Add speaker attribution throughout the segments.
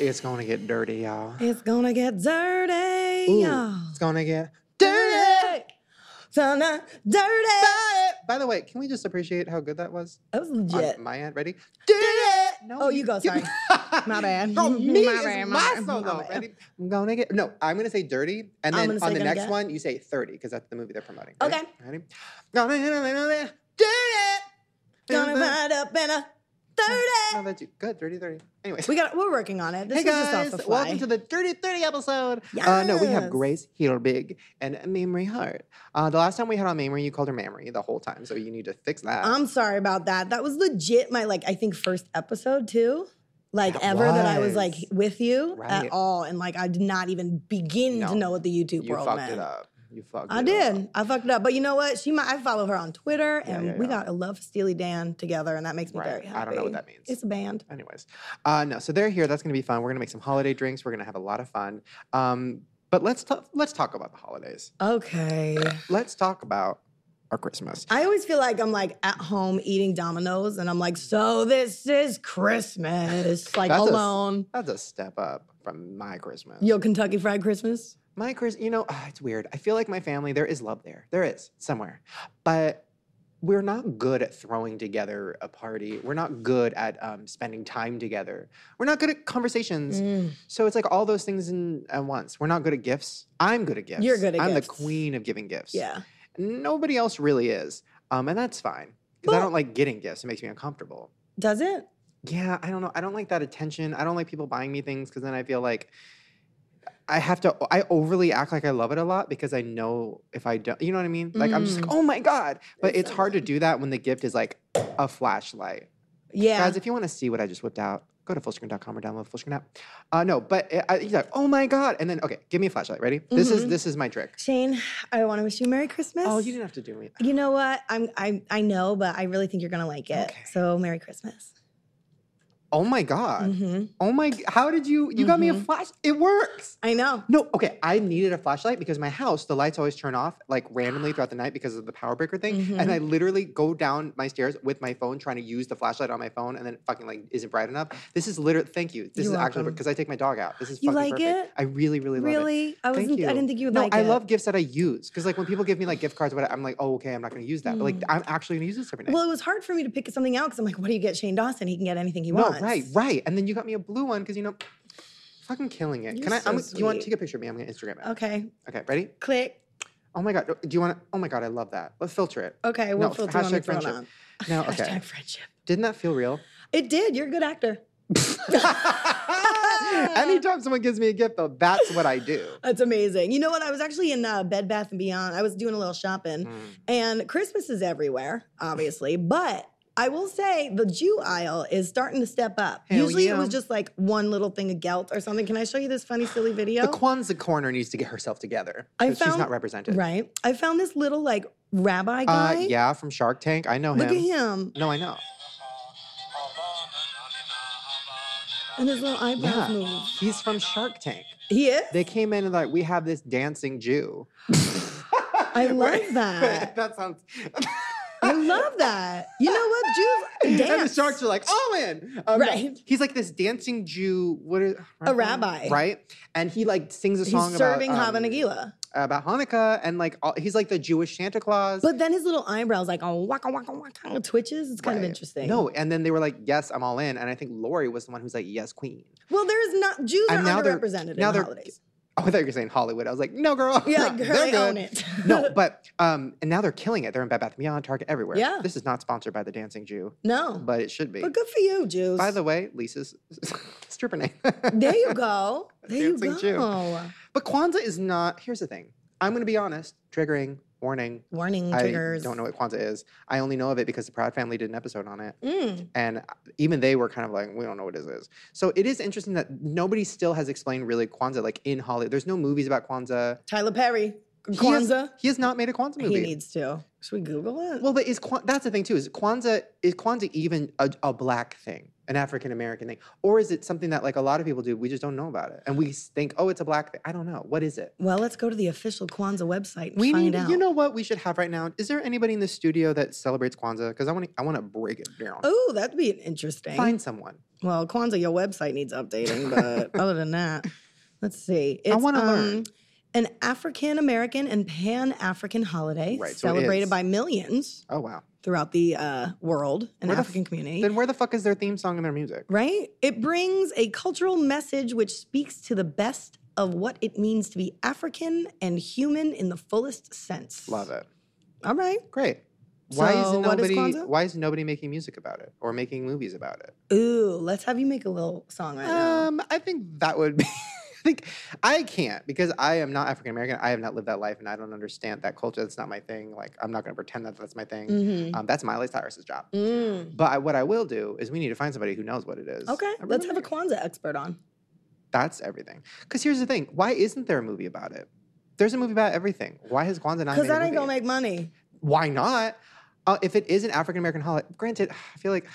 Speaker 1: It's gonna get dirty, y'all.
Speaker 2: It's gonna get dirty,
Speaker 1: Ooh,
Speaker 2: y'all.
Speaker 1: It's gonna get dirty.
Speaker 2: Tonight, dirty.
Speaker 1: By the way, can we just appreciate how good that was
Speaker 2: That was
Speaker 1: on
Speaker 2: legit.
Speaker 1: my end? Ready? No,
Speaker 2: Oh, you go. Sorry. My bad.
Speaker 1: Girl,
Speaker 2: My
Speaker 1: me
Speaker 2: bad,
Speaker 1: is
Speaker 2: my
Speaker 1: my
Speaker 2: bad, my
Speaker 1: solo.
Speaker 2: bad.
Speaker 1: Ready? I'm gonna get no. I'm gonna say dirty, and
Speaker 2: I'm
Speaker 1: then
Speaker 2: gonna say
Speaker 1: on the
Speaker 2: gonna
Speaker 1: next
Speaker 2: get.
Speaker 1: one you say thirty because that's the movie they're promoting. Ready?
Speaker 2: Okay.
Speaker 1: Ready? Gonna hit 'em in the dirty.
Speaker 2: Gonna ride up in a
Speaker 1: No,
Speaker 2: dirty.
Speaker 1: that's you. Good. Dirty, dirty. Anyways.
Speaker 2: We got. We're working on it. This
Speaker 1: hey
Speaker 2: was just off
Speaker 1: guys,
Speaker 2: the fly.
Speaker 1: welcome to the Dirty 30 episode. Uh, no, we have
Speaker 2: Yes.
Speaker 1: Grace Heelbig and Mamrie Hart. Uh, the last time we had on Mamrie, you called her Mamrie the whole time, so you need to fix that.
Speaker 2: I'm sorry about that. That was legit my like I think first episode too. Like
Speaker 1: That
Speaker 2: ever that I was like
Speaker 1: was.
Speaker 2: with you
Speaker 1: Right.
Speaker 2: at all. And like I did not even begin
Speaker 1: No.
Speaker 2: to know what the YouTube
Speaker 1: you
Speaker 2: world
Speaker 1: fucked
Speaker 2: meant.
Speaker 1: it up. You fucked
Speaker 2: I
Speaker 1: it
Speaker 2: did.
Speaker 1: up.
Speaker 2: I fucked it up. But you know what? She might I follow her on Twitter
Speaker 1: Yeah,
Speaker 2: and
Speaker 1: yeah,
Speaker 2: we
Speaker 1: yeah.
Speaker 2: got a Love Steely Dan together and that makes me
Speaker 1: Right.
Speaker 2: very happy.
Speaker 1: I don't know what that means.
Speaker 2: It's a band.
Speaker 1: Anyways, uh, no, so they're here. That's going to be fun. We're going to make some holiday drinks. We're going to have a lot of fun. Um, but let's, ta- let's talk about the holidays.
Speaker 2: Okay.
Speaker 1: Let's talk about our Christmas.
Speaker 2: I always feel like I'm like at home eating Domino's and I'm like, so this is Christmas. Like
Speaker 1: That's a s-
Speaker 2: alone.
Speaker 1: That's a step up from my Christmas.
Speaker 2: Yo, Kentucky Fried Christmas.
Speaker 1: My Chris, you know, ah, it's weird. I feel like my family, there is love there. There is somewhere. But we're not good at throwing together a party. We're not good at um, spending time together. We're not good at conversations.
Speaker 2: Mm.
Speaker 1: So it's like all those things in, at once. We're not good at gifts. I'm good at gifts.
Speaker 2: You're good at
Speaker 1: I'm
Speaker 2: gifts.
Speaker 1: the queen of giving gifts.
Speaker 2: Yeah.
Speaker 1: Nobody else really is. Um, and that's fine. Because I
Speaker 2: But-
Speaker 1: don't like getting gifts. It makes me uncomfortable.
Speaker 2: Does it?
Speaker 1: Yeah, I don't know. I don't like that attention. I don't like people buying me things because then I feel like I have to. I overly act like I love it a lot because I know if I don't, you know what I mean. Like I'm just like, oh my god. But
Speaker 2: That's
Speaker 1: it's
Speaker 2: Mm. so
Speaker 1: hard to
Speaker 2: good.
Speaker 1: do that when the gift is like a flashlight.
Speaker 2: Yeah.
Speaker 1: Guys, if you want to see what I just whipped out, go to fullscreen.com or download the fullscreen app. Uh, no, but it, I, he's like, oh my god, and then okay, give me a flashlight. Ready? This is
Speaker 2: Mhm.
Speaker 1: this is my trick.
Speaker 2: Shane, I want to wish you Merry Christmas.
Speaker 1: Oh, you didn't have to do me.
Speaker 2: You know what? I'm I I know, but I really think you're gonna like it.
Speaker 1: Okay.
Speaker 2: So Merry Christmas.
Speaker 1: Oh my god.
Speaker 2: Mhm.
Speaker 1: Oh my. g- How did you? You got me a
Speaker 2: Mhm.
Speaker 1: flash. It works.
Speaker 2: I know.
Speaker 1: No, okay. I needed a flashlight because my house, the lights always turn off like randomly throughout the night because of the power breaker thing. And
Speaker 2: Mm-hmm.
Speaker 1: I literally go down my stairs with my phone trying to use the flashlight on my phone and then it fucking like isn't bright enough. This is literally thank you. This
Speaker 2: You're
Speaker 1: is actually
Speaker 2: welcome.
Speaker 1: because I take my dog out. This is
Speaker 2: You
Speaker 1: fucking
Speaker 2: like
Speaker 1: perfect.
Speaker 2: it?
Speaker 1: I really, really love it.
Speaker 2: Really? I
Speaker 1: Thank
Speaker 2: wasn't. I
Speaker 1: you.
Speaker 2: didn't think you would
Speaker 1: no,
Speaker 2: like
Speaker 1: I
Speaker 2: it.
Speaker 1: love gifts that I use because, like, when people give me like gift cards, what I'm like, oh, okay, I'm not going to use that, but like, I'm actually going to use this every night.
Speaker 2: Mm. Well, it was hard for me to pick something out because I'm like, what do you get Shane Dawson? He can get anything he
Speaker 1: no,
Speaker 2: wants.
Speaker 1: right, right. And then you got me a blue one because you know, fucking killing it.
Speaker 2: You're
Speaker 1: Can I?
Speaker 2: so
Speaker 1: I'm, do you want to
Speaker 2: sweet.
Speaker 1: take a picture of me? I'm going to Instagram it.
Speaker 2: Okay.
Speaker 1: Okay, ready?
Speaker 2: Click.
Speaker 1: Oh my god, do you want to? Oh my god, I love that. Let's filter it.
Speaker 2: Okay.
Speaker 1: No,
Speaker 2: We'll Oh, filter on the
Speaker 1: hashtag
Speaker 2: phone
Speaker 1: friendship.
Speaker 2: on.
Speaker 1: No, okay.
Speaker 2: Hashtag friendship.
Speaker 1: Didn't that feel real?
Speaker 2: It did. You're a good actor.
Speaker 1: Anytime someone gives me a gift, though, that's what I do.
Speaker 2: That's amazing. You know what? I was actually in uh, Bed Bath and Beyond. I was doing a little shopping,
Speaker 1: Hmm.
Speaker 2: and Christmas is everywhere, obviously. But I will say the Jew aisle is starting to step up.
Speaker 1: Hell
Speaker 2: Usually
Speaker 1: yeah.
Speaker 2: it was just like one little thing of gelt or something. Can I show you this funny, silly video?
Speaker 1: The Kwanzaa corner needs to get herself together.
Speaker 2: I
Speaker 1: 'cause she's
Speaker 2: found-
Speaker 1: not represented.
Speaker 2: right. I found this little like rabbi guy.
Speaker 1: Uh, yeah, from Shark Tank. I know him.
Speaker 2: Look at him
Speaker 1: No, I know.
Speaker 2: and his little eyebrows
Speaker 1: Yeah,
Speaker 2: move.
Speaker 1: he's from Shark Tank.
Speaker 2: He is.
Speaker 1: They came in and like, we have this dancing Jew.
Speaker 2: I love that.
Speaker 1: that sounds.
Speaker 2: I love that. You know what? Jews
Speaker 1: And the
Speaker 2: dance.
Speaker 1: sharks are like, oh man. Um, no,
Speaker 2: Right.
Speaker 1: He's like this dancing Jew, what is
Speaker 2: A rabbi.
Speaker 1: Right? And he like sings a
Speaker 2: He's
Speaker 1: song about
Speaker 2: serving
Speaker 1: um,
Speaker 2: Havanagila.
Speaker 1: about Hanukkah and like all, he's like the Jewish Santa Claus.
Speaker 2: But then his little eyebrows, like, oh, waka, waka, waka, twitches. It's kind of
Speaker 1: Right.
Speaker 2: interesting.
Speaker 1: No, and then they were like, "Yes, I'm all in," and I think Lori was the one who's like, "Yes, Queen."
Speaker 2: Well, there is not, Jews
Speaker 1: And
Speaker 2: are
Speaker 1: now they're-
Speaker 2: underrepresented
Speaker 1: now
Speaker 2: in the
Speaker 1: they're-
Speaker 2: holidays.
Speaker 1: Oh, I thought you were saying Hollywood. I was like, "No, girl,
Speaker 2: Yeah, girl,
Speaker 1: they're
Speaker 2: they own
Speaker 1: good."
Speaker 2: it.
Speaker 1: no, but um, and now they're killing it. They're in Bed Bath Beyond, Target, everywhere.
Speaker 2: Yeah.
Speaker 1: this is not sponsored by the Dancing Jew,
Speaker 2: No. But,
Speaker 1: but it should be.
Speaker 2: good for you, Jews.
Speaker 1: By the way, Lisa's stripper name.
Speaker 2: there you go. There you go.
Speaker 1: Dancing Jew. But Kwanzaa is not. Here's the thing. I'm going to be honest. Triggering warning.
Speaker 2: Warning
Speaker 1: I
Speaker 2: triggers.
Speaker 1: don't know what Kwanzaa is. I only know of it because the Proud Family did an episode on it.
Speaker 2: Mm,
Speaker 1: and even they were kind of like, we don't know what this is. So it is interesting that nobody still has explained really Kwanzaa, like in Hollywood. There's no movies about Kwanzaa.
Speaker 2: Tyler Perry.
Speaker 1: He has-
Speaker 2: Kwanzaa.
Speaker 1: He has not made a Kwanzaa
Speaker 2: He,
Speaker 1: movie.
Speaker 2: needs to. Should we Google it?
Speaker 1: well, but is Kwan- that's the thing too? Is Kwanzaa is Kwanzaa even a, a black thing? an African American thing, or is it something that like a lot of people do? We just don't know about it, and we s- think, oh, it's a black thing. I don't know. What is it?
Speaker 2: Well, let's go to the official Kwanzaa website and
Speaker 1: We
Speaker 2: find
Speaker 1: need.
Speaker 2: out.
Speaker 1: You know what we should have right now? Is there anybody in the studio that celebrates Kwanzaa? Because I want to. I want to break it down.
Speaker 2: Oh, that'd be interesting.
Speaker 1: Find someone.
Speaker 2: Well, Kwanzaa, your website needs updating, but other than that, let's see. It's, um,
Speaker 1: wanna learn.
Speaker 2: An African American and Pan African holiday
Speaker 1: Right, so it
Speaker 2: celebrated
Speaker 1: is.
Speaker 2: by millions
Speaker 1: Oh wow.
Speaker 2: throughout the uh, world and
Speaker 1: Where the f-
Speaker 2: African community.
Speaker 1: Then where the fuck is their theme song and their music?
Speaker 2: right? It brings a cultural message which speaks to the best of what it means to be African and human in the fullest sense.
Speaker 1: Love it.
Speaker 2: All right.
Speaker 1: Great. Why
Speaker 2: So
Speaker 1: is
Speaker 2: what is
Speaker 1: nobody?
Speaker 2: Kwanzaa?
Speaker 1: why is nobody making music about it or making movies about it?
Speaker 2: Ooh, let's have you make a little song right now.
Speaker 1: Um, I think that would be. I think I can't because I am not African American. I have not lived that life, and I don't understand that culture. That's not my thing. Like I'm not going to pretend that that's my thing.
Speaker 2: Mhm.
Speaker 1: Um, that's Miley Cyrus's job.
Speaker 2: Mm.
Speaker 1: But I, what I will do is we need to find somebody who knows what it is.
Speaker 2: Okay,
Speaker 1: I
Speaker 2: let's
Speaker 1: really
Speaker 2: have a
Speaker 1: do.
Speaker 2: Kwanzaa expert on.
Speaker 1: That's everything. Because here's the thing: why isn't there a movie about it? There's a movie about everything. Why has Kwanzaa not?
Speaker 2: Because
Speaker 1: Because
Speaker 2: that ain't gonna make money.
Speaker 1: why not? Uh, if it is an African American holiday, granted, I feel like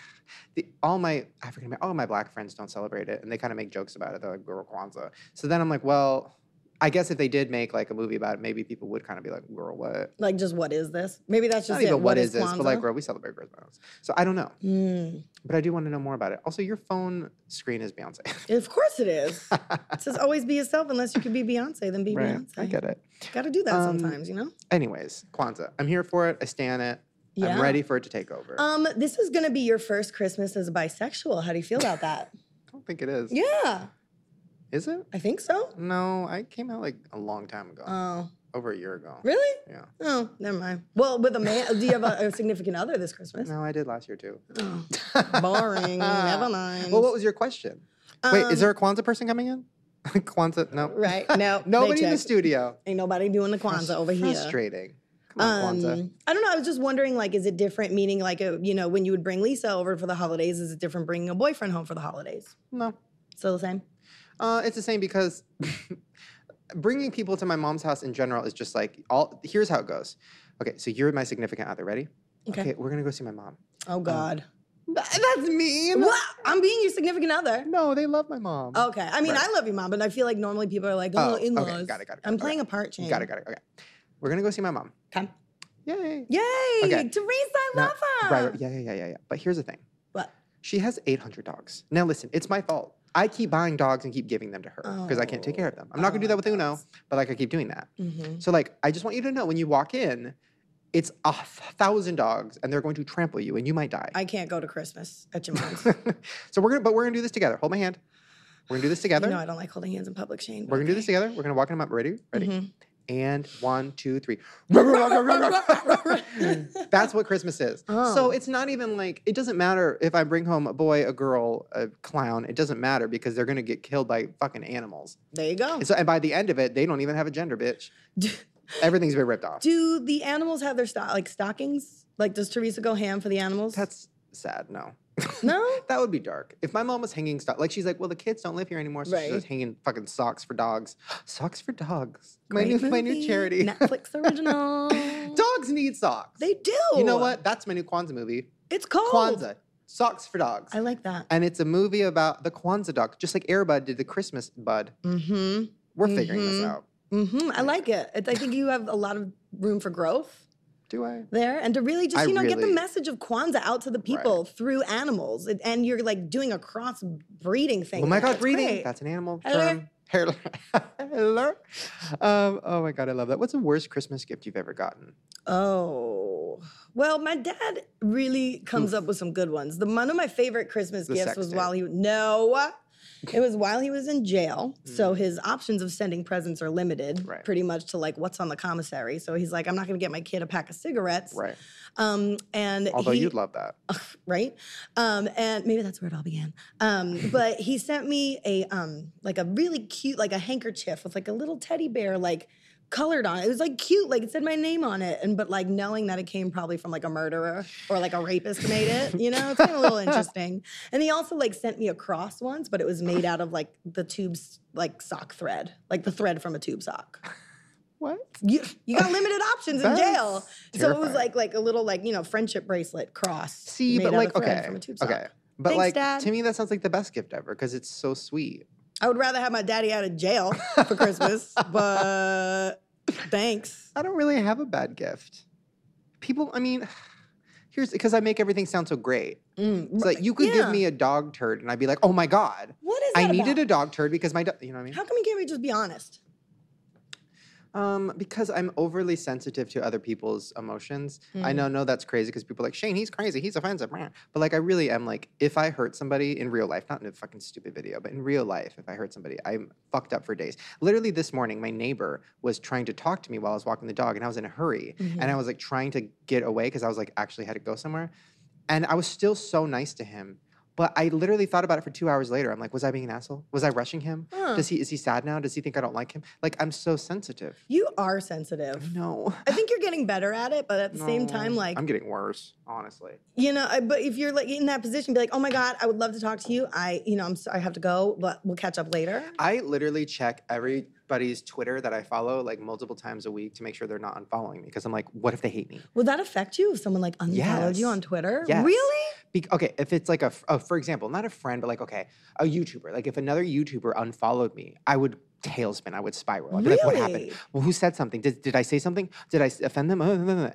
Speaker 1: the, all my African American, all my black friends don't celebrate it, and they kind of make jokes about it. They're like, "Girl Kwanzaa." So then I'm like, well, I guess if they did make like a movie about it, maybe people would kind of be like, "Girl, what?"
Speaker 2: Like, just what is this? Maybe that's just
Speaker 1: Not
Speaker 2: it.
Speaker 1: even
Speaker 2: what
Speaker 1: is, this,
Speaker 2: Kwanzaa?
Speaker 1: but like, girl, we celebrate Christmas. So I don't know,
Speaker 2: Mm.
Speaker 1: but I do want to know more about it. Also, your phone screen is Beyonce.
Speaker 2: Of course it is. it says always be yourself unless you can be Beyonce, then be Beyonce.
Speaker 1: I get it.
Speaker 2: Gotta do that
Speaker 1: Um,
Speaker 2: sometimes, you know?
Speaker 1: Anyways, Kwanzaa, I'm here for it. I stand it. I'm ready for it to take over.
Speaker 2: Um, this is gonna be your first Christmas as a bisexual. How do you feel about that?
Speaker 1: I don't think it is.
Speaker 2: yeah,
Speaker 1: Is it?
Speaker 2: I think so.
Speaker 1: No, I came out like a long time ago,
Speaker 2: Oh,
Speaker 1: over a year ago.
Speaker 2: really?
Speaker 1: Yeah.
Speaker 2: Oh, never mind. Well, with a man, do you have a, a significant other this Christmas?
Speaker 1: No, I did last year too.
Speaker 2: Oh, boring. never mind.
Speaker 1: Well, what was your question? Wait, is
Speaker 2: Um,
Speaker 1: there a Kwanzaa person coming in? Kwanzaa? No.
Speaker 2: Right. No. they
Speaker 1: Nobody in the
Speaker 2: checked.
Speaker 1: studio.
Speaker 2: Ain't nobody doing the Kwanzaa over here.
Speaker 1: Frustrating. Come on,
Speaker 2: Um,
Speaker 1: Kwanzaa.
Speaker 2: I don't know. I was just wondering, like, is it different? Meaning, like, uh, you know, when you would bring Lisa over for the holidays, is it different bringing a boyfriend home for the holidays?
Speaker 1: No.
Speaker 2: Still the same.
Speaker 1: Uh, it's the same because bringing people to my mom's house in general is just like all. Here's how it goes. Okay, so you're my significant other. Ready?
Speaker 2: Okay.
Speaker 1: we're gonna go see my mom.
Speaker 2: Oh God.
Speaker 1: Th- um, uh, That's mean.
Speaker 2: what? Oh, I'm being your significant other.
Speaker 1: No, they love my mom.
Speaker 2: Okay. I mean,
Speaker 1: Right.
Speaker 2: I love you, mom, but I feel like normally people are like,
Speaker 1: Oh,
Speaker 2: oh,
Speaker 1: okay.
Speaker 2: in-laws.
Speaker 1: Got it, got it,
Speaker 2: I'm
Speaker 1: got it,
Speaker 2: playing a part. Jane.
Speaker 1: Got it. Got it. Okay. We're gonna go see my mom.
Speaker 2: Come.
Speaker 1: Yay.
Speaker 2: Yay,
Speaker 1: Okay.
Speaker 2: Teresa, I
Speaker 1: Now-
Speaker 2: love her.
Speaker 1: Right, right, yeah, yeah, yeah, yeah, yeah. But here's the thing.
Speaker 2: What?
Speaker 1: She has 800 dogs. Now listen, it's my fault. I keep buying dogs and keep giving them to her because I can't take care of them. I'm not gonna do
Speaker 2: Oh,
Speaker 1: that with Uno, but like I keep doing that.
Speaker 2: Mm-hmm.
Speaker 1: So like, I just want you to know when you walk in, it's a thousand dogs and they're going to trample you and you might die.
Speaker 2: I can't go to Christmas at your mom's.
Speaker 1: so we're gonna, but we're gonna do this together. Hold my hand. We're gonna do this
Speaker 2: you
Speaker 1: together.
Speaker 2: know, I don't like holding hands in public, Shane.
Speaker 1: we're gonna do this together. We're gonna walk them up. Ready? Ready?
Speaker 2: Mhm.
Speaker 1: And one, two, three.
Speaker 2: together.
Speaker 1: That's what Christmas is.
Speaker 2: Oh.
Speaker 1: So it's not even like it doesn't matter if I bring home a boy, a girl, a clown. It doesn't matter because they're gonna get killed by fucking animals.
Speaker 2: there you go.
Speaker 1: And so and by the end of it, they don't even have a gender, bitch. Everything's been ripped off.
Speaker 2: Do the animals have their sto- like stockings? Like, does Teresa go ham for the animals?
Speaker 1: That's sad. No.
Speaker 2: no.
Speaker 1: That would be dark. If my mom was hanging stuff, like she's like, well, the kids don't live here anymore, so she's
Speaker 2: Right.
Speaker 1: just hanging fucking socks for dogs. Socks for dogs. My new, my new
Speaker 2: movie,
Speaker 1: charity.
Speaker 2: Netflix original.
Speaker 1: dogs need socks.
Speaker 2: they do.
Speaker 1: You know what? That's my new Kwanzaa movie.
Speaker 2: It's called
Speaker 1: Kwanzaa. Socks for dogs.
Speaker 2: Oh. I like that.
Speaker 1: and it's a movie about the Kwanzaa dog, just like Airbud did the Christmas bud.
Speaker 2: Mm-hmm.
Speaker 1: We're figuring this
Speaker 2: Mhm.
Speaker 1: out.
Speaker 2: Mm-hmm. I like it. It- I think you have a lot of room for growth
Speaker 1: Do I?
Speaker 2: there, and to really just
Speaker 1: I
Speaker 2: you know get the
Speaker 1: really-
Speaker 2: message of Kwanzaa out to the people through animals, and- and you're like doing a cross breeding thing.
Speaker 1: Oh my
Speaker 2: now.
Speaker 1: God,
Speaker 2: It's
Speaker 1: breathing.
Speaker 2: great.
Speaker 1: That's an animal
Speaker 2: Hello?
Speaker 1: term. Hello. Hello. Um, oh my God, I love that. What's the worst Christmas gift you've ever gotten?
Speaker 2: Oh. Well, my dad really comes up with some good ones. The one of my favorite Christmas
Speaker 1: The
Speaker 2: gifts
Speaker 1: sex
Speaker 2: was
Speaker 1: tape.
Speaker 2: while he no. It was while he was in jail. So his options of sending presents are limited
Speaker 1: Hmm. Right.
Speaker 2: pretty much to like what's on the commissary. So he's like, I'm not gonna get my kid a pack of cigarettes.
Speaker 1: Right.
Speaker 2: Um and
Speaker 1: Although
Speaker 2: he,
Speaker 1: you'd love that.
Speaker 2: right? Um, and maybe that's where it all began. Um, but he sent me a um, like a really cute, like a handkerchief with like a little teddy bear, like colored on it. It was like cute, like it said my name on it, and but like knowing that it came probably from like a murderer or like a rapist made it. You know, it's kind of a little interesting. And he also like sent me a cross once, but it was made out of like the tube's like sock thread, like the thread from a tube sock
Speaker 1: What?
Speaker 2: you, you got limited options in
Speaker 1: That's
Speaker 2: jail. So it was
Speaker 1: terrifying.
Speaker 2: like like a little like you know friendship bracelet cross.
Speaker 1: See,
Speaker 2: made
Speaker 1: but
Speaker 2: out of
Speaker 1: like,
Speaker 2: thread
Speaker 1: okay,
Speaker 2: from a tube sock.
Speaker 1: okay. But
Speaker 2: Thanks,
Speaker 1: like
Speaker 2: Dad.
Speaker 1: to me, that sounds like the best gift ever because it's so sweet.
Speaker 2: I would rather have my daddy out of jail for Christmas, but thanks.
Speaker 1: I don't really have a bad gift. People, I mean, here's because I make everything sound so great.
Speaker 2: Mm,
Speaker 1: It's like you could
Speaker 2: yeah.
Speaker 1: give me a dog turd and I'd be like, oh my god,
Speaker 2: What is
Speaker 1: I
Speaker 2: that
Speaker 1: needed
Speaker 2: about?
Speaker 1: a dog turd because my, do-, you know what I mean?
Speaker 2: How come you can't we just be honest?
Speaker 1: Um, because I'm overly sensitive to other people's emotions.
Speaker 2: Mm.
Speaker 1: I know, no, that's crazy because people are like, Shane, he's crazy, he's offensive. meh." But like, I really am like, if I hurt somebody in real life, not in a fucking stupid video, but in real life, if I hurt somebody, I'm fucked up for days. Literally this morning, my neighbor was trying to talk to me while I was walking the dog and I was in a hurry
Speaker 2: Hmm. Mm.
Speaker 1: and I was like trying to get away because I was like, actually had to go somewhere. And I was still so nice to him. But I literally thought about it for two hours later. I'm like, was I being an asshole? Was I rushing him?
Speaker 2: Huh.
Speaker 1: Does he is he sad now? Does he think I don't like him? Like I'm so sensitive.
Speaker 2: You are sensitive.
Speaker 1: No.
Speaker 2: I think you're getting better at it, but at the same time,
Speaker 1: No.
Speaker 2: like
Speaker 1: I'm getting worse, honestly.
Speaker 2: you know, I, but if you're like in that position, be like, oh my god, I would love to talk to you. I, you know, I'm so, I have to go, but we'll catch up later.
Speaker 1: I literally check everybody's Twitter that I follow like multiple times a week to make sure they're not unfollowing me because I'm like, what if they hate me?
Speaker 2: Will that affect you if someone like unfollowed you
Speaker 1: Yes.
Speaker 2: on Twitter?
Speaker 1: Yes.
Speaker 2: Really?
Speaker 1: Be- okay, if it's like a, f- oh, for example, not a friend, but like okay, a YouTuber. Like if another YouTuber unfollowed me, I would tailspin. I would spiral. I'd be like, what happened?
Speaker 2: Really?
Speaker 1: Well, who said something? Did, did I say something? Did I s- offend them?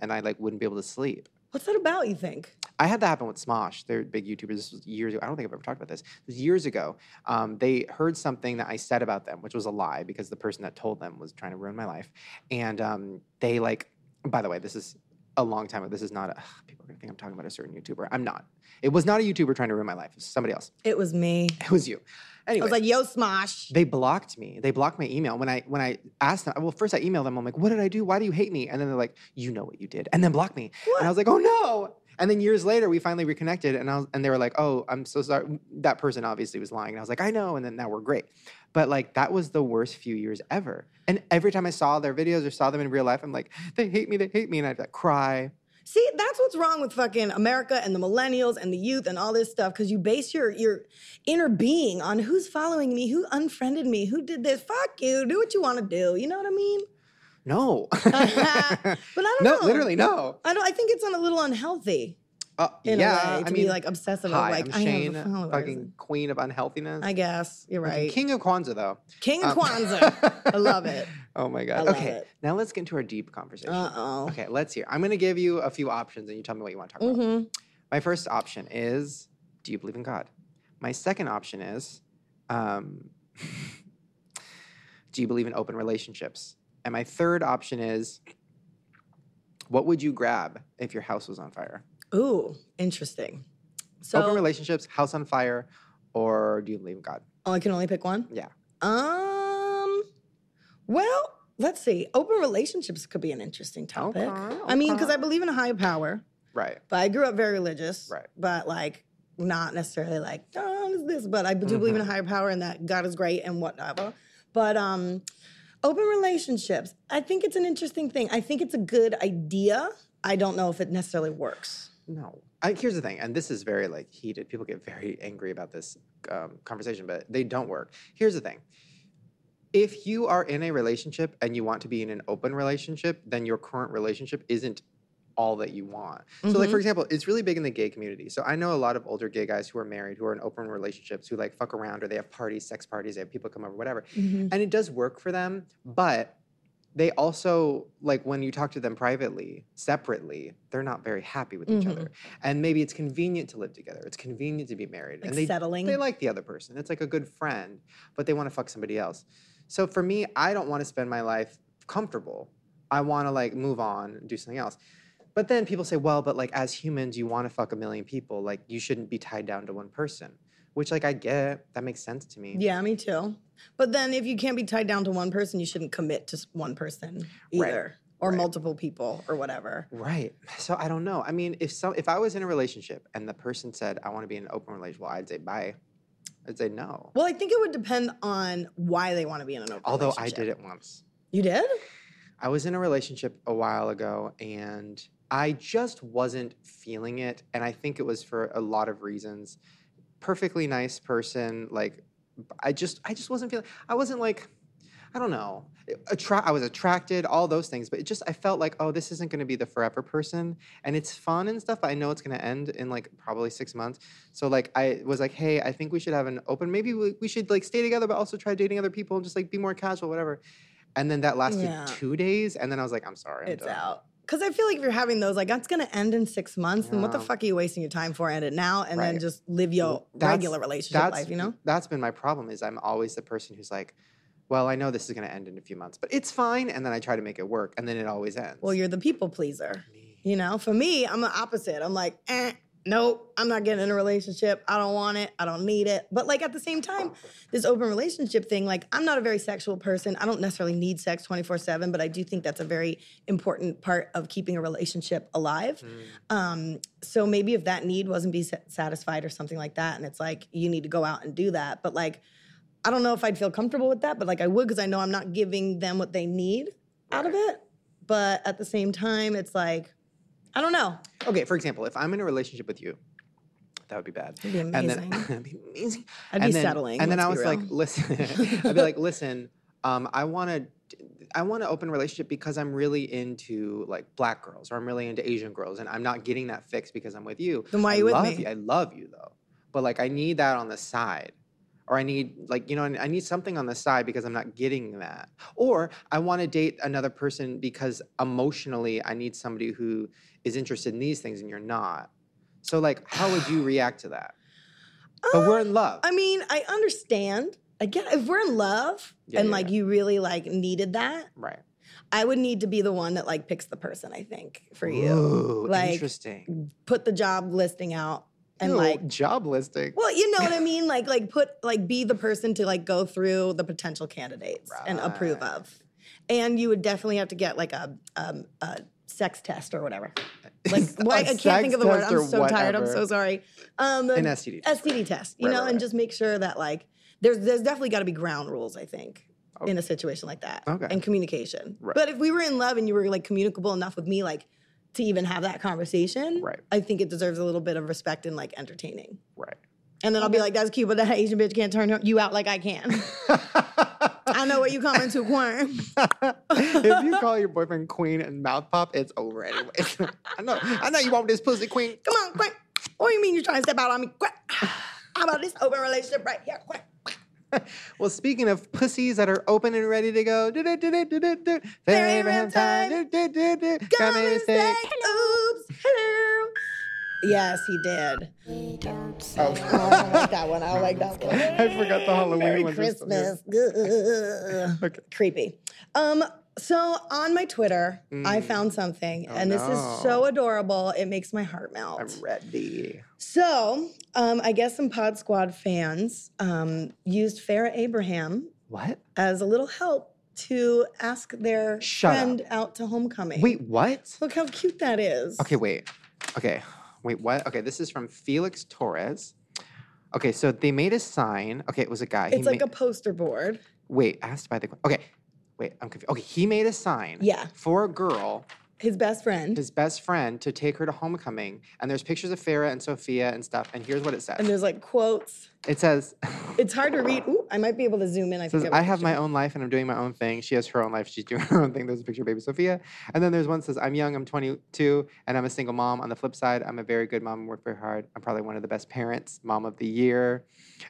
Speaker 1: And I like wouldn't be able to sleep.
Speaker 2: What's that about? You think?
Speaker 1: I had that happen with Smosh. They're big YouTubers. This was years ago. I don't think I've ever talked about this. It was years ago. Um, they heard something that I said about them, which was a lie because the person that told them was trying to ruin my life. And um, they like, by the way, this is a long time ago. This is not a, people are going to think I'm talking about a certain YouTuber. I'm not. It was not a YouTuber trying to ruin my life. It was somebody else.
Speaker 2: It was me.
Speaker 1: It was you. Anyway.
Speaker 2: I was like, yo, Smosh.
Speaker 1: They blocked me. They blocked my email. When I when I asked them, well, first I emailed them. I'm like, "What did I do? Why do you hate me?" And then they're like, "You know what you did." And then blocked me. And I was like, "Oh no!" And then years later, we finally reconnected, and I was, and they were like, "Oh, I'm so sorry." That person obviously was lying, and I was like, "I know." And then now we're great. But like that was the worst few years ever. And every time I saw their videos or saw them in real life, I'm like, "They hate me. They hate me," and I'd like cry.
Speaker 2: See, that's what's wrong with fucking America and the millennials and the youth and all this stuff because you base your your inner being on who's following me, who unfriended me, who did this. Fuck you. Do what you want to do. You know what I mean?
Speaker 1: No.
Speaker 2: but I don't
Speaker 1: no,
Speaker 2: know.
Speaker 1: literally no.
Speaker 2: I don't. I think it's on a little unhealthy
Speaker 1: Uh,
Speaker 2: in
Speaker 1: yeah,
Speaker 2: a way to
Speaker 1: I mean,
Speaker 2: be like obsessive.
Speaker 1: hi,
Speaker 2: of like
Speaker 1: I'm
Speaker 2: I have
Speaker 1: Shane,
Speaker 2: followers.
Speaker 1: fucking queen of unhealthiness.
Speaker 2: I guess you're
Speaker 1: Fucking
Speaker 2: right. King,
Speaker 1: King of Kwanzaa, though. Um,
Speaker 2: Kwanzaa. I love it.
Speaker 1: Oh my
Speaker 2: I
Speaker 1: god.
Speaker 2: love
Speaker 1: okay,
Speaker 2: it.
Speaker 1: now let's get into our deep conversation.
Speaker 2: Uh oh.
Speaker 1: okay, let's hear. I'm gonna give you a few options, and you tell me what you want to talk about.
Speaker 2: Mm-hmm.
Speaker 1: My first option is, do you believe in God? My second option is, um, do you believe in open relationships? And my third option is, what would you grab if your house was on fire?
Speaker 2: Ooh, interesting.
Speaker 1: open
Speaker 2: So
Speaker 1: relationships, house on fire, or do you believe in God?
Speaker 2: oh, I can only pick one.
Speaker 1: Yeah.
Speaker 2: Um. Well, let's see. Open relationships could be an interesting topic. I mean, because I
Speaker 1: okay.
Speaker 2: believe in a higher power,
Speaker 1: right.
Speaker 2: but I grew up very religious.
Speaker 1: Right.
Speaker 2: But like, not necessarily like, oh, what is this? But I do believe in
Speaker 1: Mm-hmm.
Speaker 2: a higher power and that God is great and whatever. But um, open relationships. I think it's an interesting thing. I think it's a good idea. I don't know if it necessarily works.
Speaker 1: No. I, here's the thing, and this is very like heated. People get very angry about this um, conversation, but they don't work. Here's the thing: if you are in a relationship and you want to be in an open relationship, then your current relationship isn't all that you want. So,
Speaker 2: Mm-hmm.
Speaker 1: like for example, it's really big in the gay community. So I know a lot of older gay guys who are married, who are in open relationships, who like fuck around or they have parties, sex parties, they have people come over, whatever
Speaker 2: Mhm.
Speaker 1: and it does work for them but they also like when you talk to them privately separately they're not very happy with each
Speaker 2: Mhm.
Speaker 1: other and maybe it's convenient to live together it's convenient to be married
Speaker 2: Like
Speaker 1: and they
Speaker 2: settling.
Speaker 1: they like the other person it's like a good friend but they want to fuck somebody else so for me i don't want to spend my life comfortable i want to like move on and do something else but then people say well but like as humans you want to fuck a million people like you shouldn't be tied down to one person which like i get that makes sense to me
Speaker 2: Yeah, me too. But then if you can't be tied down to one person, you shouldn't commit to s- one person
Speaker 1: Right.
Speaker 2: either or
Speaker 1: Right.
Speaker 2: multiple people or whatever.
Speaker 1: Right. So I don't know. I mean, if some if I was in a relationship and the person said I want to be in an open relationship, well, I'd say bye. I'd say no.
Speaker 2: Well, I think it would depend on why they want to be in an open
Speaker 1: Although I did
Speaker 2: relationship.
Speaker 1: it once.
Speaker 2: You did?
Speaker 1: I was in a relationship a while ago and I just wasn't feeling it and I think it was for a lot of reasons. Perfectly nice person, like I just I just wasn't feeling I wasn't like I don't know. Attra- I was attracted, all those things, but it just I felt like, oh, this isn't going to be the forever person, and it's fun and stuff, but I know it's going to end in like probably six months. So like I was like, hey, I think we should have an open. Maybe we, we should like stay together, but also try dating other people and just like be more casual, whatever. And then that lasted
Speaker 2: Yeah.
Speaker 1: two days, and then I was like, I'm sorry, I'm
Speaker 2: it's
Speaker 1: done.
Speaker 2: out. Because I feel like if you're having those, like that's gonna end in six months, then what the
Speaker 1: Yeah.
Speaker 2: fuck are you wasting your time for? End it now, and then
Speaker 1: Right.
Speaker 2: just live your
Speaker 1: Well, that's-
Speaker 2: regular relationship life. You know,
Speaker 1: That's been my problem is I'm always the person who's like, well, I know this is going to end in a few months, but it's fine. And then I try to make it work, and then it always ends.
Speaker 2: well, you're the people pleaser.
Speaker 1: Me.
Speaker 2: You know, for me, I'm the opposite. I'm like, eh, nope, I'm not getting in a relationship. I don't want it. I don't need it. But like at the same time, this open relationship thing, like I'm not a very sexual person. I don't necessarily need sex 24 7, but I do think that's a very important part of keeping a relationship alive.
Speaker 1: Mm.
Speaker 2: Um, so maybe if that need wasn't be sa- satisfied or something like that, and it's like you need to go out and do that, but like I don't know if I'd feel comfortable with that, but like I would because I know I'm not giving them what they need out of it. But at the same time, it's like I don't know.
Speaker 1: Okay, for example, if I'm in a relationship with you, that would be bad.
Speaker 2: It'd be
Speaker 1: And
Speaker 2: amazing.
Speaker 1: then it'd be amazing.
Speaker 2: I'd be
Speaker 1: and then,
Speaker 2: settling.
Speaker 1: And then I
Speaker 2: let's
Speaker 1: was
Speaker 2: be
Speaker 1: like,
Speaker 2: real.
Speaker 1: listen, I'd be like, listen, um, I want to. I want an open relationship because I'm really into like black girls or I'm really into Asian girls and I'm not getting that fixed because I'm with you.
Speaker 2: Then why
Speaker 1: I
Speaker 2: are you with
Speaker 1: love
Speaker 2: me?
Speaker 1: You. I love you though, but like I need that on the side, or I need like you know I need something on the side because I'm not getting that. Or I want to date another person because emotionally I need somebody who is interested in these things and you're not. So like, how would you react to that? But we're in love.
Speaker 2: I mean, I understand. Again, if we're in love
Speaker 1: Yeah,
Speaker 2: and
Speaker 1: yeah,
Speaker 2: like
Speaker 1: yeah.
Speaker 2: you really like needed that,
Speaker 1: right.
Speaker 2: I would need to be the one that like picks the person. I think for you,
Speaker 1: Ooh,
Speaker 2: Like,
Speaker 1: interesting.
Speaker 2: put the job listing out and
Speaker 1: Ew,
Speaker 2: like
Speaker 1: job listing.
Speaker 2: Well, you know what I mean? Like, like put like be the person to like go through the potential candidates and approve
Speaker 1: Right.
Speaker 2: of. And you would definitely have to get like a um a sex test or whatever. Like
Speaker 1: A
Speaker 2: why I can't think of the word.
Speaker 1: sex test or
Speaker 2: I'm so tired. I'm so
Speaker 1: whatever.
Speaker 2: sorry. Um
Speaker 1: An STD. test.
Speaker 2: STD test, you
Speaker 1: Right,
Speaker 2: know,
Speaker 1: right,
Speaker 2: and
Speaker 1: right.
Speaker 2: just make sure that like there's there's definitely got to be ground rules, I think.
Speaker 1: Okay.
Speaker 2: In a situation like that,
Speaker 1: Oh. Okay.
Speaker 2: and communication.
Speaker 1: Right.
Speaker 2: But if we were in love and you were like communicable enough with me, like to even have that conversation,
Speaker 1: Right.
Speaker 2: I think it deserves a little bit of respect and like entertaining.
Speaker 1: Right.
Speaker 2: And then I'll be like, that's cute, but that Asian bitch can't turn you out like I can. I know what you coming to, Quern.
Speaker 1: if you call your boyfriend queen and mouth pop, it's over anyway. I know. I know you want this pussy queen.
Speaker 2: Come on, Quern. What do you mean you're trying to step out on me? Quern. How about this open relationship right here, Quern?
Speaker 1: Well, speaking of pussies that are open and ready to go, do-do-do-do-do-do-do, fairy
Speaker 2: Fairy ring
Speaker 1: time,
Speaker 2: time.
Speaker 1: do-do-do-do,
Speaker 2: Come and say, oops, hello. Yes, he did.
Speaker 1: Oh,
Speaker 2: Oh, I don't like that one. I don't like that one.
Speaker 1: I forgot the Halloween
Speaker 2: Merry
Speaker 1: ones. are still here.
Speaker 2: Christmas. Ugh.
Speaker 1: Okay.
Speaker 2: Creepy. Um, so on my Twitter, I
Speaker 1: Mm.
Speaker 2: found something,
Speaker 1: Oh,
Speaker 2: and this
Speaker 1: no.
Speaker 2: is so adorable. It makes my heart melt.
Speaker 1: I'm ready.
Speaker 2: So, um, I guess some Pod Squad fans um, used Farrah Abraham
Speaker 1: What?
Speaker 2: as a little help to ask their
Speaker 1: Shut up.
Speaker 2: friend out to homecoming.
Speaker 1: Wait, what?
Speaker 2: Look how cute that is.
Speaker 1: Okay, wait. Okay, wait, what? Okay, this is from Felix Torres. Okay, so they made a sign. Okay, it was a guy.
Speaker 2: It's like
Speaker 1: ma-
Speaker 2: a poster board.
Speaker 1: Wait, asked by the. que- Okay, wait, I'm confused. Okay, he made a sign
Speaker 2: Yeah.
Speaker 1: for a girl,
Speaker 2: His best friend.
Speaker 1: his best friend, to take her to homecoming. And there's pictures of Farah and Sophia and stuff. And here's what it says
Speaker 2: and there's like quotes.
Speaker 1: It says,
Speaker 2: It's hard to read. Ooh, I might be able to zoom in. I
Speaker 1: It says,
Speaker 2: think
Speaker 1: I have my own life and I'm doing my own thing. She has her own life. She's doing her own thing. There's a picture of baby Sophia. And then there's one that says, I'm young, I'm 22, and I'm a single mom. On the flip side, I'm a very good mom, work very hard. I'm probably one of the best parents, mom of the year.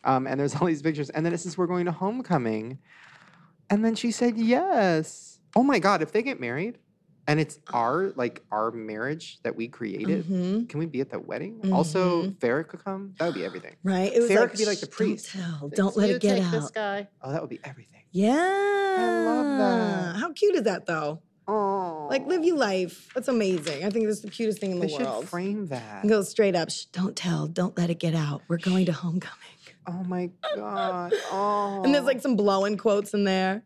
Speaker 1: Um, and there's all these pictures. And then it says, We're going to homecoming. And then she said, Yes. Oh my God, if they get married and it's our, like, our marriage that we created,
Speaker 2: hmm
Speaker 1: can we be at the wedding? Also,
Speaker 2: Mhm.
Speaker 1: Farrah could come. That would be everything.
Speaker 2: Right? It was
Speaker 1: Sarah
Speaker 2: like,
Speaker 1: could be like the
Speaker 2: "Shh,
Speaker 1: priest.
Speaker 2: Don't tell. Don't let
Speaker 1: You
Speaker 2: it get
Speaker 1: take This
Speaker 2: out.
Speaker 1: guy. Oh, that would be everything.
Speaker 2: Yeah.
Speaker 1: that.
Speaker 2: How cute is that though?
Speaker 1: Oh.
Speaker 2: Like live your life. That's amazing. I think that's the cutest thing in
Speaker 1: They
Speaker 2: the
Speaker 1: should
Speaker 2: world.
Speaker 1: frame that.
Speaker 2: And go straight up. Shh, don't tell. Don't let it get out. We're going to homecoming.
Speaker 1: Oh my god. Oh.
Speaker 2: And there's like some blowing quotes in there.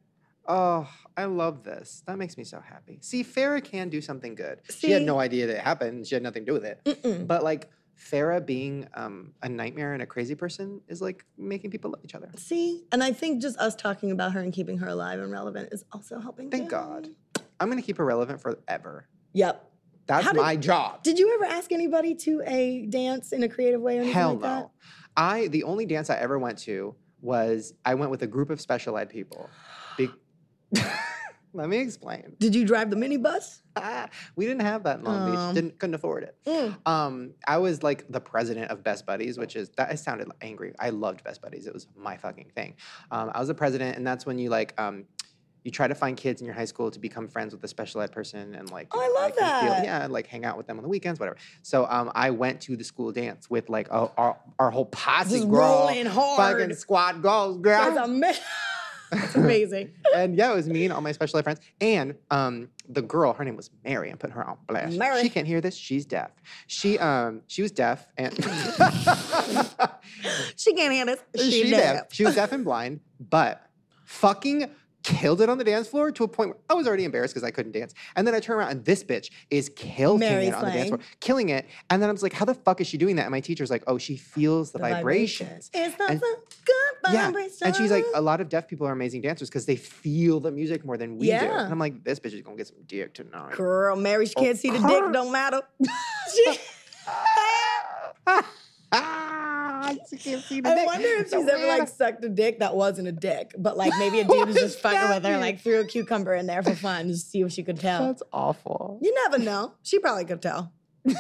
Speaker 1: oh, I love this. That makes me so happy. See, Farah can do something good. she had
Speaker 2: See? Mm.
Speaker 1: no idea that it happened. She had nothing to do with it.
Speaker 2: Mm-mm.
Speaker 1: But like Farah being um, a nightmare and a crazy person is like making people love each other.
Speaker 2: See? And I think just us talking about her and keeping her alive and relevant is also helping.
Speaker 1: Thank
Speaker 2: too.
Speaker 1: God. I'm gonna keep her relevant forever.
Speaker 2: Yep.
Speaker 1: That's
Speaker 2: How did-
Speaker 1: my job.
Speaker 2: Did you ever ask anybody to a dance in a creative way or anything
Speaker 1: Hell
Speaker 2: like that?
Speaker 1: no. I the only dance I ever went to was I went with a group of special ed people. Be- Let me explain.
Speaker 2: Did you drive the minibus?
Speaker 1: Ah, we didn't have that in Long
Speaker 2: Oh.
Speaker 1: Beach. Didn't couldn't afford it.
Speaker 2: Mm.
Speaker 1: Um, I was like the president of Best Buddies, which is that I sounded angry. I loved Best Buddies. It was my fucking thing. Um, I was the president, and that's when you like um, you try to find kids in your high school to become friends with a special ed person and like
Speaker 2: Oh, I
Speaker 1: you know,
Speaker 2: love
Speaker 1: make them feel-
Speaker 2: that.
Speaker 1: yeah, and, like hang out with them on the weekends, whatever. So um, I went to the school dance with like a, our our whole posse
Speaker 2: Just
Speaker 1: girl,
Speaker 2: rolling
Speaker 1: fucking
Speaker 2: hard.
Speaker 1: squad girls,
Speaker 2: That's
Speaker 1: girl.
Speaker 2: ama- That's amazing.
Speaker 1: and yeah, it was me and all my special ed friends. And um, the girl, her name was Mary. I'm putting her on blast.
Speaker 2: Mary.
Speaker 1: She can't hear this. She's deaf. She um, she was deaf and
Speaker 2: She can't handle it. She,
Speaker 1: she
Speaker 2: deaf.
Speaker 1: deaf. She was deaf and blind, but fucking killed it on the dance floor to a point where I was already embarrassed because I couldn't dance. And then I turn around and this bitch is killing
Speaker 2: Mary
Speaker 1: it on the dance
Speaker 2: Slang.
Speaker 1: floor, killing it. And then I'm just like, how the fuck is she doing that? And my teacher's like, oh, she feels the, vibrations.
Speaker 2: It's the
Speaker 1: And-
Speaker 2: good
Speaker 1: Yeah.
Speaker 2: vibration.
Speaker 1: And she's like, a lot of deaf people are amazing dancers because they feel the music more than we do.
Speaker 2: Yeah.
Speaker 1: And I'm like, this bitch is gonna get some dick tonight.
Speaker 2: girl, Mary, she can't see the dick. it Don't matter. She-
Speaker 1: Ah, she can't see the
Speaker 2: I
Speaker 1: dick.
Speaker 2: wonder if
Speaker 1: So
Speaker 2: she's ever
Speaker 1: weird.
Speaker 2: like sucked a dick that wasn't a dick, but like maybe a dude was just fucking with her,
Speaker 1: Exactly.
Speaker 2: like threw a cucumber in there for fun, just to see if she could tell.
Speaker 1: that's awful.
Speaker 2: You never know. She probably could tell.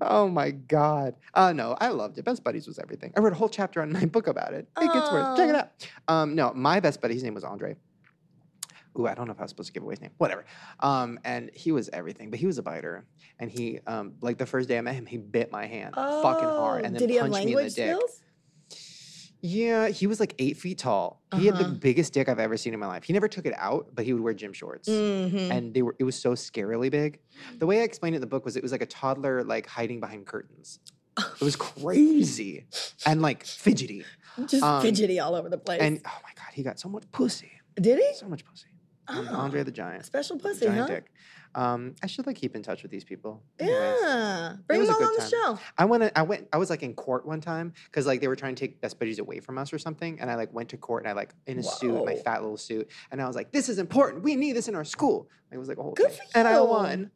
Speaker 1: oh my god. Uh no, I loved it. Best buddies was everything. I wrote a whole chapter on my book about it. It gets worse. Check it
Speaker 2: Aw.
Speaker 1: out. Um no, my best buddy, his name was Andre. Ooh, I don't know if I was supposed to give away his name. Whatever. Um, and he was everything, but he was a biter. And he, um, like the first day I met him, he bit my hand fucking hard
Speaker 2: Oh,
Speaker 1: and then
Speaker 2: did he have
Speaker 1: punched me in the
Speaker 2: language
Speaker 1: dick.
Speaker 2: skills?
Speaker 1: Yeah, he was like eight feet tall. He had the
Speaker 2: Uh-huh.
Speaker 1: biggest dick I've ever seen in my life. He never took it out, but he would wear gym shorts
Speaker 2: Mm-hmm.
Speaker 1: and they were it was so scarily big. The way I explained it in the book was it was like a toddler like hiding behind curtains. It was crazy and like fidgety.
Speaker 2: just
Speaker 1: um,
Speaker 2: fidgety all over the place.
Speaker 1: And oh my god, he got so much pussy.
Speaker 2: did he?
Speaker 1: So much pussy.
Speaker 2: Oh,
Speaker 1: Mm, Andre the Giant.
Speaker 2: special
Speaker 1: the
Speaker 2: pussy,
Speaker 1: giant
Speaker 2: huh?
Speaker 1: dick. Um, I should like keep in touch with these people. Anyways,
Speaker 2: Yeah, bring
Speaker 1: was
Speaker 2: him
Speaker 1: a
Speaker 2: all
Speaker 1: good
Speaker 2: on the
Speaker 1: time.
Speaker 2: show.
Speaker 1: I went I went I was like in court one time because like they were trying to take best buddies away from us or something. And I like went to court and I like in a suit, my
Speaker 2: Whoa.
Speaker 1: fat little suit, and I was like, This is important. We need this in our school. It was like a whole
Speaker 2: Good
Speaker 1: thing.
Speaker 2: for
Speaker 1: And I
Speaker 2: you.
Speaker 1: won.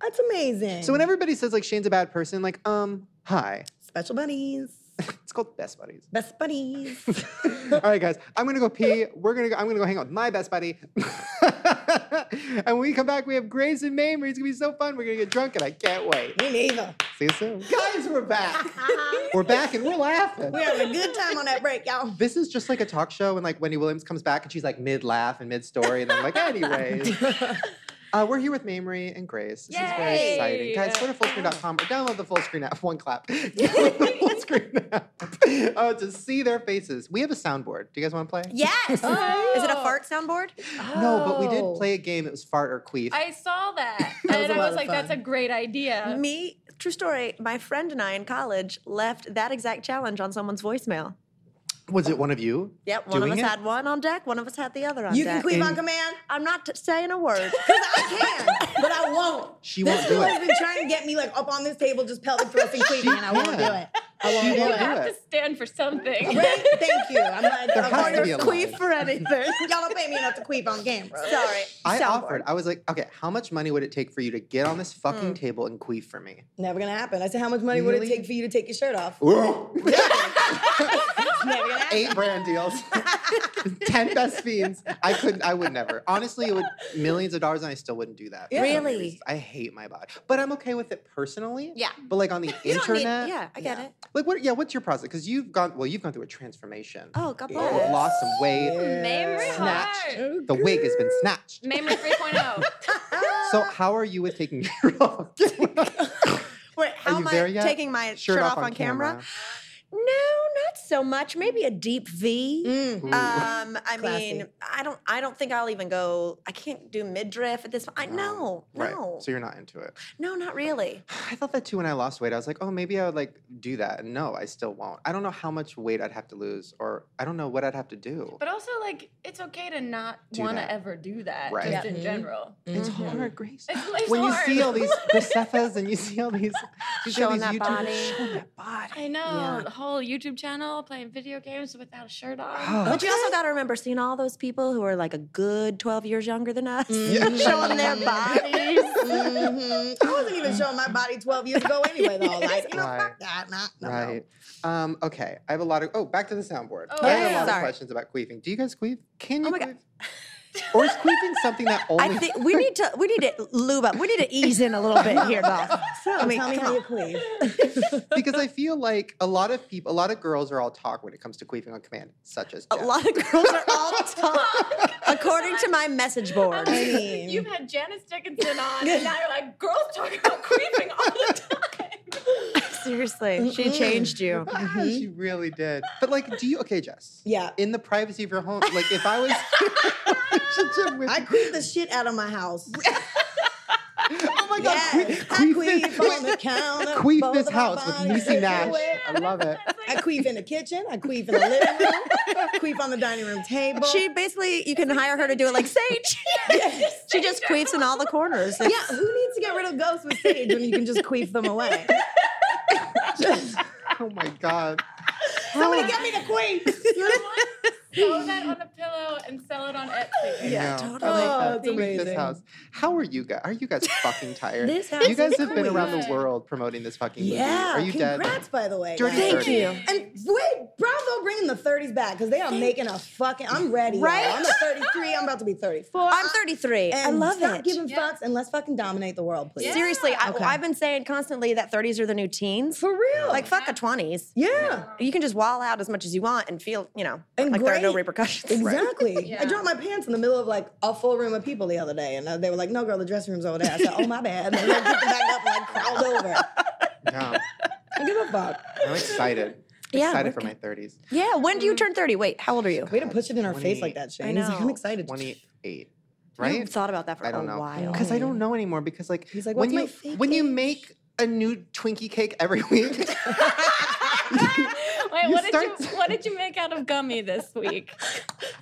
Speaker 2: That's amazing.
Speaker 1: So when everybody says like Shane's a bad person, like, um, hi.
Speaker 2: special buddies,
Speaker 1: It's called best buddies.
Speaker 2: best buddies.
Speaker 1: All right, guys. I'm gonna go pee. We're gonna go, I'm gonna go hang out with my best buddy. and when we come back, we have Grace and Mamrie. It's gonna be so fun. We're gonna get drunk and I can't wait.
Speaker 2: Me neither.
Speaker 1: See you soon. Guys, we're back.
Speaker 2: We're
Speaker 1: We're back and we're laughing.
Speaker 2: having a good time on that break, y'all.
Speaker 1: This is just like a talk show when like Wendy Williams comes back and she's like mid laugh and mid story and then like anyways. Uh, we're here with Mamrie and Grace. This is very exciting.
Speaker 3: Yay!
Speaker 1: Guys, go to fullscreen.com or download the full screen app. One clap. Download the full screen app uh, to see their faces. We have a soundboard. Do you guys want to play?
Speaker 4: Yes.
Speaker 3: Oh.
Speaker 4: Is it a fart soundboard?
Speaker 1: No, but we did
Speaker 2: Oh.
Speaker 1: play a game. It was fart or queef.
Speaker 3: I saw that,
Speaker 2: That was
Speaker 3: and
Speaker 2: a
Speaker 3: I
Speaker 2: lot
Speaker 3: was
Speaker 2: of
Speaker 3: like, "That's a
Speaker 2: fun.
Speaker 3: great idea."
Speaker 4: Me, true story. My friend and I in college left that exact challenge on someone's voicemail.
Speaker 1: Was it one of you?
Speaker 4: Yep, one of
Speaker 1: Doing
Speaker 4: us
Speaker 1: it?
Speaker 4: had one on deck, one of us had the other on
Speaker 2: You can
Speaker 4: deck.
Speaker 2: queef on
Speaker 1: And-
Speaker 2: command.
Speaker 4: I'm not t- saying a word.
Speaker 2: I can, but I won't.
Speaker 1: She
Speaker 2: this
Speaker 1: won't do
Speaker 2: girl
Speaker 1: it.
Speaker 2: has been trying to get me like up on this table, just pelvic thrusting, queefing, and I won't do
Speaker 1: can.
Speaker 2: it. I won't
Speaker 1: She
Speaker 2: do
Speaker 1: won't
Speaker 2: it.
Speaker 1: do
Speaker 3: I have to
Speaker 1: it.
Speaker 3: stand for something.
Speaker 2: Right? Thank you. I'm not.
Speaker 1: There
Speaker 2: I'm
Speaker 1: has to
Speaker 2: not-
Speaker 1: be a line.
Speaker 4: Queef for anything.
Speaker 2: Y'all don't pay me enough to queef on camera.
Speaker 4: Sorry.
Speaker 1: I
Speaker 4: soundboard.
Speaker 1: offered. I was like, okay, how much money would it take for you to get on this fucking table and queef for me?
Speaker 2: Never gonna happen. I said, how much money would it
Speaker 1: Really?
Speaker 2: take for you to take your shirt off? Never gonna happen.
Speaker 1: Eight brand deals, ten best fiends. I couldn't. I would never. Honestly, it would millions of dollars, and I still wouldn't do that. for
Speaker 2: Yeah.
Speaker 1: so many
Speaker 4: Really?
Speaker 1: reasons. I hate my body, but I'm okay with it personally.
Speaker 4: Yeah.
Speaker 1: But like on the
Speaker 4: You don't need-
Speaker 1: internet,
Speaker 4: Uh, yeah, I get
Speaker 2: Yeah.
Speaker 4: it.
Speaker 1: Like what? Yeah. What's your process? Because you've gone. Well, you've gone through a transformation.
Speaker 4: Oh, God
Speaker 1: You know,
Speaker 4: bless.
Speaker 1: Lost some weight.
Speaker 3: Memory
Speaker 1: Snatched.
Speaker 3: heart.
Speaker 1: The wig has been snatched.
Speaker 3: Memory 3.0.
Speaker 1: So how are you with taking your off?
Speaker 4: Wait,
Speaker 1: you
Speaker 4: how am
Speaker 1: there
Speaker 4: I
Speaker 1: yet?
Speaker 4: taking my shirt, off, on camera? No, not so much. Maybe a deep V.
Speaker 2: Mm.
Speaker 4: Um, I
Speaker 2: Classy.
Speaker 4: mean, I don't. I don't think I'll even go. I can't do midriff at this. I no, no,
Speaker 1: Right. So you're not into it.
Speaker 4: no, not really.
Speaker 1: I thought that too when I lost weight. I was like, oh, maybe I would like do that. And no, I still won't. I don't know how much weight I'd have to lose, or I don't know what I'd have to do.
Speaker 3: But also, like, it's okay to not
Speaker 1: Do
Speaker 3: want
Speaker 1: that.
Speaker 3: to ever do that,
Speaker 1: Right.
Speaker 3: just in
Speaker 2: Mhm.
Speaker 3: general.
Speaker 1: it's
Speaker 2: Mhm.
Speaker 4: Mm-hmm.
Speaker 1: hard, Grace.
Speaker 3: It's, it's
Speaker 1: when
Speaker 3: hard.
Speaker 1: you see all these Graceffas and you see all these, you see all
Speaker 4: Showing
Speaker 1: these
Speaker 4: that
Speaker 1: YouTubers
Speaker 4: body.
Speaker 1: showing that body.
Speaker 3: I know
Speaker 2: Yeah.
Speaker 3: the whole YouTube channel playing video games without a shirt on.
Speaker 1: Oh.
Speaker 4: But you also got to remember seeing all those people who are like a good 12 years younger than us Mm-hmm.
Speaker 2: Mm.
Speaker 4: showing their bodies.
Speaker 2: Mhm. I wasn't even showing my body 12 years ago anyway, though. Like, you
Speaker 1: Mm-hmm.
Speaker 2: know,
Speaker 1: Right.
Speaker 2: fuck that. Nah, no, no.
Speaker 1: Right. Um, okay. I have a lot of. Oh, back to the soundboard.
Speaker 3: Oh,
Speaker 1: I have a
Speaker 4: yeah.
Speaker 1: lot
Speaker 4: Sorry.
Speaker 1: of questions about queefing. Do you guys queef? Can you
Speaker 4: Oh my
Speaker 1: queef?
Speaker 4: God.
Speaker 1: Or is queefing something that only.
Speaker 4: I think we need to we need to lube up. We need to ease in a little bit here, Dolph.
Speaker 2: So
Speaker 4: I mean,
Speaker 2: tell me
Speaker 4: come
Speaker 2: how
Speaker 4: on.
Speaker 2: you queef.
Speaker 1: because I feel like a lot of people, a lot of girls are all talk when it comes to queefing on command, such as.
Speaker 4: A
Speaker 1: Jen.
Speaker 4: lot of girls are all talk, according to my message board.
Speaker 2: I mean-
Speaker 3: You've had Janice Dickinson on, and now you're like, girls talk about creeping all the time.
Speaker 4: Seriously, she changed you.
Speaker 1: Ah, She really did. But like, do you? Okay, Jess.
Speaker 2: Mm-hmm. Yeah.
Speaker 1: In the privacy of your home, like if I was in a relationship with
Speaker 2: I queef the shit out of my house.
Speaker 1: oh my god,
Speaker 2: Yes.
Speaker 1: queef,
Speaker 2: I
Speaker 1: queef
Speaker 2: queef
Speaker 1: this,
Speaker 2: on the counter.
Speaker 1: queef
Speaker 2: both
Speaker 1: this
Speaker 2: of my
Speaker 1: house with
Speaker 2: bodies
Speaker 1: Niecy Nash.
Speaker 2: everywhere.
Speaker 1: I love it.
Speaker 2: I queef in the kitchen. I queef in the living room. queef on the dining room table.
Speaker 4: She basically you can hire her to do it like Sage. she just queefs in all the corners.
Speaker 2: yeah, who needs to get rid of ghosts with sage when you can just queef them away?
Speaker 1: Oh my god.
Speaker 2: Somebody get me the queef.
Speaker 3: Throw that on a pillow and sell it on Etsy.
Speaker 4: Yeah,
Speaker 1: No. Oh,
Speaker 4: totally.
Speaker 2: Oh,
Speaker 1: that's
Speaker 2: that's
Speaker 1: This
Speaker 2: amazing.
Speaker 1: house. How are you guys? Are you guys fucking tired?
Speaker 2: This house
Speaker 1: you guys
Speaker 2: is
Speaker 1: have been around the
Speaker 3: great.
Speaker 1: world promoting this fucking
Speaker 2: Yeah,
Speaker 1: movie. Are you dead?
Speaker 2: congrats, by the way.
Speaker 1: Dirty
Speaker 2: guys.
Speaker 1: Thank 30. you.
Speaker 2: And wait, bravo, bringing the 30s back because they are making a fucking. I'm ready. y'all.
Speaker 4: Right?
Speaker 2: I'm a 33. I'm about to be 34.
Speaker 4: I'm 33. I
Speaker 2: And
Speaker 4: love
Speaker 2: stop
Speaker 4: it.
Speaker 2: giving
Speaker 3: Yeah.
Speaker 2: fucks and let's fucking dominate the world, please.
Speaker 3: Yeah.
Speaker 4: Seriously, I,
Speaker 2: Okay.
Speaker 4: I've been saying constantly that 30s are the new teens.
Speaker 2: For real.
Speaker 4: Like fuck a 20s.
Speaker 2: yeah.
Speaker 4: You can just wall out as much as you want and feel, you know,
Speaker 2: And
Speaker 4: like there are no
Speaker 2: great.
Speaker 4: repercussions.
Speaker 2: Exactly. I
Speaker 3: Yeah.
Speaker 2: dropped my pants in the middle of like a full room of people the other day, and uh, they were like, "No, girl, the dressing room's over there." I said, "Oh my bad." And then I picked them back up and like crawled over.
Speaker 1: No.
Speaker 2: I give a fuck.
Speaker 1: I'm excited.
Speaker 4: Yeah,
Speaker 1: excited
Speaker 4: we're
Speaker 1: for Mm-hmm. my 30s.
Speaker 4: Yeah, when do you turn 30? Wait, how old are you?
Speaker 2: Way to push it in our face
Speaker 1: 28.
Speaker 2: like that, Shane.
Speaker 4: I
Speaker 2: He's like,
Speaker 4: know.
Speaker 2: I'm excited.
Speaker 1: 28,
Speaker 4: I've
Speaker 1: right?
Speaker 4: thought about that for
Speaker 1: I don't
Speaker 4: a
Speaker 1: know.
Speaker 4: while.
Speaker 1: Because I don't know anymore. Because like,
Speaker 2: He's like,
Speaker 1: when you
Speaker 2: "What's my fake
Speaker 1: when you
Speaker 2: age?"
Speaker 1: make a new Twinkie cake every week,
Speaker 3: Wait,
Speaker 1: You
Speaker 3: what did you
Speaker 1: start-
Speaker 3: what did you make out of gummy this week?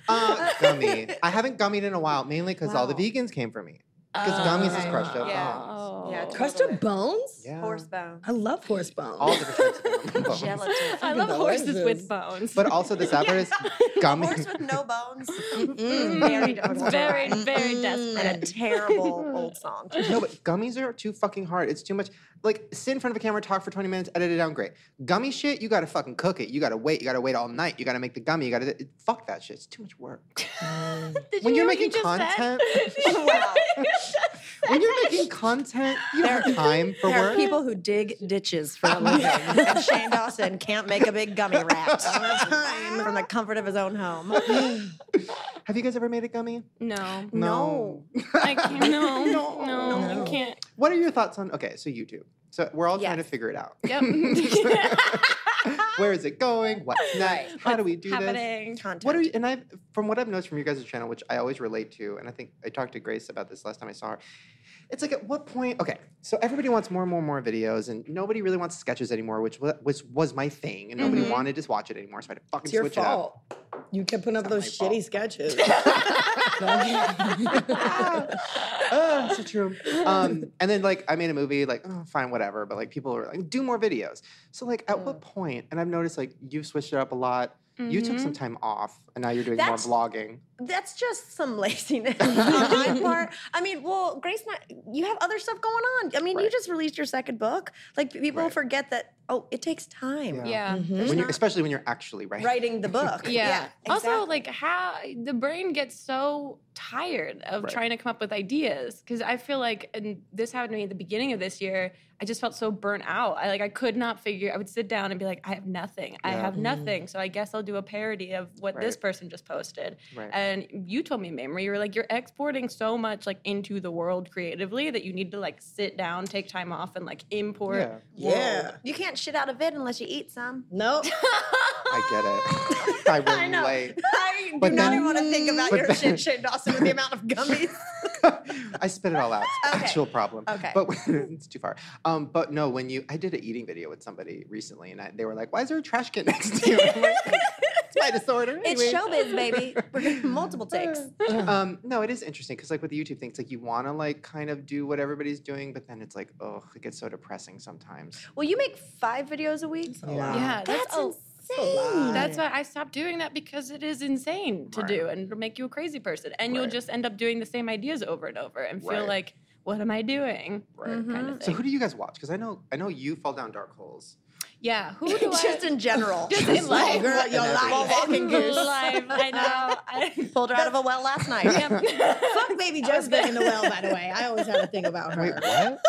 Speaker 1: uh, gummy. I haven't gummied in a while, mainly because all the
Speaker 4: Wow. Oh,
Speaker 1: vegans came for me. Because gummies is
Speaker 4: okay.
Speaker 1: crushed up.
Speaker 4: Yeah.
Speaker 1: bones.
Speaker 3: Oh.
Speaker 4: Yeah, totally.
Speaker 2: Crushed up bones.
Speaker 1: Yeah.
Speaker 4: bone.
Speaker 2: I love horse bones.
Speaker 1: All different types of bones.
Speaker 3: I
Speaker 2: Fucking
Speaker 3: love horses
Speaker 2: delicious.
Speaker 3: with bones.
Speaker 1: But also this other is gummy. Mm-hmm.
Speaker 4: no bones. Mm-hmm.
Speaker 2: Mm.
Speaker 4: Very
Speaker 3: it's
Speaker 4: difficult.
Speaker 3: very, very
Speaker 2: Mm.
Speaker 3: desperate.
Speaker 4: And a terrible old song.
Speaker 1: No, but gummies are too fucking hard. It's too much. Like, sit in front of a camera, talk for 20 minutes, edit it down, great. Gummy shit, you gotta fucking cook it. You gotta wait. You gotta wait all night. You gotta make the gummy. You gotta. Fuck that shit. It's too much work.
Speaker 3: Did
Speaker 1: When you're
Speaker 3: you hear what you
Speaker 1: making
Speaker 3: just said?
Speaker 1: content-
Speaker 3: Did you
Speaker 4: Wow.
Speaker 3: hear what you just said?
Speaker 1: When you're making content, you don't have time for
Speaker 4: There are
Speaker 1: work.
Speaker 4: people who dig ditches for a living, and Shane Dawson can't make a big gummy rat
Speaker 2: Time.
Speaker 4: from the comfort of his own home.
Speaker 1: Have you guys ever made a gummy?
Speaker 3: No,
Speaker 4: No.
Speaker 3: I can't. No, no,
Speaker 2: No.
Speaker 3: I can't.
Speaker 1: What are your thoughts on? Okay, so YouTube. So we're all trying to
Speaker 4: Yes.
Speaker 1: figure it out.
Speaker 3: Yep.
Speaker 1: Where is it going? What's next? How do we do this?
Speaker 3: Happening.
Speaker 4: Content.
Speaker 1: What are you, and I've from what I've noticed from your guys' channel, which I always relate to, and I think I talked to Grace about this last time I saw her. It's like at what point? Okay, so everybody wants more and more and more videos, and nobody really wants sketches anymore, which wa- was was my thing, and nobody
Speaker 3: Mhm.
Speaker 1: wanted to watch it anymore, so I had to fucking
Speaker 2: It's your
Speaker 1: switch it up.
Speaker 2: fault. You kept putting up
Speaker 1: It's not
Speaker 2: those
Speaker 1: my
Speaker 2: shitty sketches.
Speaker 1: Ah, so true. Um, and then like I made a movie, like oh, fine, whatever. But like people were like, do more videos. So like at
Speaker 4: Mm.
Speaker 1: what point? And I've noticed like you've switched it up a lot. You took some time off, and now you're doing
Speaker 4: Mm-hmm. That's-
Speaker 1: more vlogging.
Speaker 4: That's just some laziness on my part. I mean, well, Grace, and I- you have other stuff going on. I mean, you
Speaker 1: Right.
Speaker 4: just released your second book. Like people
Speaker 1: Right.
Speaker 4: forget that. Oh, it takes time.
Speaker 1: Yeah.
Speaker 3: Mm-hmm. Yeah.
Speaker 2: Mhm.
Speaker 1: When you,
Speaker 4: not-
Speaker 1: especially when you're actually writing.
Speaker 4: Writing the book.
Speaker 3: Yeah. Also,
Speaker 4: exactly.
Speaker 3: like how the brain gets so tired of
Speaker 1: Right.
Speaker 3: trying to come up with ideas because I feel like, and this happened to me at the beginning of this year. I just felt so burnt out. I like I could not figure. I would sit down and be like, I have nothing. I
Speaker 1: Yeah.
Speaker 3: have nothing. So I guess I'll do a parody of what this
Speaker 1: Right.
Speaker 3: person just posted.
Speaker 1: Right.
Speaker 3: And you told me, Mamrie, you were like, you're exporting so much like into the world creatively that you need to like sit down, take time off, and like import.
Speaker 1: Yeah.
Speaker 2: yeah.
Speaker 4: you can't shit out of it unless you eat some.
Speaker 2: Nope.
Speaker 1: I get it. I
Speaker 4: I know.
Speaker 1: relate.
Speaker 4: I do
Speaker 1: But
Speaker 4: not
Speaker 1: then-
Speaker 4: even want to think about
Speaker 1: but
Speaker 4: your
Speaker 1: then-
Speaker 4: shit, Shane Dawson, with the amount of gummies.
Speaker 1: I spit it all out. It's an
Speaker 4: Okay.
Speaker 1: Actual problem.
Speaker 4: Okay.
Speaker 1: But when- it's too far. Um, but no, when you, I did an eating video with somebody recently, and I, they were like, "Why is there a trash can next to you?" I'm like, It's my disorder.
Speaker 4: It's
Speaker 1: anyway.
Speaker 4: showbiz, baby. We're getting multiple takes.
Speaker 3: Uh-huh.
Speaker 1: um, no, it is interesting because like with the YouTube thing, it's like you want to like kind of do what everybody's doing, but then it's like, oh, it gets so depressing sometimes.
Speaker 4: Well, you make five videos a week.
Speaker 2: a
Speaker 1: Yeah.
Speaker 2: lot.
Speaker 3: Yeah,
Speaker 4: That's
Speaker 3: that's a-
Speaker 4: insane.
Speaker 3: That's why I stopped doing that because it is insane to
Speaker 1: Right.
Speaker 3: do and it'll make you a crazy person. And you'll
Speaker 1: Right.
Speaker 3: just end up doing the same ideas over and over and feel
Speaker 1: Right.
Speaker 3: like, what am I doing?
Speaker 1: Right.
Speaker 4: Mm-hmm.
Speaker 3: Kind of
Speaker 1: So
Speaker 3: thing.
Speaker 1: who do you guys watch? Because I know I know you fall down dark holes.
Speaker 3: yeah, who do I?
Speaker 4: just in general.
Speaker 3: Just in life.
Speaker 2: girl, your
Speaker 1: Never.
Speaker 2: life.
Speaker 4: Walking goose.
Speaker 3: life. I know. I,
Speaker 4: Pulled her out of a well last night.
Speaker 2: Fuck baby Joe's been in the well, by the way. I always have a thing about her.
Speaker 1: Wait, what?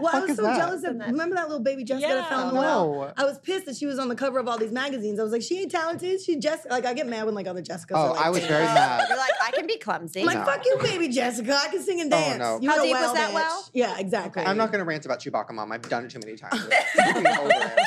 Speaker 2: well, I
Speaker 1: fuck
Speaker 2: was
Speaker 1: is
Speaker 2: so
Speaker 1: that?
Speaker 2: jealous of. Remember that little baby Jessica that
Speaker 3: Yeah.
Speaker 2: fell in the well? I was pissed that she was on the cover of all these magazines. I was like, she ain't talented. She just like I get mad when like other Jessicas.
Speaker 1: Oh,
Speaker 2: are, like,
Speaker 1: I was
Speaker 2: "Damn."
Speaker 1: very mad.
Speaker 4: You're like, I can be clumsy.
Speaker 2: I'm like,
Speaker 1: No.
Speaker 2: fuck you, baby Jessica. I can sing and
Speaker 1: Oh,
Speaker 2: dance.
Speaker 1: no.
Speaker 2: You
Speaker 4: How
Speaker 2: a
Speaker 4: deep was that
Speaker 2: bitch."
Speaker 4: well?
Speaker 2: Yeah, exactly.
Speaker 1: I'm not going to rant about Chewbacca, Mom. I've done it too many times. I'm over it.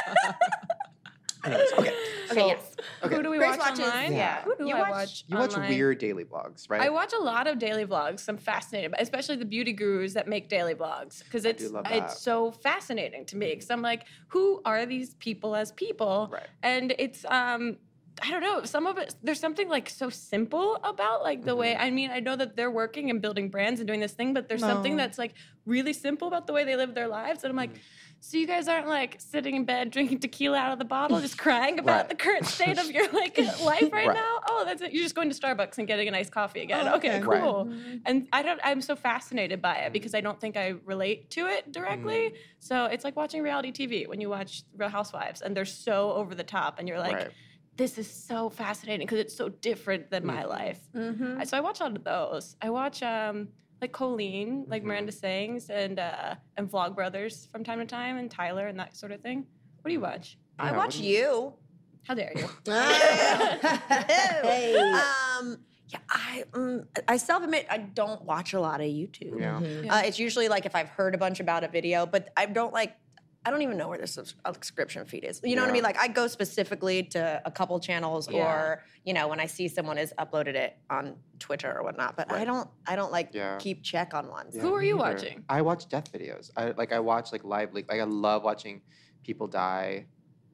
Speaker 1: Anyways, okay.
Speaker 4: okay, yes.
Speaker 1: Okay.
Speaker 3: Who do we
Speaker 4: Grace
Speaker 3: watch
Speaker 4: watches-
Speaker 3: online?
Speaker 1: Yeah.
Speaker 3: Who do
Speaker 4: You
Speaker 3: I
Speaker 4: watch-
Speaker 3: watch?
Speaker 1: You watch
Speaker 3: online?
Speaker 1: weird daily vlogs, right?
Speaker 3: I watch a lot of daily vlogs. I'm fascinated, by, especially the beauty gurus that make daily vlogs, because it's
Speaker 1: do love that.
Speaker 3: it's so fascinating to me. Because I'm like, who are these people as people?
Speaker 1: Right.
Speaker 3: And it's um, I don't know. Some of it, there's something like so simple about like the
Speaker 1: Mm-hmm.
Speaker 3: way. I mean, I know that they're working and building brands and doing this thing, but there's something
Speaker 2: No.
Speaker 3: that's like really simple about the way they live their lives. And I'm like,
Speaker 1: Mm-hmm.
Speaker 3: so you guys aren't like sitting in bed drinking tequila out of the bottle, just crying about
Speaker 1: Right.
Speaker 3: the current state of your like life right,
Speaker 1: Right.
Speaker 3: now. Oh, that's it. You're just going to Starbucks and getting a nice coffee again.
Speaker 2: Oh,
Speaker 3: okay,
Speaker 2: okay.
Speaker 1: Right.
Speaker 3: cool. And I don't. I'm so fascinated by it because I don't think I relate to it directly.
Speaker 1: Mm-hmm.
Speaker 3: So it's like watching reality TV when you watch Real Housewives and they're so over the top, and you're like,
Speaker 1: Right.
Speaker 3: this is so fascinating because it's so different than
Speaker 1: Mm-hmm.
Speaker 3: my life.
Speaker 2: Mm-hmm.
Speaker 3: I- So I watch a lot of those. I watch um, like Colleen,
Speaker 1: Mm-hmm.
Speaker 3: like Miranda Sings, and uh, and Vlog Brothers from time to time, and Tyler and that sort of thing. What do you watch?
Speaker 4: I
Speaker 1: Yeah,
Speaker 4: watch
Speaker 1: what
Speaker 4: you.
Speaker 3: How dare you?
Speaker 2: Hey.
Speaker 4: Um, yeah, I um, I self admit I don't watch a lot of YouTube.
Speaker 1: Yeah.
Speaker 2: Mm-hmm.
Speaker 3: Yeah.
Speaker 4: Uh, it's usually like if I've heard a bunch about a video, but I don't like. I don't even know where the subs- uh, subscription feed is. You know what I
Speaker 1: Yeah.
Speaker 4: mean? Like I go specifically to a couple channels,
Speaker 3: Yeah.
Speaker 4: or you know when I see someone has uploaded it on Twitter or whatnot. But I
Speaker 1: Right.
Speaker 4: don't. I don't like
Speaker 1: Yeah.
Speaker 4: keep check on ones.
Speaker 1: Yeah,
Speaker 3: Who are
Speaker 1: me
Speaker 3: you
Speaker 1: neither.
Speaker 3: watching?
Speaker 1: I watch death videos. I like I watch like live leak. Like I love watching people die.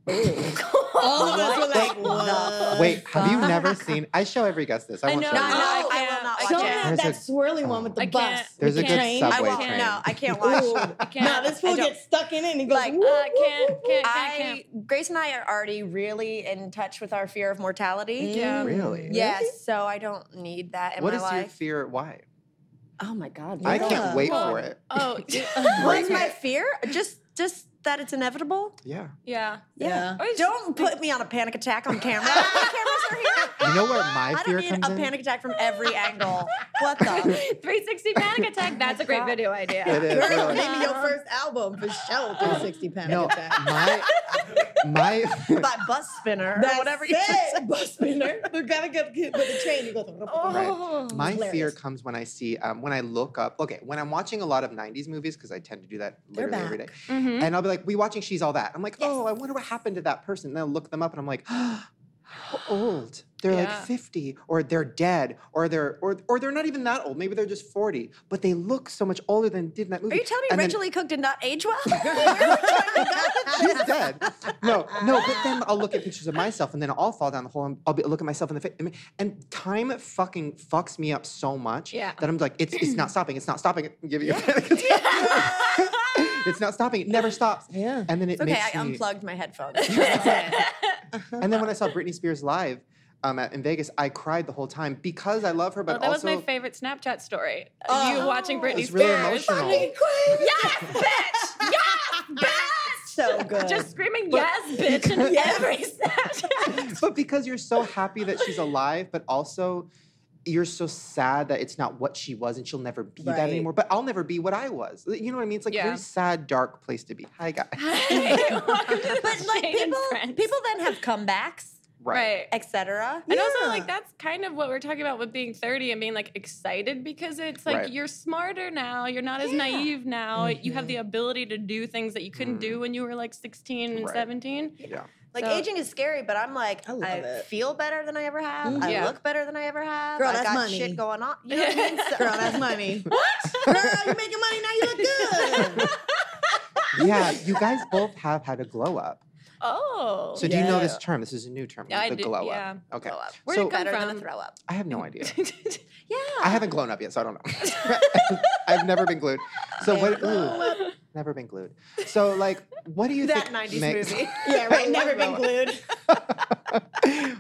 Speaker 2: All of us were Oh, like, what?
Speaker 1: Wait, have you never seen? I show every guest this. I,
Speaker 3: I
Speaker 1: won't
Speaker 3: know.
Speaker 1: show
Speaker 4: No,
Speaker 1: you.
Speaker 3: I
Speaker 4: I,
Speaker 3: can't.
Speaker 4: will not
Speaker 3: I
Speaker 4: watch
Speaker 2: Don't
Speaker 3: can't.
Speaker 1: There's
Speaker 2: have
Speaker 1: a-
Speaker 2: that swirly one with the
Speaker 3: I
Speaker 2: bus.
Speaker 3: can't.
Speaker 1: There's a
Speaker 2: the
Speaker 1: good
Speaker 2: train.
Speaker 4: it. I
Speaker 1: subway
Speaker 4: won't.
Speaker 1: train.
Speaker 4: No, I can't watch.
Speaker 2: Ooh.
Speaker 3: I can't.
Speaker 2: No, this
Speaker 4: I
Speaker 2: fool
Speaker 4: don't-
Speaker 2: gets stuck in it and he goes,
Speaker 4: Like,
Speaker 2: "Woo,
Speaker 3: Uh,
Speaker 2: woo,
Speaker 3: can't,
Speaker 2: woo."
Speaker 3: can't, can't,
Speaker 4: I
Speaker 3: can't.
Speaker 4: Grace and I are already really in touch with our fear of mortality.
Speaker 3: Yeah.
Speaker 1: Really?
Speaker 4: Yes, so I don't need that in
Speaker 1: What
Speaker 4: my
Speaker 1: is your
Speaker 4: life.
Speaker 1: fear? Why?
Speaker 4: oh my god!
Speaker 1: I
Speaker 4: Mila.
Speaker 1: can't wait
Speaker 3: Well,
Speaker 1: for it.
Speaker 3: Oh,
Speaker 4: What's my fear? Just just that it's inevitable.
Speaker 1: Yeah.
Speaker 3: yeah.
Speaker 2: Yeah.
Speaker 3: Or it's-
Speaker 4: Don't put me on a panic attack on camera. The cameras are here.
Speaker 1: You know where my
Speaker 4: I
Speaker 1: fear
Speaker 4: don't need a
Speaker 1: comes in?
Speaker 4: panic attack from every angle. What the?
Speaker 3: 360 panic attack. That's a great video idea.
Speaker 1: It is,
Speaker 2: Girl,
Speaker 1: really.
Speaker 2: name your first album for show 360 Panic
Speaker 1: No,
Speaker 2: Attack.
Speaker 1: my my
Speaker 4: By bus spinner or
Speaker 2: That's
Speaker 4: whatever. you
Speaker 2: it. Bus spinner. They're gonna go get with the train. You go.
Speaker 1: Oh.
Speaker 4: Oh,
Speaker 1: Right. My fear
Speaker 2: hilarious.
Speaker 1: comes when I see, um, when I look up, okay, when I'm watching a lot of 90s movies, because I tend to do that
Speaker 2: They're
Speaker 1: literally every day,
Speaker 2: back.
Speaker 3: Mhm.
Speaker 1: and I'll be like, we watching She's All That. I'm like,
Speaker 4: Mm-hmm. Yes.
Speaker 1: oh, I wonder what happened to that person. And I'll look them up and I'm like, how old. They're
Speaker 3: Yeah.
Speaker 1: like 50, or they're dead, or they're or, or they're not even that old. Maybe they're just 40, but they look so much older than they did in that movie.
Speaker 4: Are you telling me
Speaker 1: And then-
Speaker 4: Rachel Lee Cook did not age well? You're trying to
Speaker 1: She's dead. No, no. But then I'll look at pictures of myself, and then I'll fall down the hole, and I'll be, look at myself in the face. And time fucking fucks me up so much
Speaker 3: Yeah.
Speaker 1: that I'm like, it's it's not stopping. It's not stopping. I'm giving you a panic attack. it's not stopping. It never stops.
Speaker 2: Yeah.
Speaker 1: And then it
Speaker 4: Okay,
Speaker 1: makes
Speaker 4: I
Speaker 1: me.
Speaker 4: unplugged my headphones.
Speaker 1: And then when I saw Britney Spears live um, at, in Vegas, I cried the whole time because I love her,
Speaker 3: Oh,
Speaker 1: but
Speaker 3: that was
Speaker 1: also
Speaker 3: my favorite Snapchat story. you
Speaker 4: Oh.
Speaker 2: Uh,
Speaker 3: watching Britney
Speaker 1: it's
Speaker 3: Spears.
Speaker 1: really emotional.
Speaker 3: Yes, bitch. Yes, bitch.
Speaker 2: So good.
Speaker 3: Just screaming yes, bitch, in every Snapchat.
Speaker 1: but because you're so happy that she's alive, but also you're so sad that it's not what she was and she'll never be
Speaker 2: Right.
Speaker 1: that anymore. But I'll never be what I was. You know what I mean? It's like a
Speaker 3: Yeah.
Speaker 1: very sad, dark place to be. Hi guys.
Speaker 4: but like people, people then have comebacks,
Speaker 3: right.
Speaker 4: etc.
Speaker 3: And also,
Speaker 2: Yeah.
Speaker 3: like, that's kind of what we're talking about with being 30 and being like excited because it's like
Speaker 1: Right. Mm-hmm.
Speaker 3: you're smarter now. You're not as
Speaker 4: Yeah.
Speaker 3: naive now. You have the ability to do things that you couldn't do when you were like 16 and
Speaker 1: Mm. Right.
Speaker 3: 17.
Speaker 1: Yeah.
Speaker 4: Like
Speaker 3: So-
Speaker 4: aging is scary, but I'm like,
Speaker 2: I love
Speaker 4: I,
Speaker 2: it. Mm-hmm.
Speaker 4: feel better than I ever have. I
Speaker 3: Yeah.
Speaker 4: look better than I ever have.
Speaker 2: Girl,
Speaker 4: I
Speaker 2: that's
Speaker 4: got
Speaker 2: money.
Speaker 4: shit going on. You know what I mean? So-
Speaker 2: Girl, that's money. Girl, you making money now. You look good.
Speaker 1: Yeah. You guys both have had a glow up.
Speaker 3: Oh.
Speaker 1: So do you know this
Speaker 2: Yeah.
Speaker 1: term? This is a new term.
Speaker 3: I
Speaker 1: the
Speaker 3: do-
Speaker 1: glow
Speaker 3: yeah.
Speaker 1: up. Okay.
Speaker 4: Glow up.
Speaker 3: Where'd
Speaker 1: So-
Speaker 3: it come
Speaker 4: Better than
Speaker 3: from?
Speaker 4: a throw up.
Speaker 1: I have no idea.
Speaker 4: Yeah.
Speaker 1: I haven't glown up yet, so I don't know. I've never been glued. So what? Ooh, never been glued. So like, what do you
Speaker 4: that
Speaker 1: think?
Speaker 4: 90s
Speaker 1: makes-
Speaker 4: movie.
Speaker 2: Yeah, right. Never been
Speaker 1: Well,
Speaker 2: glued.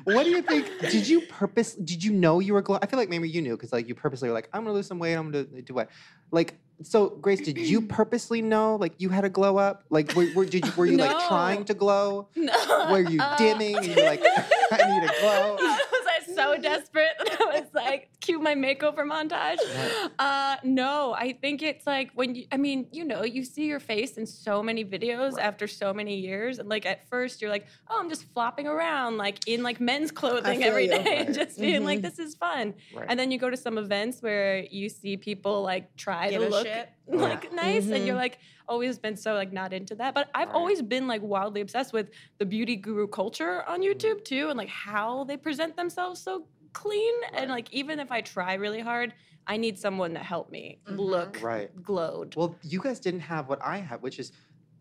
Speaker 1: what do you think? Did you purpose? Did you know you were glow? I feel like maybe you knew because like you purposely were like, I'm gonna lose some weight. I'm gonna do what? Like, so Grace, did you purposely know like you had a glow up? Like, were, were did you were you like
Speaker 3: No.
Speaker 1: trying to glow?
Speaker 3: no.
Speaker 1: Were you
Speaker 3: Uh,
Speaker 1: dimming? And you're like, I need a glow.
Speaker 3: was I so desperate that I was like, cue my makeover montage?
Speaker 1: Right.
Speaker 3: Uh, no, I think it's like when you, I mean, you know, you see your face in so many videos after so many years. And like at first you're like, oh, I'm just flopping around like in like men's clothing
Speaker 2: feel
Speaker 3: every
Speaker 2: you.
Speaker 3: day and
Speaker 1: Right.
Speaker 3: just being like,
Speaker 2: Mhm.
Speaker 3: this is fun.
Speaker 1: Right.
Speaker 3: And then you go to some events where you see people like try
Speaker 4: Give
Speaker 3: to
Speaker 4: a
Speaker 3: look
Speaker 4: shit.
Speaker 3: like
Speaker 1: Oh, Yeah.
Speaker 3: nice, and you're
Speaker 2: Mhm.
Speaker 3: like always been so like not into that. But I've
Speaker 1: Right.
Speaker 3: always been like wildly obsessed with the beauty guru culture on
Speaker 1: Mm-hmm.
Speaker 3: YouTube too, and like how they present themselves so clean.
Speaker 1: Right.
Speaker 3: And like even if I try really hard, I need someone to help me
Speaker 4: Mhm.
Speaker 3: look
Speaker 1: right.
Speaker 3: glowed.
Speaker 1: Well, you guys didn't have what I have, which is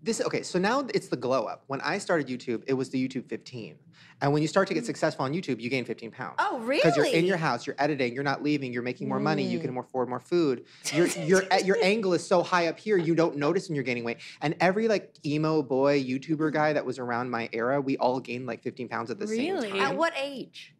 Speaker 1: this. Okay, so now it's the glow up. When I started YouTube, it was the YouTube 15. And when you start to get successful on YouTube, you gain 15 pounds.
Speaker 4: Oh, really? Mm.
Speaker 1: Because you're in your house, you're editing, you're not leaving, you're making more money, you can more afford more food. Your your at- your angle is so high up here, you don't notice when you're gaining weight. And every like emo boy YouTuber guy that was around my era, we all gained like 15 pounds at the
Speaker 3: Really?
Speaker 1: same time.
Speaker 4: At what age?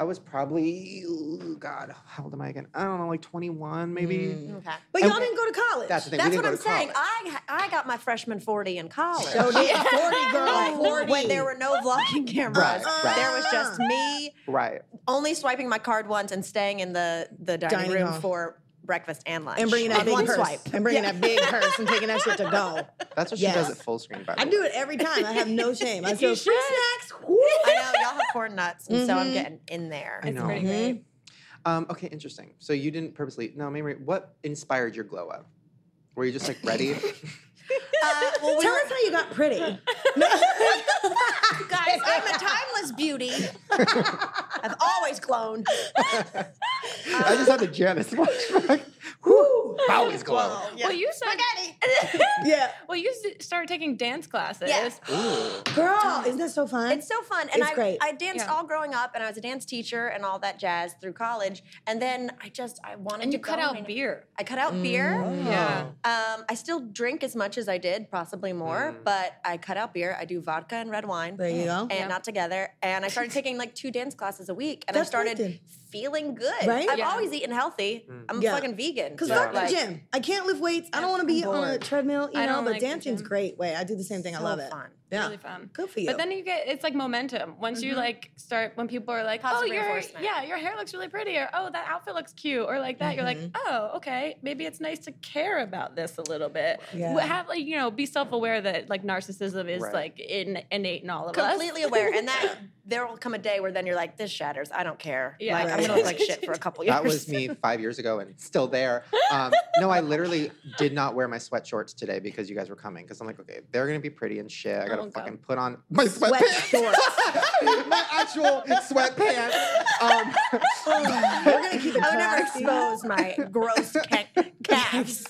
Speaker 1: I was probably ooh, God, how old am I again? I don't know, like 21 maybe.
Speaker 2: Mm.
Speaker 4: Okay.
Speaker 2: But
Speaker 1: And
Speaker 2: y'all didn't go to college.
Speaker 1: That's the thing. we
Speaker 4: That's
Speaker 1: didn't
Speaker 4: what
Speaker 1: go
Speaker 4: I'm
Speaker 1: to
Speaker 4: saying.
Speaker 1: college.
Speaker 4: I I got my freshman 40 in college.
Speaker 2: So did 40 girl.
Speaker 4: Like,
Speaker 2: 40.
Speaker 4: When there were no vlogging cameras,
Speaker 1: Right, right.
Speaker 4: there was just me
Speaker 1: Right.
Speaker 4: only swiping my card once and staying in the the dining,
Speaker 2: Dining
Speaker 4: room
Speaker 2: hall.
Speaker 4: for breakfast and lunch.
Speaker 2: and bringing
Speaker 4: On
Speaker 2: that big
Speaker 4: one
Speaker 2: purse.
Speaker 4: swipe.
Speaker 2: And bringing that big purse and taking that shit to go.
Speaker 1: That's what she does
Speaker 2: Yes.
Speaker 1: at full screen, by the
Speaker 2: I
Speaker 1: way.
Speaker 2: do it every time. I have no shame. I feel free snacks.
Speaker 4: I know y'all have corn nuts, and so I'm
Speaker 2: Mhm.
Speaker 4: getting in there.
Speaker 1: I
Speaker 3: It's
Speaker 1: know.
Speaker 3: pretty great.
Speaker 1: Um, okay, interesting. So you didn't purposely. No, maybe what inspired your glow up? Were you just like ready?
Speaker 4: Uh, well, we
Speaker 2: Tell
Speaker 4: were-
Speaker 2: us how you got pretty.
Speaker 4: guys, I'm a timeless beauty. I've always glowed.
Speaker 1: I just had the Janice watch. back. Whew, always glow.
Speaker 4: Oh,
Speaker 3: Well, you said.
Speaker 2: Yeah.
Speaker 3: Well, you s- started taking dance classes.
Speaker 4: Yeah.
Speaker 1: Ooh.
Speaker 2: Girl, isn't that so fun?
Speaker 4: It's so fun. And
Speaker 2: It's
Speaker 4: I,
Speaker 2: great.
Speaker 4: I danced
Speaker 3: Yeah.
Speaker 4: all growing up and I was a dance teacher and all that jazz through college. And then I just, I wanted
Speaker 3: And
Speaker 4: to
Speaker 3: you cut
Speaker 4: go
Speaker 3: out
Speaker 4: and-
Speaker 3: beer. Mm.
Speaker 4: I cut out beer.
Speaker 1: Oh.
Speaker 3: Yeah.
Speaker 4: Um, I still drink as much as I did, possibly more,
Speaker 1: Mm.
Speaker 4: but I cut out beer. I do vodka and red wine.
Speaker 2: There you go.
Speaker 4: And not together. And I started taking like two dance classes a week and
Speaker 2: That's
Speaker 4: I started
Speaker 2: nothing.
Speaker 4: feeling good.
Speaker 2: Right?
Speaker 4: I've
Speaker 3: Yeah. Mm.
Speaker 4: always eaten healthy. I'm
Speaker 2: Yeah.
Speaker 4: a fucking vegan.
Speaker 2: Cause
Speaker 4: so,
Speaker 2: fuck the
Speaker 4: like,
Speaker 2: gym. I can't lift weights. I don't want to be
Speaker 4: I'm
Speaker 2: on a
Speaker 4: bored.
Speaker 2: treadmill, you
Speaker 3: I
Speaker 2: know.
Speaker 3: don't
Speaker 2: But
Speaker 3: like the
Speaker 2: dancing's
Speaker 3: gym.
Speaker 2: great. Wait, I do the same thing. I
Speaker 4: So
Speaker 2: love it.
Speaker 4: fun.
Speaker 2: Yeah,
Speaker 3: Really fun.
Speaker 2: good for you.
Speaker 3: But then you get it's like momentum. Once you like start when people are like,
Speaker 4: Positive
Speaker 3: "Oh, your
Speaker 4: reinforcement.
Speaker 3: yeah, your hair looks really pretty," or "Oh, that outfit looks cute," or like that, you're like, "Oh, okay, maybe it's nice to care about this a little bit."
Speaker 2: Yeah.
Speaker 3: Wh- Have like you know, be self-aware that like narcissism is
Speaker 1: Right.
Speaker 3: like in innate in all of
Speaker 4: completely
Speaker 3: us.
Speaker 4: aware. And that there will come a day where then you're like, this shatters. I don't care.
Speaker 3: Yeah.
Speaker 4: Like, I'm
Speaker 2: Right.
Speaker 4: gonna look like shit for a couple years.
Speaker 1: That was me five years ago and still there. Um, no, I literally did not wear my sweatshorts today because you guys were coming. Because I'm like, okay, they're gonna be pretty and shit. I gotta
Speaker 3: Oh, God.
Speaker 1: fucking put on my
Speaker 2: Sweat
Speaker 1: sweatpants. my actual sweatpants. Um,
Speaker 2: We're Oh, gonna keep it
Speaker 4: I would
Speaker 2: classy.
Speaker 4: never expose my gross ca- calves,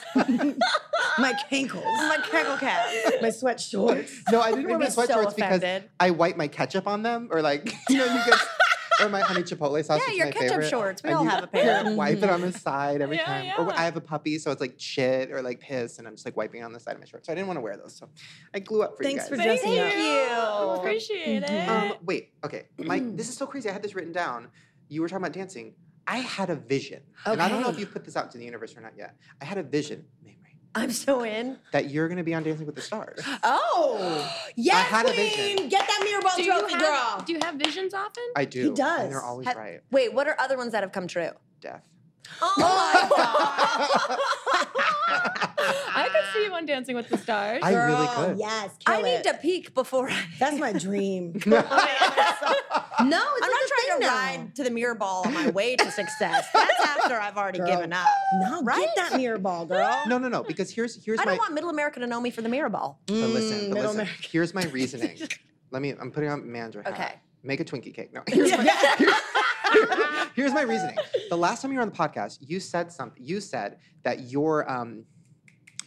Speaker 2: my cankles,
Speaker 4: my cackle calves.
Speaker 2: my sweat shorts.
Speaker 1: no, I didn't wear my
Speaker 4: We'd be so
Speaker 1: sweatshorts because
Speaker 4: offended.
Speaker 1: I wipe my ketchup on them, or like you know, you get or my honey chipotle sauce.
Speaker 4: Yeah,
Speaker 1: which is
Speaker 4: your
Speaker 1: my
Speaker 4: ketchup
Speaker 1: favorite,
Speaker 4: shorts. We
Speaker 1: and
Speaker 4: all
Speaker 1: you
Speaker 4: have a pair.
Speaker 1: can't Wipe it on the side every
Speaker 3: Yeah,
Speaker 1: time. Or
Speaker 3: yeah.
Speaker 1: I have a puppy, so it's like shit or like piss, and I'm just like wiping it on the side of my shorts. So I didn't want to wear those, so I glue up for
Speaker 2: Thanks
Speaker 1: you
Speaker 2: for
Speaker 1: guys.
Speaker 3: Thank
Speaker 2: Dressing
Speaker 3: you.
Speaker 2: up.
Speaker 4: Cute.
Speaker 3: Appreciate it.
Speaker 1: um, wait, okay, Mike, this is so crazy. I had this written down. You were talking about dancing. I had a vision, and I don't know if
Speaker 2: Okay.
Speaker 1: you put this out to the universe or not yet. I had a vision, Mamrie,
Speaker 4: I'm so in.
Speaker 1: that you're gonna be on Dancing with the Stars.
Speaker 2: Oh, yes,
Speaker 1: had a
Speaker 2: queen.
Speaker 1: vision.
Speaker 2: Get that
Speaker 4: Um,
Speaker 2: mirror ball
Speaker 3: do,
Speaker 2: trophy,
Speaker 3: you
Speaker 2: girl.
Speaker 3: have, do you have visions often?
Speaker 1: I do.
Speaker 2: does.
Speaker 1: And they're always
Speaker 4: Ha-
Speaker 1: right.
Speaker 4: Wait, what are other ones that have come true?
Speaker 1: Death.
Speaker 4: Oh my god.
Speaker 3: I could see you on Dancing with the Stars.
Speaker 1: I really
Speaker 2: Girl,
Speaker 1: could.
Speaker 2: Yes, kill
Speaker 4: I
Speaker 2: it.
Speaker 4: need to peek before I.
Speaker 2: That's my dream. no, it's
Speaker 4: I'm not
Speaker 2: like
Speaker 4: trying
Speaker 2: a
Speaker 4: to
Speaker 2: thing
Speaker 4: ride to the mirror ball on my way to success. That's after I've already
Speaker 2: Girl.
Speaker 4: given up.
Speaker 2: now. No,
Speaker 4: Right?
Speaker 2: get that mirror ball, girl.
Speaker 1: No, no, no. Because here's here's
Speaker 4: I
Speaker 1: my.
Speaker 4: don't want Middle America to know me for the mirror ball.
Speaker 1: but listen,
Speaker 2: Mm,
Speaker 1: but
Speaker 2: middle
Speaker 1: listen.
Speaker 2: America.
Speaker 1: Here's my reasoning. Let me. I'm putting on manager hat.
Speaker 4: Okay.
Speaker 1: Make a Twinkie cake. No. Here's my, here's, here's my reasoning. The last time you were on the podcast, you said something. You said that your um,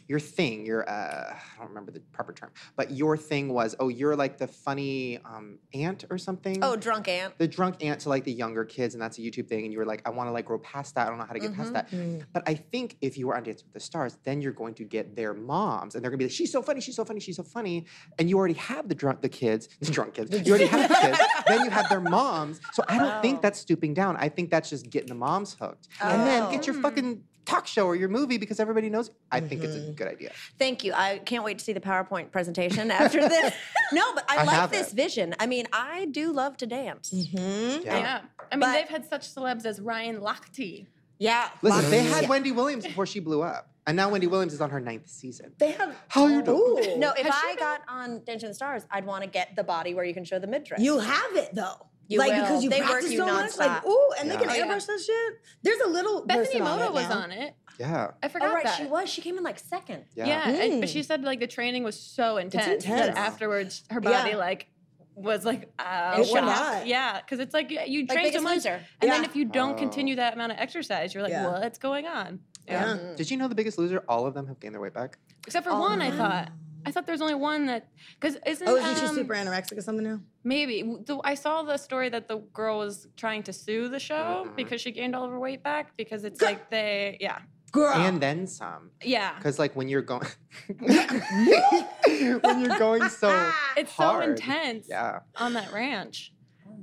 Speaker 1: your thing, your uh, I don't remember the proper term, but your thing was, oh, you're like the funny um, aunt or something.
Speaker 4: Oh, drunk aunt.
Speaker 1: the drunk aunt to like the younger kids, and that's a YouTube thing. And you were like, I want to like grow past that. I don't know how to get past
Speaker 4: Mhm.
Speaker 1: that. But I think if you were on Dancing with the Stars, then you're going to get their moms, and they're gonna be like, "She's so funny, she's so funny, she's so funny," and you already have the drunk, the kids, the drunk kids. You already have the kids. then you have their moms. So I don't
Speaker 4: Oh.
Speaker 1: think that's stooping down. I think that's just getting the moms hooked, and then get your
Speaker 3: Oh.
Speaker 1: fucking talk show or your movie because everybody knows. I think it's a good idea.
Speaker 4: Thank you. I can't wait to see the PowerPoint presentation after this. no, but I,
Speaker 1: I
Speaker 4: like
Speaker 1: have
Speaker 4: this
Speaker 1: it.
Speaker 4: vision. I mean, I do love to dance.
Speaker 2: Mhm.
Speaker 1: Yeah.
Speaker 3: Yeah. I mean,
Speaker 4: But-
Speaker 3: they've had such celebs as Ryan Lochte.
Speaker 4: Yeah.
Speaker 1: Listen, they had Wendy Williams before she blew up, and now Wendy Williams is on her ninth season.
Speaker 2: They Oh. have.
Speaker 1: How you doing?
Speaker 2: Ooh.
Speaker 4: No, if
Speaker 3: Has she
Speaker 4: I got on Dancing with the Stars, I'd want to get the body where you can show the midriff.
Speaker 2: You have it though.
Speaker 4: You
Speaker 2: like
Speaker 4: will.
Speaker 2: because you
Speaker 4: They work
Speaker 2: practice
Speaker 4: you
Speaker 2: so much. Like
Speaker 4: nonstop.
Speaker 2: ooh, and they
Speaker 1: Yeah.
Speaker 2: can
Speaker 4: Oh, yeah.
Speaker 2: airbrush that shit. There's a little.
Speaker 3: Bethany
Speaker 2: person on
Speaker 3: Moto
Speaker 2: it
Speaker 3: was
Speaker 2: now.
Speaker 3: on it.
Speaker 1: Yeah.
Speaker 3: I forgot
Speaker 4: Oh, right.
Speaker 3: that.
Speaker 4: She was. She came in like second.
Speaker 3: Yeah,
Speaker 1: Yeah.
Speaker 3: and- but
Speaker 2: Mm.
Speaker 3: she said like the training was so intense, that
Speaker 2: intense.
Speaker 3: afterwards her
Speaker 2: Yeah.
Speaker 3: body like was like uh,
Speaker 2: It
Speaker 3: shot.
Speaker 2: shot.
Speaker 3: Yeah, because it's like yeah, you
Speaker 4: Like
Speaker 3: train so
Speaker 4: Biggest
Speaker 3: much,
Speaker 4: Loser.
Speaker 3: and
Speaker 2: Yeah.
Speaker 3: then if you don't
Speaker 1: Oh.
Speaker 3: continue that amount of exercise, you're like,
Speaker 2: Yeah.
Speaker 3: what's going on?
Speaker 2: Yeah.
Speaker 1: Did you know the Biggest Loser? All of them have gained their weight back.
Speaker 3: Except for
Speaker 4: Oh,
Speaker 3: one, I
Speaker 4: wow.
Speaker 3: thought. I thought there was only one that because isn't
Speaker 2: Oh, isn't
Speaker 3: um,
Speaker 2: she super anorexic or something now?
Speaker 3: Maybe the, I saw the story that the girl was trying to sue the show
Speaker 1: Mhm.
Speaker 3: because she gained all of her weight back because it's like they yeah
Speaker 2: Girl.
Speaker 1: and then some.
Speaker 3: yeah
Speaker 1: Because like when you're going, when you're going so
Speaker 3: it's
Speaker 1: hard.
Speaker 3: so intense
Speaker 1: yeah,
Speaker 3: on that ranch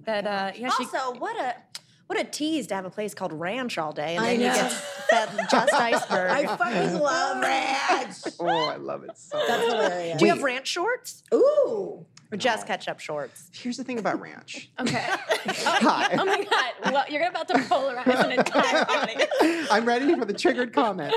Speaker 3: that uh yeah she
Speaker 4: Also, what a what a tease to have a place called Ranch all day, and
Speaker 2: I
Speaker 4: then you
Speaker 2: know.
Speaker 4: get fed just iceberg.
Speaker 2: I fucking love ranch.
Speaker 1: oh, I love it so.
Speaker 2: That's
Speaker 1: much.
Speaker 2: hilarious.
Speaker 4: Do you have
Speaker 1: Wait.
Speaker 4: ranch shorts
Speaker 2: Ooh.
Speaker 4: or just ketchup shorts?
Speaker 1: Here's the thing about ranch.
Speaker 3: okay
Speaker 1: Hi.
Speaker 3: oh my god well you're about to polarize an entire audience
Speaker 1: I'm ready for the triggered comment.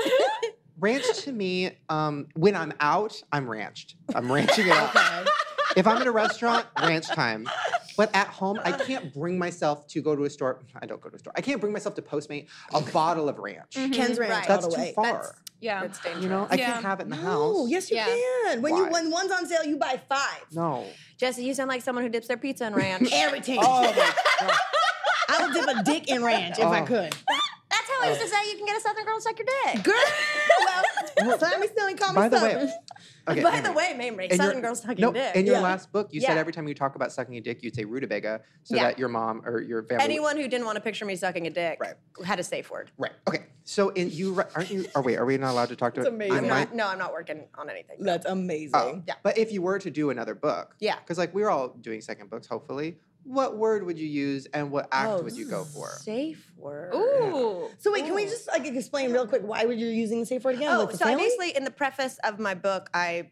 Speaker 1: Ranch to me, um, when I'm out, I'm ranched. I'm ranching it out. If I'm in a restaurant, ranch time. But at home, I can't bring myself to go to a store. I don't go to a store. I can't bring myself to Postmate a bottle of ranch.
Speaker 2: Ken's ranch
Speaker 4: Mm-hmm. Right.
Speaker 2: all
Speaker 1: That's
Speaker 2: the way.
Speaker 1: too far.
Speaker 3: yeah
Speaker 4: That's dangerous.
Speaker 1: you know, I
Speaker 3: Yeah.
Speaker 1: can't have it in the house.
Speaker 2: No, yes you
Speaker 3: Yeah.
Speaker 2: can. When
Speaker 1: Why?
Speaker 2: you when one's on sale, you buy five.
Speaker 1: No.
Speaker 4: Jesse, you sound like someone who dips their pizza in ranch.
Speaker 2: Everything.
Speaker 1: Oh, God.
Speaker 2: I would dip a dick in ranch if I
Speaker 1: Oh.
Speaker 2: could.
Speaker 4: That's how I used to say you can get a Southern girl to suck your dick.
Speaker 2: Girl, well, Tommy still ain't call me
Speaker 1: By the
Speaker 2: Southern.
Speaker 1: way, okay,
Speaker 4: By
Speaker 1: anyway.
Speaker 4: the way, Mamrie,
Speaker 1: In your-
Speaker 4: Southern girls suck
Speaker 1: no,
Speaker 4: your dick.
Speaker 1: In your
Speaker 2: Yeah.
Speaker 1: last book, you
Speaker 4: Yeah.
Speaker 1: said every time you talk about sucking a dick, you'd say rutabaga so
Speaker 4: Yeah.
Speaker 1: that your mom or your family.
Speaker 4: Anyone who didn't want to picture me sucking a dick
Speaker 1: Right.
Speaker 4: had a safe word.
Speaker 1: Right. Okay. So in you ri- aren't you? Or wait, are we not allowed to talk to?
Speaker 2: It's amazing.
Speaker 1: I'm
Speaker 4: I'm
Speaker 1: right?
Speaker 4: not, no, I'm not working on anything.
Speaker 2: That's amazing.
Speaker 1: Oh, yeah. But if you were to do another book,
Speaker 4: Yeah.
Speaker 1: because like we're all doing second books, hopefully. What word would you use, and what act
Speaker 4: Oh,
Speaker 1: would you go for?
Speaker 4: Safe word.
Speaker 3: ooh
Speaker 2: So wait, can we just like explain real quick why would you using the safe word again?
Speaker 4: Oh,
Speaker 2: Like, the
Speaker 4: so I
Speaker 2: family?
Speaker 4: basically, in the preface of my book, I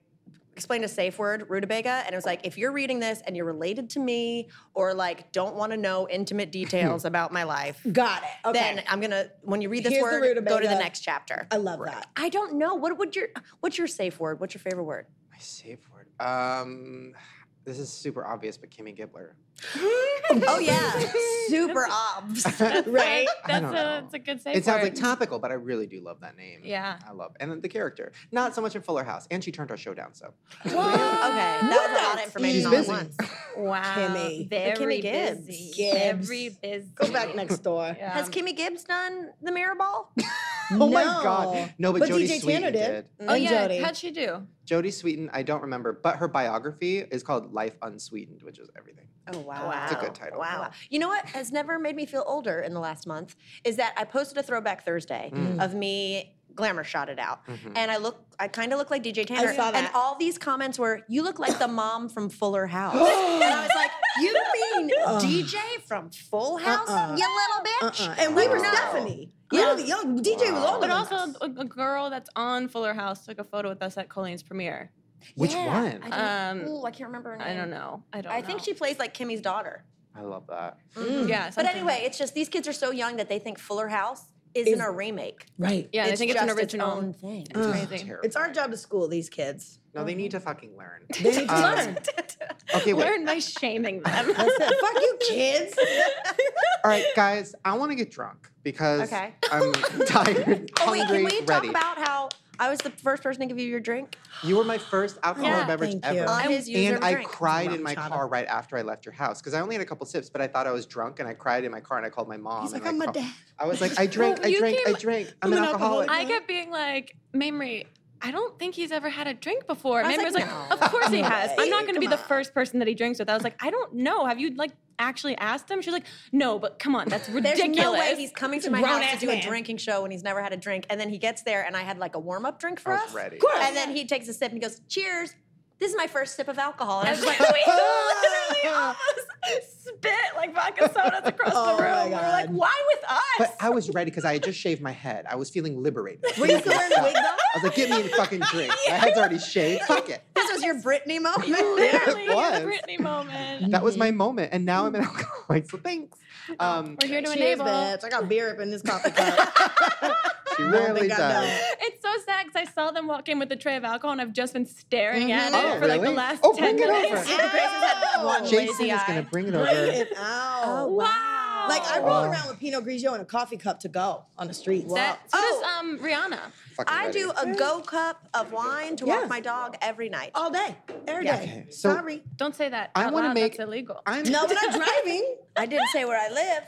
Speaker 4: explained a safe word, rutabaga, and it was like, if you're reading this and you're related to me or like don't want to know intimate details about my life,
Speaker 2: got it. Okay.
Speaker 4: then I'm gonna, when you read this
Speaker 2: Here's the
Speaker 4: word, go to the
Speaker 2: rutabaga.
Speaker 4: next chapter.
Speaker 2: I love that.
Speaker 4: I don't know. What would your, what's your safe word? What's your favorite word?
Speaker 1: My safe word. Um, this is super obvious, but Kimmy Gibbler.
Speaker 4: Oh, yeah. Super obs.
Speaker 2: Right?
Speaker 1: I
Speaker 3: that's
Speaker 1: don't know.
Speaker 3: a that's a good safe
Speaker 1: it sounds like
Speaker 3: word.
Speaker 1: topical, but I really do love that name.
Speaker 3: Yeah.
Speaker 1: I love and the character. Not so much in Fuller House, and she turned our show down. So
Speaker 4: Okay, that was a lot of information
Speaker 1: She's
Speaker 4: all at
Speaker 1: busy.
Speaker 4: once.
Speaker 3: wow
Speaker 2: Kimmy.
Speaker 3: very
Speaker 4: Kimmy Gibbs.
Speaker 3: busy
Speaker 2: Gibbs.
Speaker 3: very busy
Speaker 2: Go back next door.
Speaker 3: yeah.
Speaker 4: Has Kimmy Gibbs done the mirror ball?
Speaker 1: Oh my God. No, but, Jody
Speaker 2: DJ
Speaker 1: Sweeten
Speaker 2: Tanner did.
Speaker 3: oh
Speaker 2: And
Speaker 3: yeah
Speaker 2: Jody.
Speaker 3: how'd she do
Speaker 1: Jody Sweeten, I don't remember, but her biography is called Life Unsweetened, which is everything.
Speaker 4: Oh wow.
Speaker 1: It's a good title.
Speaker 4: Wow. You know what has never made me feel older in the last month is that I posted a throwback Thursday
Speaker 1: Mm.
Speaker 4: of me glamour shot it out.
Speaker 1: Mm-hmm.
Speaker 4: And I look I kind of look like DJ Tanner.
Speaker 2: saw
Speaker 4: And
Speaker 2: that.
Speaker 4: all these comments were, you look like the mom from Fuller House. and I was like, you mean DJ from Full House,
Speaker 2: Uh-uh.
Speaker 4: you little bitch?
Speaker 2: Uh-uh. And we were
Speaker 1: Oh.
Speaker 2: Stephanie. You were the young DJ was
Speaker 1: Wow.
Speaker 2: older
Speaker 3: But
Speaker 2: than
Speaker 3: also,
Speaker 2: us.
Speaker 3: a, a girl that's on Fuller House took a photo with us at Colleen's premiere.
Speaker 1: Which
Speaker 4: Yeah.
Speaker 1: one?
Speaker 4: I
Speaker 1: I,
Speaker 4: don't-
Speaker 3: Um,
Speaker 4: ooh, I can't remember her name.
Speaker 3: I don't know. I don't.
Speaker 4: I think
Speaker 3: know.
Speaker 4: she plays like Kimmy's daughter.
Speaker 1: love that.
Speaker 2: Mm.
Speaker 3: Hmm. Yeah.
Speaker 4: But
Speaker 3: something-
Speaker 4: anyway, it's just these kids are so young that they think Fuller House isn't
Speaker 2: Is-
Speaker 4: a remake.
Speaker 2: Right.
Speaker 3: Yeah, I think it's an
Speaker 4: just its
Speaker 3: original.
Speaker 4: own thing.
Speaker 3: It's
Speaker 2: Ugh.
Speaker 3: crazy.
Speaker 1: Terrible.
Speaker 2: It's our job to school these kids.
Speaker 1: No, they need to fucking learn.
Speaker 2: They need to
Speaker 1: Um,
Speaker 2: learn.
Speaker 1: Okay, wait.
Speaker 3: Learn by shaming them.
Speaker 2: I said, fuck you kids.
Speaker 1: All right, guys, I want to get drunk because
Speaker 4: Okay.
Speaker 1: I'm tired,
Speaker 4: Oh wait,
Speaker 1: hungry,
Speaker 4: can we talk
Speaker 1: ready.
Speaker 4: about how I was the first person to give you your drink?
Speaker 1: you were my first alcohol
Speaker 3: Yeah.
Speaker 1: beverage
Speaker 2: Thank you.
Speaker 1: ever.
Speaker 4: On his user
Speaker 1: Um, and I
Speaker 4: drink.
Speaker 1: cried in my
Speaker 2: Chana.
Speaker 1: car right after I left your house because I only had a couple sips, but I thought I was drunk and I cried in my car and I called my mom.
Speaker 2: He's
Speaker 1: and
Speaker 2: like, I'm
Speaker 1: I
Speaker 2: a
Speaker 1: called-
Speaker 2: dad.
Speaker 1: I was like, I drank,
Speaker 3: Well,
Speaker 1: I
Speaker 3: you
Speaker 1: drank, I
Speaker 3: came-
Speaker 1: drank. I'm, an alcoholic.
Speaker 3: I kept being like, Mamrie, I don't think he's ever had a drink before.
Speaker 4: I was
Speaker 3: Maybe I was
Speaker 4: like,
Speaker 3: like,
Speaker 4: "No,
Speaker 3: of course he
Speaker 2: no
Speaker 3: has.
Speaker 2: way,
Speaker 3: I'm not going to be
Speaker 2: come
Speaker 3: the first person that he drinks with. I was like, I don't know. Have you like actually asked him? She's like, no, but come on, that's
Speaker 4: There's
Speaker 3: ridiculous.
Speaker 4: no way he's coming
Speaker 2: a
Speaker 4: to my house
Speaker 2: grown-ass
Speaker 4: to do
Speaker 2: man.
Speaker 4: a drinking show when he's never had a drink. And then he gets there, and I had like a warm up drink for
Speaker 1: I was
Speaker 4: us.
Speaker 1: ready. Of
Speaker 2: course.
Speaker 4: And then he takes a sip and goes, "Cheers! This is my first sip of alcohol." And I was just like,
Speaker 3: we literally almost spit like vodka sodas across
Speaker 2: Oh
Speaker 3: the
Speaker 2: my
Speaker 3: room. We We're like,
Speaker 2: God.
Speaker 3: why with us?
Speaker 1: But I was ready because I had just shaved my head. I was feeling liberated.
Speaker 2: Were you still wearing a wig
Speaker 1: I
Speaker 2: though?
Speaker 1: was like, get me a fucking drink. My head's already shaved. Fuck it.
Speaker 4: "This was your Britney moment."
Speaker 3: literally
Speaker 1: it was.
Speaker 3: the Britney moment.
Speaker 1: That was
Speaker 2: Mm-hmm.
Speaker 1: my moment. And now I'm an alcoholic. So thanks. Um,
Speaker 3: We're here to
Speaker 2: Cheers,
Speaker 3: enable.
Speaker 2: bitch. I got beer up in this coffee cup.
Speaker 1: she
Speaker 2: I don't
Speaker 1: really
Speaker 2: think I
Speaker 1: does.
Speaker 2: know.
Speaker 3: It's so sad because I saw them walk in with a tray of alcohol and I've just been staring at
Speaker 2: Mhm.
Speaker 3: it
Speaker 1: Oh,
Speaker 3: for like the
Speaker 1: really?
Speaker 3: last
Speaker 1: Oh,
Speaker 3: 10
Speaker 1: bring it over.
Speaker 3: minutes.
Speaker 2: Ow.
Speaker 4: Grace has had one
Speaker 2: Jason
Speaker 1: Jason
Speaker 4: lazy
Speaker 1: is
Speaker 4: eye.
Speaker 1: going to bring it
Speaker 2: Bring
Speaker 1: over.
Speaker 2: it out.
Speaker 3: Oh, wow.
Speaker 2: Like I roll
Speaker 1: Wow.
Speaker 2: around with Pinot Grigio in a coffee cup to go on the street.
Speaker 4: That-
Speaker 3: So
Speaker 4: Oh.
Speaker 3: does um, Rihanna.
Speaker 1: Fucking
Speaker 4: I
Speaker 1: ready.
Speaker 4: do a go cup of wine to
Speaker 2: Yeah.
Speaker 4: walk my dog every night.
Speaker 2: Oh, all day, every day.
Speaker 4: Yeah.
Speaker 1: Okay, so-
Speaker 2: Sorry.
Speaker 3: Don't say that.
Speaker 1: I
Speaker 3: out
Speaker 1: wanna
Speaker 3: loud,
Speaker 1: make-
Speaker 3: that's illegal.
Speaker 1: I'm
Speaker 2: No, we're not driving.
Speaker 4: I didn't say where I live.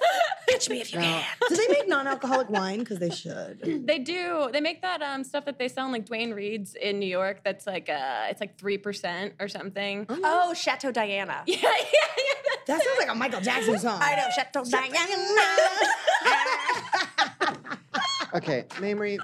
Speaker 4: Catch me if you
Speaker 1: No.
Speaker 4: can.
Speaker 2: Do they make non-alcoholic wine? Because they should.
Speaker 3: They do. They make that um, stuff that they sell in like Dwayne Reed's in New York. That's like uh, it's like three percent or something.
Speaker 4: Oh, Chateau Diana.
Speaker 3: Yeah, yeah, yeah. that's
Speaker 2: That sounds like a Michael Jackson song.
Speaker 4: I know Chateau Diana.
Speaker 1: Okay, Mamrie,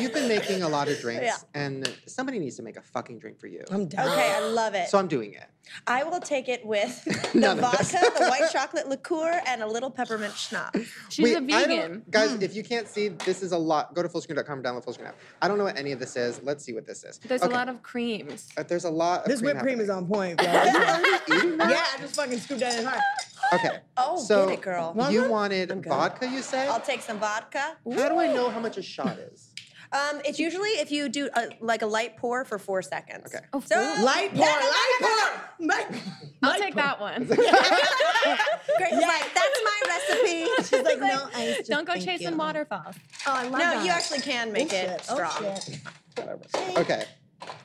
Speaker 1: you've been making a lot of drinks,
Speaker 4: Yeah.
Speaker 1: and somebody needs to make a fucking drink for you.
Speaker 2: I'm done.
Speaker 4: okay, I love it.
Speaker 1: so I'm doing it.
Speaker 4: I will take it with the
Speaker 1: None of
Speaker 4: vodka,
Speaker 1: this.
Speaker 4: the white chocolate liqueur, and a little peppermint schnapps.
Speaker 3: She's
Speaker 1: Wait,
Speaker 3: a
Speaker 1: I don't-
Speaker 3: vegan.
Speaker 1: Guys,
Speaker 2: Hmm.
Speaker 1: if you can't see, this is a lot. Go to fullscreen.com, download fullscreen app. I don't know what any of this is. Let's see what this is.
Speaker 3: There's
Speaker 1: Okay,
Speaker 3: a lot of creams.
Speaker 1: uh, there's a lot of
Speaker 2: This whipped cream is
Speaker 1: happening.
Speaker 2: on point, bro. yeah,
Speaker 1: Eating that?
Speaker 2: I just fucking scooped that in hard.
Speaker 1: Okay.
Speaker 4: Oh,
Speaker 1: so
Speaker 4: get it, girl.
Speaker 1: You
Speaker 2: Vodka?
Speaker 1: wanted vodka, you said?
Speaker 4: I'll take some vodka.
Speaker 1: How do I know how much a shot is?
Speaker 4: Um, it's usually if you do a, like a light pour for four seconds.
Speaker 1: Okay.
Speaker 3: Oh,
Speaker 4: So
Speaker 3: four.
Speaker 2: Light pour,
Speaker 4: No, no, no,
Speaker 2: light
Speaker 4: no,
Speaker 2: pour. Light-
Speaker 3: I'll take that one.
Speaker 4: no. Grace is like, that's my recipe.
Speaker 2: She's like, no, I just
Speaker 3: Don't go
Speaker 2: thank
Speaker 3: chasing
Speaker 2: you.
Speaker 3: waterfalls.
Speaker 2: Oh, I love
Speaker 4: no,
Speaker 2: that.
Speaker 4: you actually can
Speaker 2: Oh,
Speaker 4: make it
Speaker 2: shit.
Speaker 4: strong.
Speaker 2: Oh, shit.
Speaker 1: Okay.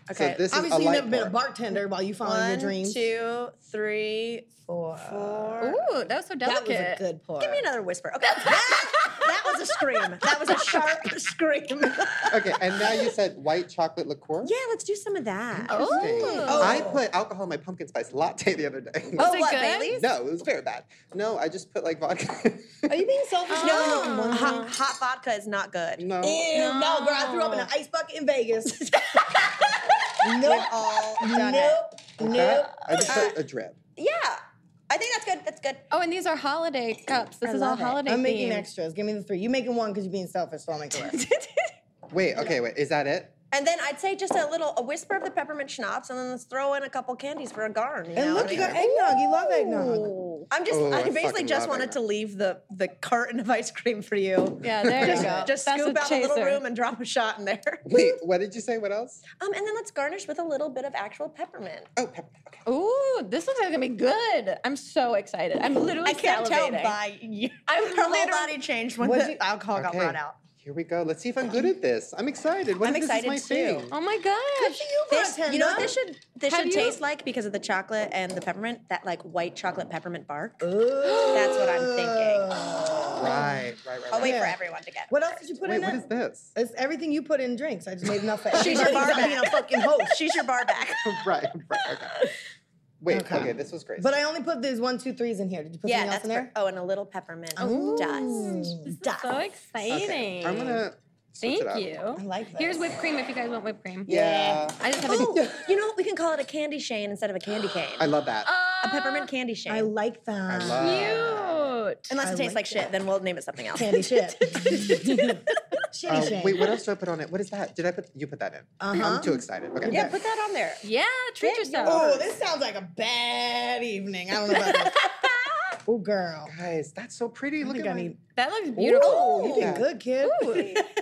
Speaker 4: Okay.
Speaker 1: So this is a
Speaker 2: Obviously,
Speaker 1: light
Speaker 2: you've never been a
Speaker 1: pour.
Speaker 2: bartender while you follow your
Speaker 4: One,
Speaker 2: dreams.
Speaker 4: two, three, four.
Speaker 3: Ooh, that was so
Speaker 2: that
Speaker 3: delicate.
Speaker 2: was a good pour.
Speaker 4: Give me another whisper. Okay. that, that was a scream. That was a sharp scream.
Speaker 1: Okay, and now you said white chocolate liqueur?
Speaker 4: yeah, let's do some of that.
Speaker 1: Interesting.
Speaker 3: Oh.
Speaker 1: I put alcohol in my pumpkin spice latte the other day.
Speaker 3: it
Speaker 4: Oh, what,
Speaker 3: good?
Speaker 4: Bailey's?
Speaker 1: No, it was very bad. No, I just put like vodka.
Speaker 2: Are you being selfish?
Speaker 4: No,
Speaker 2: No, no,
Speaker 4: hot, hot vodka is not good.
Speaker 1: no.
Speaker 2: Ew, no. girl, I threw up in an ice bucket in Vegas.
Speaker 4: We've
Speaker 2: nope,
Speaker 4: all done
Speaker 2: nope,
Speaker 4: it.
Speaker 2: nope.
Speaker 1: That- I just put a drip.
Speaker 4: Yeah, I think that's good. That's good.
Speaker 3: Oh, and these are holiday cups. This
Speaker 2: I
Speaker 3: is all
Speaker 2: love it.
Speaker 3: holiday
Speaker 2: I'm making
Speaker 3: themed.
Speaker 2: extras. Give me the three. You making one because you're being selfish, so I'll make the rest.
Speaker 1: Wait, okay, wait. Is that it?
Speaker 4: And then I'd say just a little, a whisper of the peppermint schnapps, and then let's throw in a couple candies for a garn. You
Speaker 2: and
Speaker 4: know?
Speaker 2: look, you got eggnog. You love eggnog.
Speaker 4: I'm just,
Speaker 1: Oh, I
Speaker 4: I
Speaker 1: fucking
Speaker 4: basically just
Speaker 1: love
Speaker 4: wanted
Speaker 1: eggnog.
Speaker 4: to leave the the carton of ice cream for you.
Speaker 3: Yeah, there
Speaker 4: Just,
Speaker 3: you go.
Speaker 4: just
Speaker 3: That's
Speaker 4: scoop
Speaker 3: a
Speaker 4: out a little
Speaker 3: chaser.
Speaker 4: room and drop a shot in there.
Speaker 1: Wait, what did you say? What else?
Speaker 4: Um, and then let's garnish with a little bit of actual peppermint.
Speaker 1: Oh, pepper. Okay.
Speaker 3: Ooh, this looks like it's gonna be good. I'm so excited. I'm literally
Speaker 4: I can't tell
Speaker 3: salivating.
Speaker 4: by you.
Speaker 3: I'm
Speaker 4: Her whole
Speaker 3: literally-
Speaker 4: body changed when
Speaker 2: What'd
Speaker 4: the
Speaker 2: you-
Speaker 4: alcohol got
Speaker 1: Okay.
Speaker 4: brought out.
Speaker 1: Here we go. Let's see if I'm good at this. I'm excited. What
Speaker 4: I'm
Speaker 1: if
Speaker 4: excited
Speaker 1: this is my
Speaker 4: too.
Speaker 1: thing?
Speaker 3: Oh my gosh.
Speaker 4: This, you know what this should this
Speaker 3: Have
Speaker 4: should
Speaker 3: you-
Speaker 4: taste like because of the chocolate and the peppermint that like white chocolate peppermint bark.
Speaker 2: Ooh.
Speaker 4: That's what I'm thinking.
Speaker 1: Right, right, right.
Speaker 4: I'll Oh, wait
Speaker 1: right.
Speaker 4: for
Speaker 2: Yeah.
Speaker 4: everyone to get. it
Speaker 2: What else
Speaker 4: first.
Speaker 2: did you put
Speaker 1: Wait,
Speaker 2: in
Speaker 1: what
Speaker 2: it?
Speaker 1: is this?
Speaker 2: It's everything you put in drinks. I just made enough for
Speaker 4: She's your
Speaker 2: everybody.
Speaker 4: bar
Speaker 2: I'm being
Speaker 4: back.
Speaker 2: a fucking host.
Speaker 4: She's your bar back.
Speaker 1: right, right. Okay. Wait, okay.
Speaker 2: Okay.
Speaker 1: this was great.
Speaker 2: But I only put these one, two, threes in here. Did you put something
Speaker 4: yeah,
Speaker 2: else
Speaker 4: that's
Speaker 2: in there?
Speaker 4: for- oh, and a little peppermint
Speaker 2: Ooh.
Speaker 4: dust.
Speaker 2: Mm,
Speaker 3: This is so
Speaker 1: Okay,
Speaker 3: exciting.
Speaker 1: I'm gonna. switch it
Speaker 3: Thank
Speaker 1: up.
Speaker 3: you.
Speaker 2: I like that.
Speaker 3: Here's whipped cream if you guys want whipped cream.
Speaker 1: Yeah.
Speaker 3: I just have a,
Speaker 4: Oh, you know what? We can call it a candy shane instead of a candy cane.
Speaker 1: I love that. Uh,
Speaker 4: a peppermint candy shane.
Speaker 2: I like that.
Speaker 1: I love
Speaker 2: Oh.
Speaker 3: cute.
Speaker 4: Unless it
Speaker 2: I
Speaker 4: tastes like,
Speaker 2: like
Speaker 4: shit, then we'll name it something else.
Speaker 2: candy shit. Oh, Shitty
Speaker 1: Uh,
Speaker 2: shit.
Speaker 1: wait, what else do I put on it? What is that? Did I put? You put that in.
Speaker 2: Uh-huh.
Speaker 1: I'm too excited. Okay.
Speaker 4: Yeah, put that on there.
Speaker 3: Yeah, treat
Speaker 2: Oh,
Speaker 3: yourself.
Speaker 2: this sounds like a bad evening. I don't know about that. oh, girl.
Speaker 1: Guys, that's so pretty. Look
Speaker 2: think
Speaker 1: at
Speaker 2: I
Speaker 1: mine.
Speaker 2: need-
Speaker 3: That looks
Speaker 2: Oh,
Speaker 3: beautiful.
Speaker 2: you did
Speaker 1: Yeah.
Speaker 2: good, kid.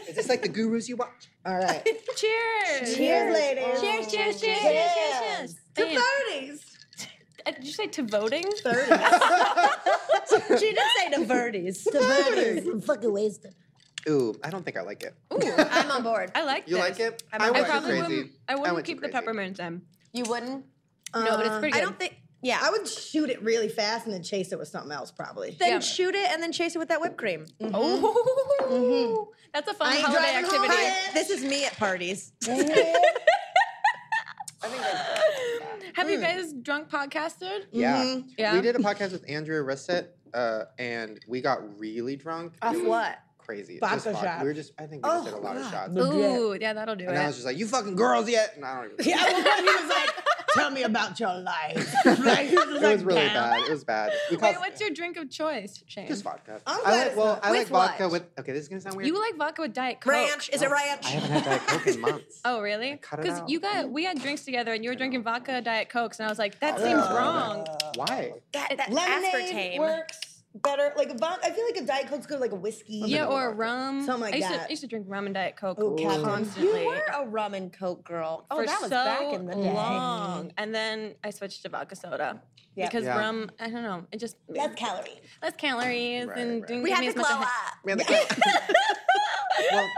Speaker 1: Is this like the gurus you watch?
Speaker 2: All right.
Speaker 3: Cheers.
Speaker 2: Cheers, ladies.
Speaker 3: Cheers, cheers, cheers, cheers, cheers, cheers. Man,
Speaker 2: thirties.
Speaker 3: uh, Did you say to voting?
Speaker 4: She didn't say to Verdes.
Speaker 2: Thirties. Fucking wasted.
Speaker 1: Ooh, I don't think I like it.
Speaker 4: I'm on board.
Speaker 3: I like
Speaker 1: You
Speaker 3: this.
Speaker 1: like it?
Speaker 4: I'm
Speaker 1: I
Speaker 4: okay.
Speaker 1: went
Speaker 3: I
Speaker 1: too
Speaker 3: probably
Speaker 1: crazy.
Speaker 3: wouldn't. I
Speaker 1: I
Speaker 3: wouldn't
Speaker 1: went too
Speaker 3: keep the
Speaker 1: crazy.
Speaker 3: peppermint in.
Speaker 4: You wouldn't?
Speaker 3: No, but it's pretty
Speaker 4: I
Speaker 3: good.
Speaker 4: don't think. Yeah,
Speaker 2: I would shoot it really fast and then chase it with something else, probably.
Speaker 4: then
Speaker 3: Yeah.
Speaker 4: shoot it and then chase it with that whipped cream.
Speaker 2: Mm-hmm.
Speaker 3: Oh,
Speaker 1: Mm-hmm.
Speaker 3: that's a fun
Speaker 2: I ain't
Speaker 3: holiday
Speaker 2: driving home.
Speaker 3: activity.
Speaker 2: Hi.
Speaker 4: This is me at parties.
Speaker 3: Have
Speaker 1: Mm.
Speaker 3: you guys drunk podcasted?
Speaker 1: Yeah.
Speaker 3: Yeah.
Speaker 1: We did a podcast with Andrea Risset, uh, and we got really drunk.
Speaker 4: Off
Speaker 1: It was
Speaker 4: what?
Speaker 1: Crazy.
Speaker 2: Vodka
Speaker 1: Just vodka.
Speaker 2: shots.
Speaker 1: We were just, I think we just
Speaker 2: Oh,
Speaker 1: did a lot of
Speaker 2: God.
Speaker 1: shots.
Speaker 2: Ooh. Legit.
Speaker 3: Ooh, yeah, that'll do
Speaker 1: And I was
Speaker 3: it.
Speaker 1: just like, you fucking girls yet? And I don't even
Speaker 2: Yeah, at one point he was like, tell me about your life. Like, he was
Speaker 1: It
Speaker 2: like,
Speaker 1: was really
Speaker 2: "Damn."
Speaker 1: bad. It was bad. We
Speaker 3: Wait,
Speaker 1: caused-
Speaker 3: what's your drink of choice, Shane?
Speaker 1: Just vodka.
Speaker 2: I'm
Speaker 1: I
Speaker 2: glad
Speaker 1: like,
Speaker 2: it's
Speaker 1: well,
Speaker 2: not-
Speaker 1: I like
Speaker 4: with what?
Speaker 1: vodka with, okay, this is going to sound weird.
Speaker 3: you like vodka with Diet Coke.
Speaker 4: ranch. Is it ranch?
Speaker 1: I haven't had Diet Coke in months.
Speaker 3: Oh, really?
Speaker 1: cut it out.
Speaker 3: you got we had drinks together and you were drinking vodka Diet Cokes and I was like, that seems
Speaker 2: Oh.
Speaker 3: wrong.
Speaker 1: Why?
Speaker 4: that, that
Speaker 2: Lemonade
Speaker 4: aspartame.
Speaker 2: works better. Like a vodka, I feel like a Diet Coke's good like a whiskey.
Speaker 3: Yeah,
Speaker 1: bit of
Speaker 3: or
Speaker 1: vodka.
Speaker 3: rum.
Speaker 2: Something like
Speaker 3: I used To,
Speaker 2: that.
Speaker 3: I used to drink rum and Diet Coke
Speaker 2: Ooh, Captain.
Speaker 4: You
Speaker 3: constantly.
Speaker 4: were a rum and coke girl. Oh,
Speaker 3: for
Speaker 4: that was
Speaker 3: so
Speaker 4: back in the day.
Speaker 3: long, and then I switched to vodka soda
Speaker 2: Yeah.
Speaker 3: because
Speaker 1: Yeah.
Speaker 3: rum. I don't know. It just
Speaker 2: That's calorie.
Speaker 3: less calories
Speaker 1: Right,
Speaker 3: and
Speaker 1: right.
Speaker 3: didn't
Speaker 4: We
Speaker 3: give
Speaker 4: had
Speaker 3: me
Speaker 4: to
Speaker 3: as
Speaker 4: glow
Speaker 3: much.
Speaker 4: up.
Speaker 1: Man, the- well,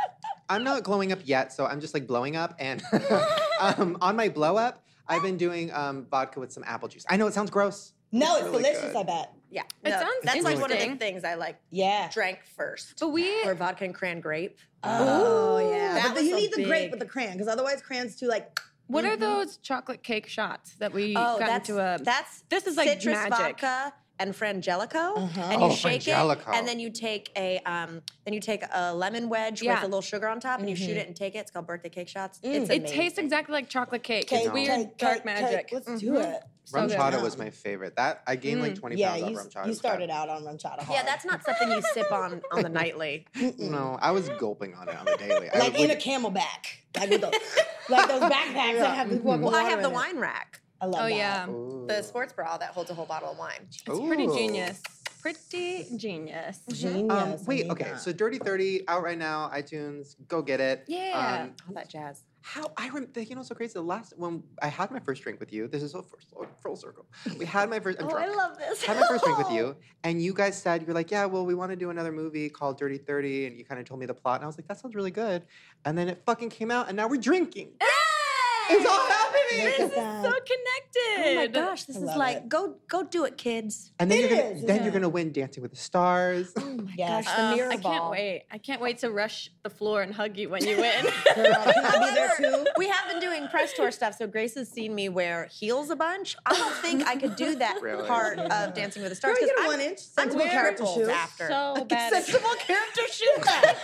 Speaker 1: I'm not glowing up yet, so I'm just like blowing up. And um, on my blow up, I've been doing um, vodka with some apple juice. I know it sounds gross.
Speaker 2: No, it's,
Speaker 1: really
Speaker 2: delicious,
Speaker 1: good.
Speaker 2: I bet.
Speaker 4: Yeah,
Speaker 3: It
Speaker 4: no,
Speaker 3: sounds
Speaker 4: That's like one of the
Speaker 3: interesting.
Speaker 4: things I like
Speaker 2: Yeah.
Speaker 4: drank first.
Speaker 3: But we
Speaker 4: Or vodka and cran grape.
Speaker 2: Oh, yeah.
Speaker 4: That
Speaker 2: but
Speaker 4: was
Speaker 2: you
Speaker 4: a
Speaker 2: need the grape
Speaker 4: big-
Speaker 2: with the crayon because otherwise crayon's too like,
Speaker 3: what are those chocolate cake shots that we
Speaker 4: Mm-hmm. oh,
Speaker 3: got
Speaker 4: that's
Speaker 3: into a?
Speaker 4: that's
Speaker 3: this is like
Speaker 4: citrus
Speaker 3: magic.
Speaker 4: vodka and frangelico,
Speaker 2: Uh-huh.
Speaker 4: and you
Speaker 1: Oh,
Speaker 4: shake
Speaker 1: Frangelico.
Speaker 4: it, and then you take a um, then you take a lemon wedge
Speaker 3: Yeah.
Speaker 4: with a little sugar on top, and you shoot it and take it. It's called birthday cake shots. It's
Speaker 3: it
Speaker 4: amazing.
Speaker 3: tastes exactly like chocolate cake.
Speaker 2: cake,
Speaker 3: it's weird
Speaker 2: cake,
Speaker 3: dark
Speaker 2: cake,
Speaker 3: magic.
Speaker 2: cake. Let's do it.
Speaker 3: So
Speaker 1: Rum
Speaker 3: good.
Speaker 1: chata was my favorite. That I gained like 20
Speaker 2: Mm. Yeah,
Speaker 1: pounds
Speaker 2: you,
Speaker 1: on rum
Speaker 2: s-
Speaker 1: chata.
Speaker 2: you
Speaker 1: It was
Speaker 2: started
Speaker 1: bad.
Speaker 2: out on rum chata hard.
Speaker 4: Yeah, that's not something you sip on on the nightly.
Speaker 1: No, I was gulping on it on the daily. I
Speaker 2: like in a
Speaker 1: would-
Speaker 2: camelback, like with those, like those backpacks that have the
Speaker 1: Mm-hmm.
Speaker 4: Well, I have the wine rack,
Speaker 2: I love
Speaker 3: Oh
Speaker 2: that.
Speaker 3: yeah,
Speaker 1: Ooh.
Speaker 4: the sports bra that holds a whole bottle of wine.
Speaker 3: it's pretty
Speaker 1: Ooh.
Speaker 3: genius. Pretty genius.
Speaker 1: Um,
Speaker 2: Genius. I
Speaker 1: wait,
Speaker 2: need
Speaker 1: okay.
Speaker 2: that.
Speaker 1: So Dirty 30 out right now, iTunes, go get it.
Speaker 3: Yeah.
Speaker 1: Um,
Speaker 4: All that jazz.
Speaker 1: How I remember, you know, it's so crazy. The last when I had my first drink with you, this is all first, all full circle. We had my first. I'm
Speaker 4: Oh, I
Speaker 1: drunk.
Speaker 4: love this.
Speaker 1: had my first drink with you, and you guys said you were like, "Yeah, well, we want to do another movie called Dirty 30, and you kind of told me the plot, and I was like, "That sounds really good," and then it fucking came out, and now we're drinking. It's all
Speaker 2: Look
Speaker 1: happening.
Speaker 2: at that.
Speaker 3: So connected.
Speaker 4: Oh my gosh, this
Speaker 2: I
Speaker 4: is
Speaker 2: love
Speaker 4: like
Speaker 2: it.
Speaker 4: go go do it, kids.
Speaker 1: And then
Speaker 2: It
Speaker 1: you're gonna,
Speaker 2: is,
Speaker 1: then
Speaker 2: yeah. Mm.
Speaker 1: you're gonna win Dancing with the Stars.
Speaker 2: Yes.
Speaker 4: gosh, the
Speaker 3: Um,
Speaker 4: mirror
Speaker 3: I can't
Speaker 4: ball.
Speaker 3: wait. I can't wait to rush the floor and hug you when you win.
Speaker 2: Girl, can I be there too?
Speaker 4: we have been doing press tour stuff, so Grace has seen me wear heels a bunch. I don't think I could do that
Speaker 1: Really?
Speaker 4: part of Dancing with the
Speaker 2: Girl,
Speaker 4: Stars
Speaker 2: you
Speaker 4: because
Speaker 2: get a
Speaker 4: I'm,
Speaker 2: one inch
Speaker 4: I'm
Speaker 2: sensible
Speaker 4: wearing
Speaker 2: character
Speaker 4: heels
Speaker 2: shoes.
Speaker 4: after.
Speaker 3: so bad. at-
Speaker 4: sensible character shoes.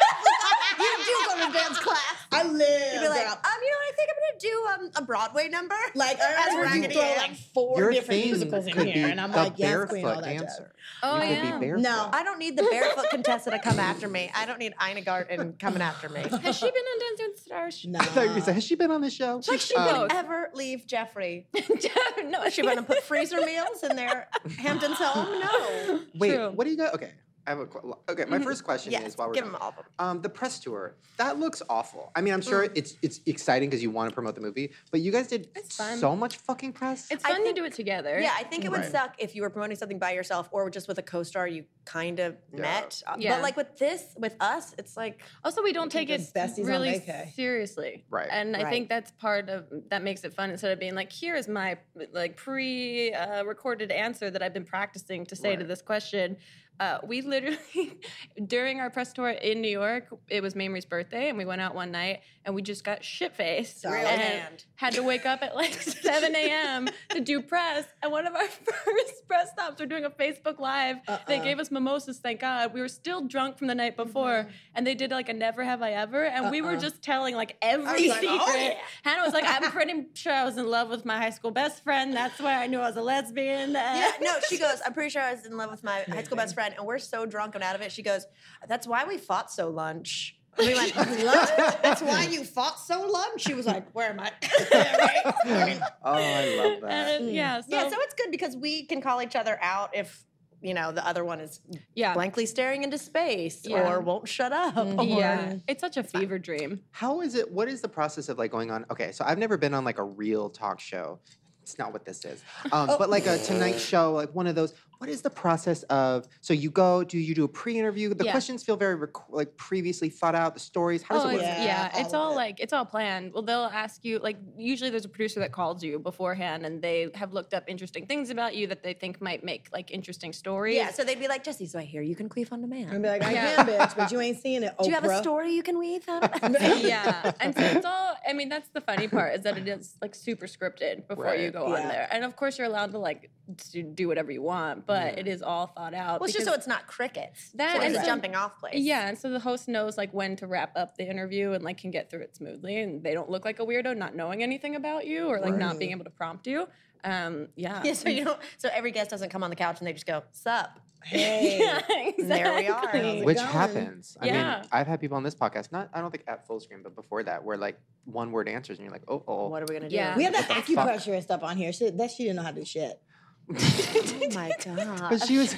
Speaker 4: you do go to dance class.
Speaker 2: I live.
Speaker 4: You'd be like, um,
Speaker 2: girl.
Speaker 4: you know what? I think I'm gonna do um, a Broadway number.
Speaker 2: like
Speaker 4: as
Speaker 2: I remember you
Speaker 4: Raggedy
Speaker 2: throw
Speaker 4: Ann.
Speaker 2: like four
Speaker 1: Your
Speaker 2: different
Speaker 1: thing
Speaker 2: musicals in
Speaker 1: could be
Speaker 2: here, and I'm
Speaker 1: the
Speaker 2: like, yes,
Speaker 1: barefoot
Speaker 2: queen, all that jazz.
Speaker 1: dancer. you
Speaker 3: Oh
Speaker 1: could
Speaker 3: yeah.
Speaker 1: be barefoot.
Speaker 2: No.
Speaker 4: I don't need the barefoot contessa to come after me. I don't need Ina Garten coming after me.
Speaker 3: Has she been on Dancing with the Stars?
Speaker 2: No.
Speaker 1: I thought you were gonna say, has she been on the show?
Speaker 4: Like she
Speaker 1: Um,
Speaker 4: would ever leave Jeffrey.
Speaker 3: no,
Speaker 4: Is she gonna put freezer meals in their Hampton's home? No.
Speaker 1: Wait,
Speaker 3: True.
Speaker 1: what do you got? Okay, I have a qu- okay.
Speaker 2: Mm-hmm.
Speaker 1: My first question
Speaker 4: Yes,
Speaker 1: is while we're
Speaker 4: give them
Speaker 1: done.
Speaker 4: all of them.
Speaker 1: Um, the press tour that looks awful. I mean, I'm
Speaker 3: Mm.
Speaker 1: sure it's it's exciting because you want to promote the movie, but you guys did
Speaker 3: fun.
Speaker 1: so much fucking press.
Speaker 3: It's
Speaker 4: I
Speaker 3: fun
Speaker 4: think-
Speaker 3: to do it together.
Speaker 4: Yeah, I think it would
Speaker 1: Right.
Speaker 4: suck if you were promoting something by yourself or just with a co-star you kind of
Speaker 1: Yeah.
Speaker 4: met. Uh,
Speaker 3: Yeah.
Speaker 4: But like with this, with us, it's like
Speaker 3: Also, we don't take
Speaker 2: do
Speaker 3: it
Speaker 2: besties on
Speaker 3: really
Speaker 2: vacay.
Speaker 3: seriously.
Speaker 1: Right.
Speaker 3: And I
Speaker 4: Right.
Speaker 3: think that's part of that makes it fun instead of being like, here is my like pre-recorded answer that I've been practicing to say to
Speaker 1: Right.
Speaker 3: this question. Uh, we literally during our press tour in New York, it was Mamrie's birthday, and we went out one night and we just got shit faced.
Speaker 2: Solid.
Speaker 4: Real hand.
Speaker 3: Had to wake up at like 7 a.m. to do press. And one of our first press stops, we're doing a Facebook Live.
Speaker 4: Uh-uh.
Speaker 3: They gave us mimosas, thank God. We were still drunk from the night before.
Speaker 4: Mm-hmm.
Speaker 3: And they did like a Never Have I Ever. And we were just telling like every
Speaker 4: Uh-uh. like, "Oh,
Speaker 3: secret.
Speaker 4: yeah."
Speaker 3: Hannah was like, I'm pretty sure I was in love with my high school best friend. That's why I knew I was a lesbian.
Speaker 4: yeah, uh, no, she goes, I'm pretty sure I was in love with my high school best friend, and we're so drunk and out of it. She goes, That's why we fought so lunch. And we went, "What? That's why you fought so lunch. She was like, Where am I? Yeah, right?
Speaker 1: oh, I love that.
Speaker 3: And, yeah, so,
Speaker 4: yeah, so it's good because we can call each other out if you know the other one is
Speaker 3: yeah.
Speaker 4: blankly staring into space
Speaker 3: Yeah. Mm-hmm.
Speaker 4: or won't shut up. Or,
Speaker 3: Yeah. It's such a fever dream.
Speaker 1: How is it? What is the process of like going on? Okay, so I've never been
Speaker 3: Oh.
Speaker 1: on like a real talk show. It's not what this is. Um, But like a Tonight Show, like one of those. what is the process of so you go do you do a pre-interview the
Speaker 3: Yeah.
Speaker 1: questions feel very rec- like previously thought out the stories how does
Speaker 3: Oh,
Speaker 1: it work
Speaker 3: it's,
Speaker 2: Yeah,
Speaker 3: yeah,
Speaker 4: all
Speaker 3: it's
Speaker 4: of
Speaker 3: all
Speaker 4: it.
Speaker 3: like it's all planned. Well, they'll ask you like usually there's a producer that calls you beforehand, and they have looked up interesting things about you that they think might make like interesting stories.
Speaker 4: Yeah, so they'd be like, Jesse, so I hear you can queef on
Speaker 2: And
Speaker 4: demand.
Speaker 2: be like, I
Speaker 3: Yeah.
Speaker 2: can, bitch, but you ain't seeing it. Oprah.
Speaker 4: Do you have a story you can weave?
Speaker 3: yeah, and so it's all. I mean, that's the funny part is that it is like super scripted before you
Speaker 1: Right.
Speaker 3: go
Speaker 2: Yeah.
Speaker 3: on there, and of course you're allowed to like do, do whatever you want, but it is all thought out.
Speaker 4: Well, it's just so
Speaker 3: because-
Speaker 4: it's not crickets.
Speaker 3: That
Speaker 4: That is
Speaker 3: and
Speaker 4: a
Speaker 3: so-
Speaker 4: jumping off place.
Speaker 3: yeah, and so the host knows like when to wrap up the interview and like can get through it smoothly, and they don't look like a weirdo not knowing anything about you or like not being able to prompt you. Um, yeah,
Speaker 4: Yeah, so you don't. So every guest doesn't come on the couch and they just go, "Sup."
Speaker 2: Hey.
Speaker 3: yeah,
Speaker 4: And there we are.
Speaker 3: exactly.
Speaker 1: which
Speaker 2: Done.
Speaker 1: happens i
Speaker 3: Yeah.
Speaker 1: mean i've had people on this podcast not i don't think at full screen but before that where like one word answers and you're like oh oh
Speaker 4: What are we gonna do?
Speaker 3: Yeah.
Speaker 2: We have that
Speaker 1: What the fuck?
Speaker 2: acupressure and stuff on here. She, that she didn't know how to do shit.
Speaker 4: Oh my god.
Speaker 1: but she was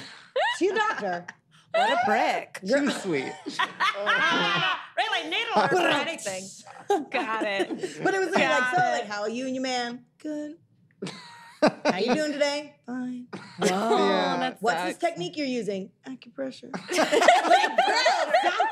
Speaker 2: She a doctor.
Speaker 4: what a prick.
Speaker 1: she was sweet
Speaker 4: Really, needle or anything.
Speaker 3: Got it.
Speaker 2: But it was like, like,
Speaker 4: Got
Speaker 2: so,
Speaker 4: it.
Speaker 2: like, how are you and your man? Good. How you doing today? Fine.
Speaker 3: Oh,
Speaker 1: Yeah.
Speaker 3: that's
Speaker 2: What's this technique you're using? Acupressure.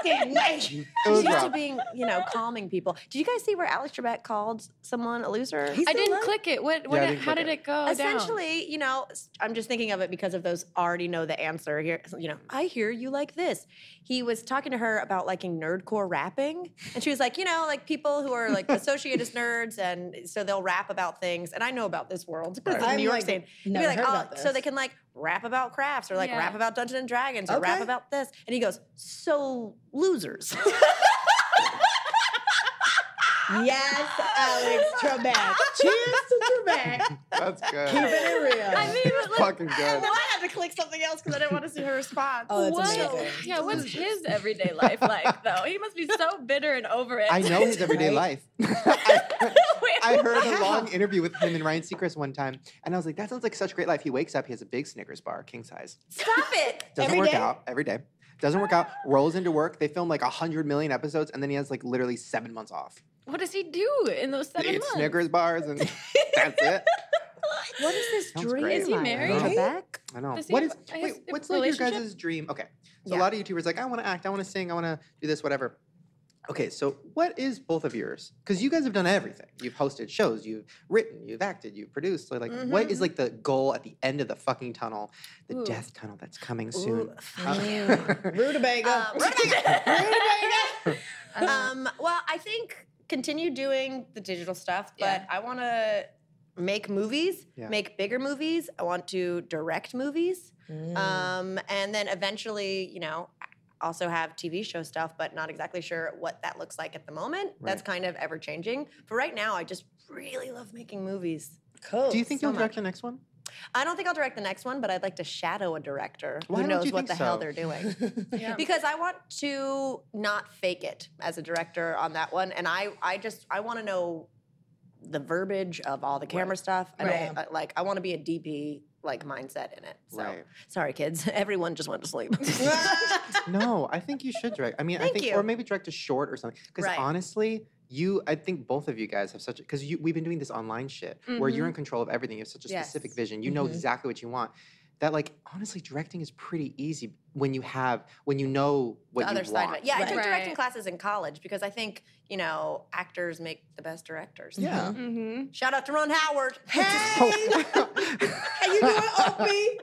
Speaker 1: it was
Speaker 4: She's used to
Speaker 1: rough.
Speaker 4: being, you know, calming people. Did you guys see where Alex Trebek called someone a loser?
Speaker 2: He's
Speaker 3: I
Speaker 2: still
Speaker 3: didn't
Speaker 2: alive?
Speaker 3: click it. What? what
Speaker 1: I didn't
Speaker 3: how
Speaker 1: click
Speaker 3: did
Speaker 1: it.
Speaker 3: it
Speaker 2: Oh,
Speaker 3: go? down?
Speaker 4: Essentially, you know, s- I'm just thinking of it because of those already know the answer here. You know, I hear you like this. He was talking to her about liking nerdcore rapping, and she was like, you know, like people who are like associated as nerds, and so they'll rap about things. And I know about this world because
Speaker 1: Right.
Speaker 4: it's a
Speaker 2: I'm
Speaker 4: New York
Speaker 2: like,
Speaker 4: scene. He'd be
Speaker 2: never
Speaker 4: like,
Speaker 2: heard
Speaker 4: "Oh,"
Speaker 2: about
Speaker 4: so they
Speaker 2: this.
Speaker 4: can like rap about crafts or like
Speaker 3: Yeah.
Speaker 4: rap about Dungeons and Dragons or rap
Speaker 2: Okay.
Speaker 4: about this. And he goes, so losers.
Speaker 2: Yes, Alex Trebek. Cheers to Trebek.
Speaker 1: that's good
Speaker 2: Keeping it real.
Speaker 3: I mean, but, like,
Speaker 1: fucking good
Speaker 4: I had to click something else because I didn't want to see her response.
Speaker 2: Oh, that's
Speaker 3: what?
Speaker 2: amazing.
Speaker 3: Yeah, what's his everyday life like though? He must be so bitter and over it.
Speaker 1: I know his everyday life. I, I heard a long interview with him and Ryan Seacrest one time, and I was like, "That sounds like such a great life." He wakes up, he has a big Snickers bar, king size.
Speaker 4: Stop it.
Speaker 1: Doesn't
Speaker 2: Every
Speaker 1: work
Speaker 2: day?
Speaker 1: out every day. Doesn't work out. Rolls into work. They film like hundred million episodes, and then he has like literally seven months off.
Speaker 3: What does he do in those
Speaker 1: He
Speaker 3: seven
Speaker 1: eats
Speaker 3: months?
Speaker 1: Snickers bars, and that's it.
Speaker 4: What is this
Speaker 1: Sounds
Speaker 4: dream?
Speaker 1: great.
Speaker 3: Is he
Speaker 4: life?
Speaker 3: married?
Speaker 1: Is he?
Speaker 4: Trebek?
Speaker 1: I know.
Speaker 3: Does he
Speaker 1: What
Speaker 3: have
Speaker 1: is
Speaker 3: a- I
Speaker 1: wait?
Speaker 3: guess a
Speaker 1: What's like your
Speaker 3: relationship?
Speaker 1: guys' dream? Okay, so
Speaker 4: Yeah.
Speaker 1: a lot of YouTubers like, I want to act, I want to sing, I want to do this, whatever. Okay, so what is both of yours? Because you guys have done everything. You've hosted shows, you've written, you've acted, you've produced. So like, what is like the goal at the end of the fucking tunnel, the
Speaker 3: Mm-hmm. Ooh.
Speaker 1: death tunnel that's coming soon?
Speaker 4: fuck.
Speaker 2: Rutabaga.
Speaker 4: Uh,
Speaker 2: Rutabaga.
Speaker 4: um, well, I think continue doing the digital stuff, but
Speaker 3: Yeah.
Speaker 4: I want to make movies,
Speaker 1: Yeah.
Speaker 4: make bigger movies. I want to direct movies,
Speaker 1: Mm.
Speaker 4: um, and then eventually, you know, also have TV show stuff, but not exactly sure what that looks like at the moment. That's kind of ever changing. But right now, I just really love making movies.
Speaker 2: cool.
Speaker 1: do you think
Speaker 4: so
Speaker 1: you'll direct
Speaker 4: much.
Speaker 1: the next one?
Speaker 4: I don't think I'll direct the next one, but I'd like to shadow a director
Speaker 1: Why don't
Speaker 4: who knows
Speaker 1: you
Speaker 4: what the
Speaker 1: think
Speaker 4: hell
Speaker 1: so?
Speaker 4: they're doing.
Speaker 3: Yeah.
Speaker 4: because I want to not fake it as a director on that one, and I I just I want to know the verbiage of all the camera stuff. I don't, I- like I want to be a DP like mindset in it. So
Speaker 1: Right.
Speaker 4: sorry, kids. Everyone just went to sleep.
Speaker 1: no, I think you should direct. I mean, I
Speaker 4: Thank
Speaker 1: think,
Speaker 4: you.
Speaker 1: or maybe direct a short or something. Because
Speaker 4: Right.
Speaker 1: honestly, you, I think both of you guys have such because you we've been doing this online shit where you're in control of everything. You have such a specific
Speaker 4: Mm-hmm. Yes. Mm-hmm.
Speaker 1: vision. You know exactly what you want. That like honestly, directing is pretty easy when you have when you know what
Speaker 4: the
Speaker 1: you
Speaker 4: other side
Speaker 1: want.
Speaker 4: of it. Yeah, I took
Speaker 3: Right.
Speaker 4: directing
Speaker 3: Right.
Speaker 4: classes in college because I think you know actors make the best directors.
Speaker 1: yeah.
Speaker 3: Mm-hmm.
Speaker 4: Shout out to Ron Howard.
Speaker 2: How you doing,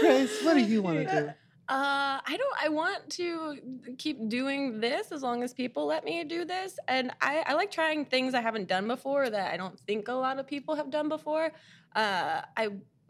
Speaker 1: Grace, what do you want to do?
Speaker 3: Uh, I don't. I want to keep doing this as long as people let me do this, and I, I like trying things I haven't done before that I don't think a lot of people have done before. Uh, I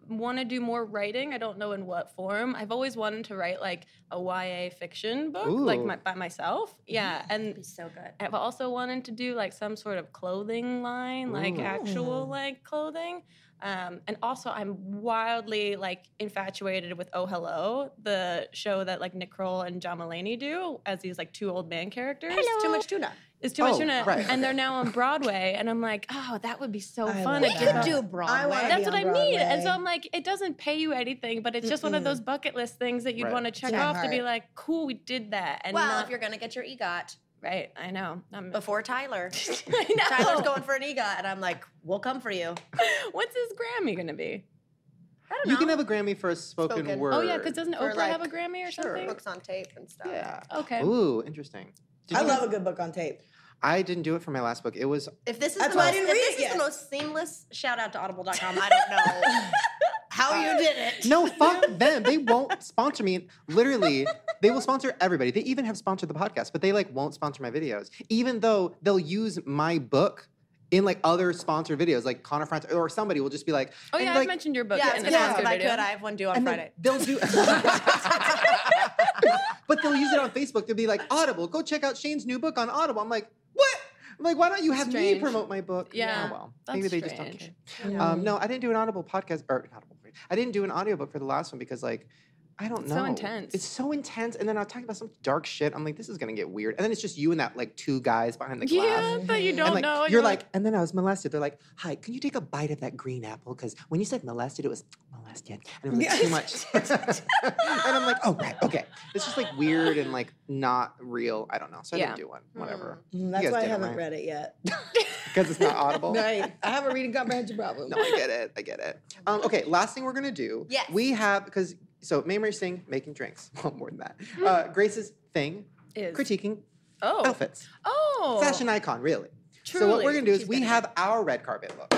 Speaker 3: want to do more writing. I don't know in what form. I've always wanted to write like a YA fiction book, like
Speaker 1: Ooh.
Speaker 3: my, by myself. Yeah, and
Speaker 4: so good.
Speaker 3: I've also wanted to do like some sort of clothing line, like
Speaker 1: Ooh.
Speaker 3: actual like clothing. Um, and also, I'm wildly like infatuated with Oh Hello, the show that like Nick Kroll and John Mulaney do as these like two old man characters.
Speaker 4: It's too much tuna.
Speaker 3: It's too much
Speaker 1: Oh,
Speaker 3: internet.
Speaker 1: right, okay.
Speaker 3: And they're now on Broadway, and I'm like, oh, that would be so
Speaker 2: I love
Speaker 3: fun. if
Speaker 2: that.
Speaker 3: they
Speaker 2: could
Speaker 3: got-
Speaker 2: do
Speaker 4: Broadway.
Speaker 2: wanna
Speaker 3: that's what
Speaker 2: be
Speaker 3: I
Speaker 2: on
Speaker 3: mean. And so
Speaker 2: Broadway.
Speaker 3: I'm like, it doesn't pay you anything, but it's just one of those bucket list things that you'd
Speaker 1: Right.
Speaker 3: want to check
Speaker 2: Yeah.
Speaker 3: off to be
Speaker 2: Heart.
Speaker 3: like, cool, we did that. And
Speaker 4: well,
Speaker 3: not-
Speaker 4: if you're gonna get your EGOT
Speaker 3: right, I know. I'm,
Speaker 4: before Tyler.
Speaker 3: I know.
Speaker 4: Tyler's going for an EGOT, and I'm like, we'll come for you.
Speaker 3: When's his Grammy gonna be?
Speaker 4: I don't
Speaker 1: You
Speaker 4: know.
Speaker 1: can have a Grammy for a spoken,
Speaker 4: Spoken.
Speaker 1: word.
Speaker 4: Oh,
Speaker 3: Oh yeah, because doesn't
Speaker 4: Or,
Speaker 3: Oprah have a
Speaker 4: like,
Speaker 3: Grammy or
Speaker 1: sure.
Speaker 3: something?
Speaker 4: books on tape and stuff.
Speaker 1: yeah.
Speaker 3: Okay.
Speaker 1: Ooh, interesting. Did
Speaker 2: I
Speaker 1: you
Speaker 2: love
Speaker 1: guys-
Speaker 2: a good book on tape.
Speaker 1: I didn't do it for my last book. It was
Speaker 4: If this is
Speaker 2: That's
Speaker 4: the
Speaker 2: why I
Speaker 4: most,
Speaker 2: didn't
Speaker 4: if
Speaker 2: read
Speaker 4: this
Speaker 2: it
Speaker 4: is
Speaker 2: yet.
Speaker 4: the most seamless shout out to audible.com, I don't know how you did it.
Speaker 1: no fuck them. They won't sponsor me. Literally, they will sponsor everybody. They even have sponsored the podcast, but they like won't sponsor my videos, even though they'll use my book in like other sponsored videos, like Connor France or somebody will just be like,
Speaker 3: Oh yeah,
Speaker 1: and,
Speaker 3: I
Speaker 1: like,
Speaker 3: mentioned your book.
Speaker 4: yeah, I
Speaker 3: in
Speaker 4: was
Speaker 3: the
Speaker 4: gonna ask
Speaker 1: Yeah.
Speaker 4: if I could.
Speaker 3: video.
Speaker 4: I have one due on
Speaker 1: and then
Speaker 4: Friday.
Speaker 1: They'll do, but they'll use it on Facebook. They'll be like, Audible, go check out Shane's new book on Audible. I'm like, what? I'm like, why don't you have me
Speaker 3: Strange.
Speaker 1: promote my book?
Speaker 3: Yeah,
Speaker 1: Oh, well,
Speaker 3: that's
Speaker 1: maybe they just don't
Speaker 3: strange.
Speaker 1: care.
Speaker 3: Mm.
Speaker 1: Um, no, I didn't do an audible podcast or not audible. I didn't do an audiobook for the last one because like I don't
Speaker 3: It's
Speaker 1: know.
Speaker 3: so intense.
Speaker 1: It's so intense. And then I was talking about some dark shit. I'm like, this is gonna get weird. And then it's just you and that like two guys behind the glass.
Speaker 3: yeah, but you
Speaker 4: And,
Speaker 3: don't
Speaker 1: and like,
Speaker 3: know. and
Speaker 1: you're like, and then I was molested. They're like, hi, can you take a bite of that green apple? Because when you said molested, it was molested. And it was like, too much. and I'm like, oh, right, okay. It's just like weird and like not real. I don't know. So I
Speaker 3: Yeah.
Speaker 1: didn't do one, whatever.
Speaker 2: Mm,
Speaker 1: guys
Speaker 2: That's why I
Speaker 1: did it
Speaker 2: haven't
Speaker 1: right. Oh.
Speaker 2: read it yet.
Speaker 1: Because it's not audible.
Speaker 2: right. I have a reading comprehension problem.
Speaker 1: No, I get it. I get it. Um, okay, last thing we're gonna do.
Speaker 4: Yes.
Speaker 1: We have because so Mamrie Singh making drinks. Well, more than that. Uh, Grace's thing
Speaker 3: is-
Speaker 1: critiquing
Speaker 3: oh
Speaker 1: outfits,
Speaker 3: oh
Speaker 1: fashion icon, really.
Speaker 3: Truly.
Speaker 1: So what we're gonna do is
Speaker 3: She's
Speaker 1: we
Speaker 3: gonna-
Speaker 1: have our red carpet look,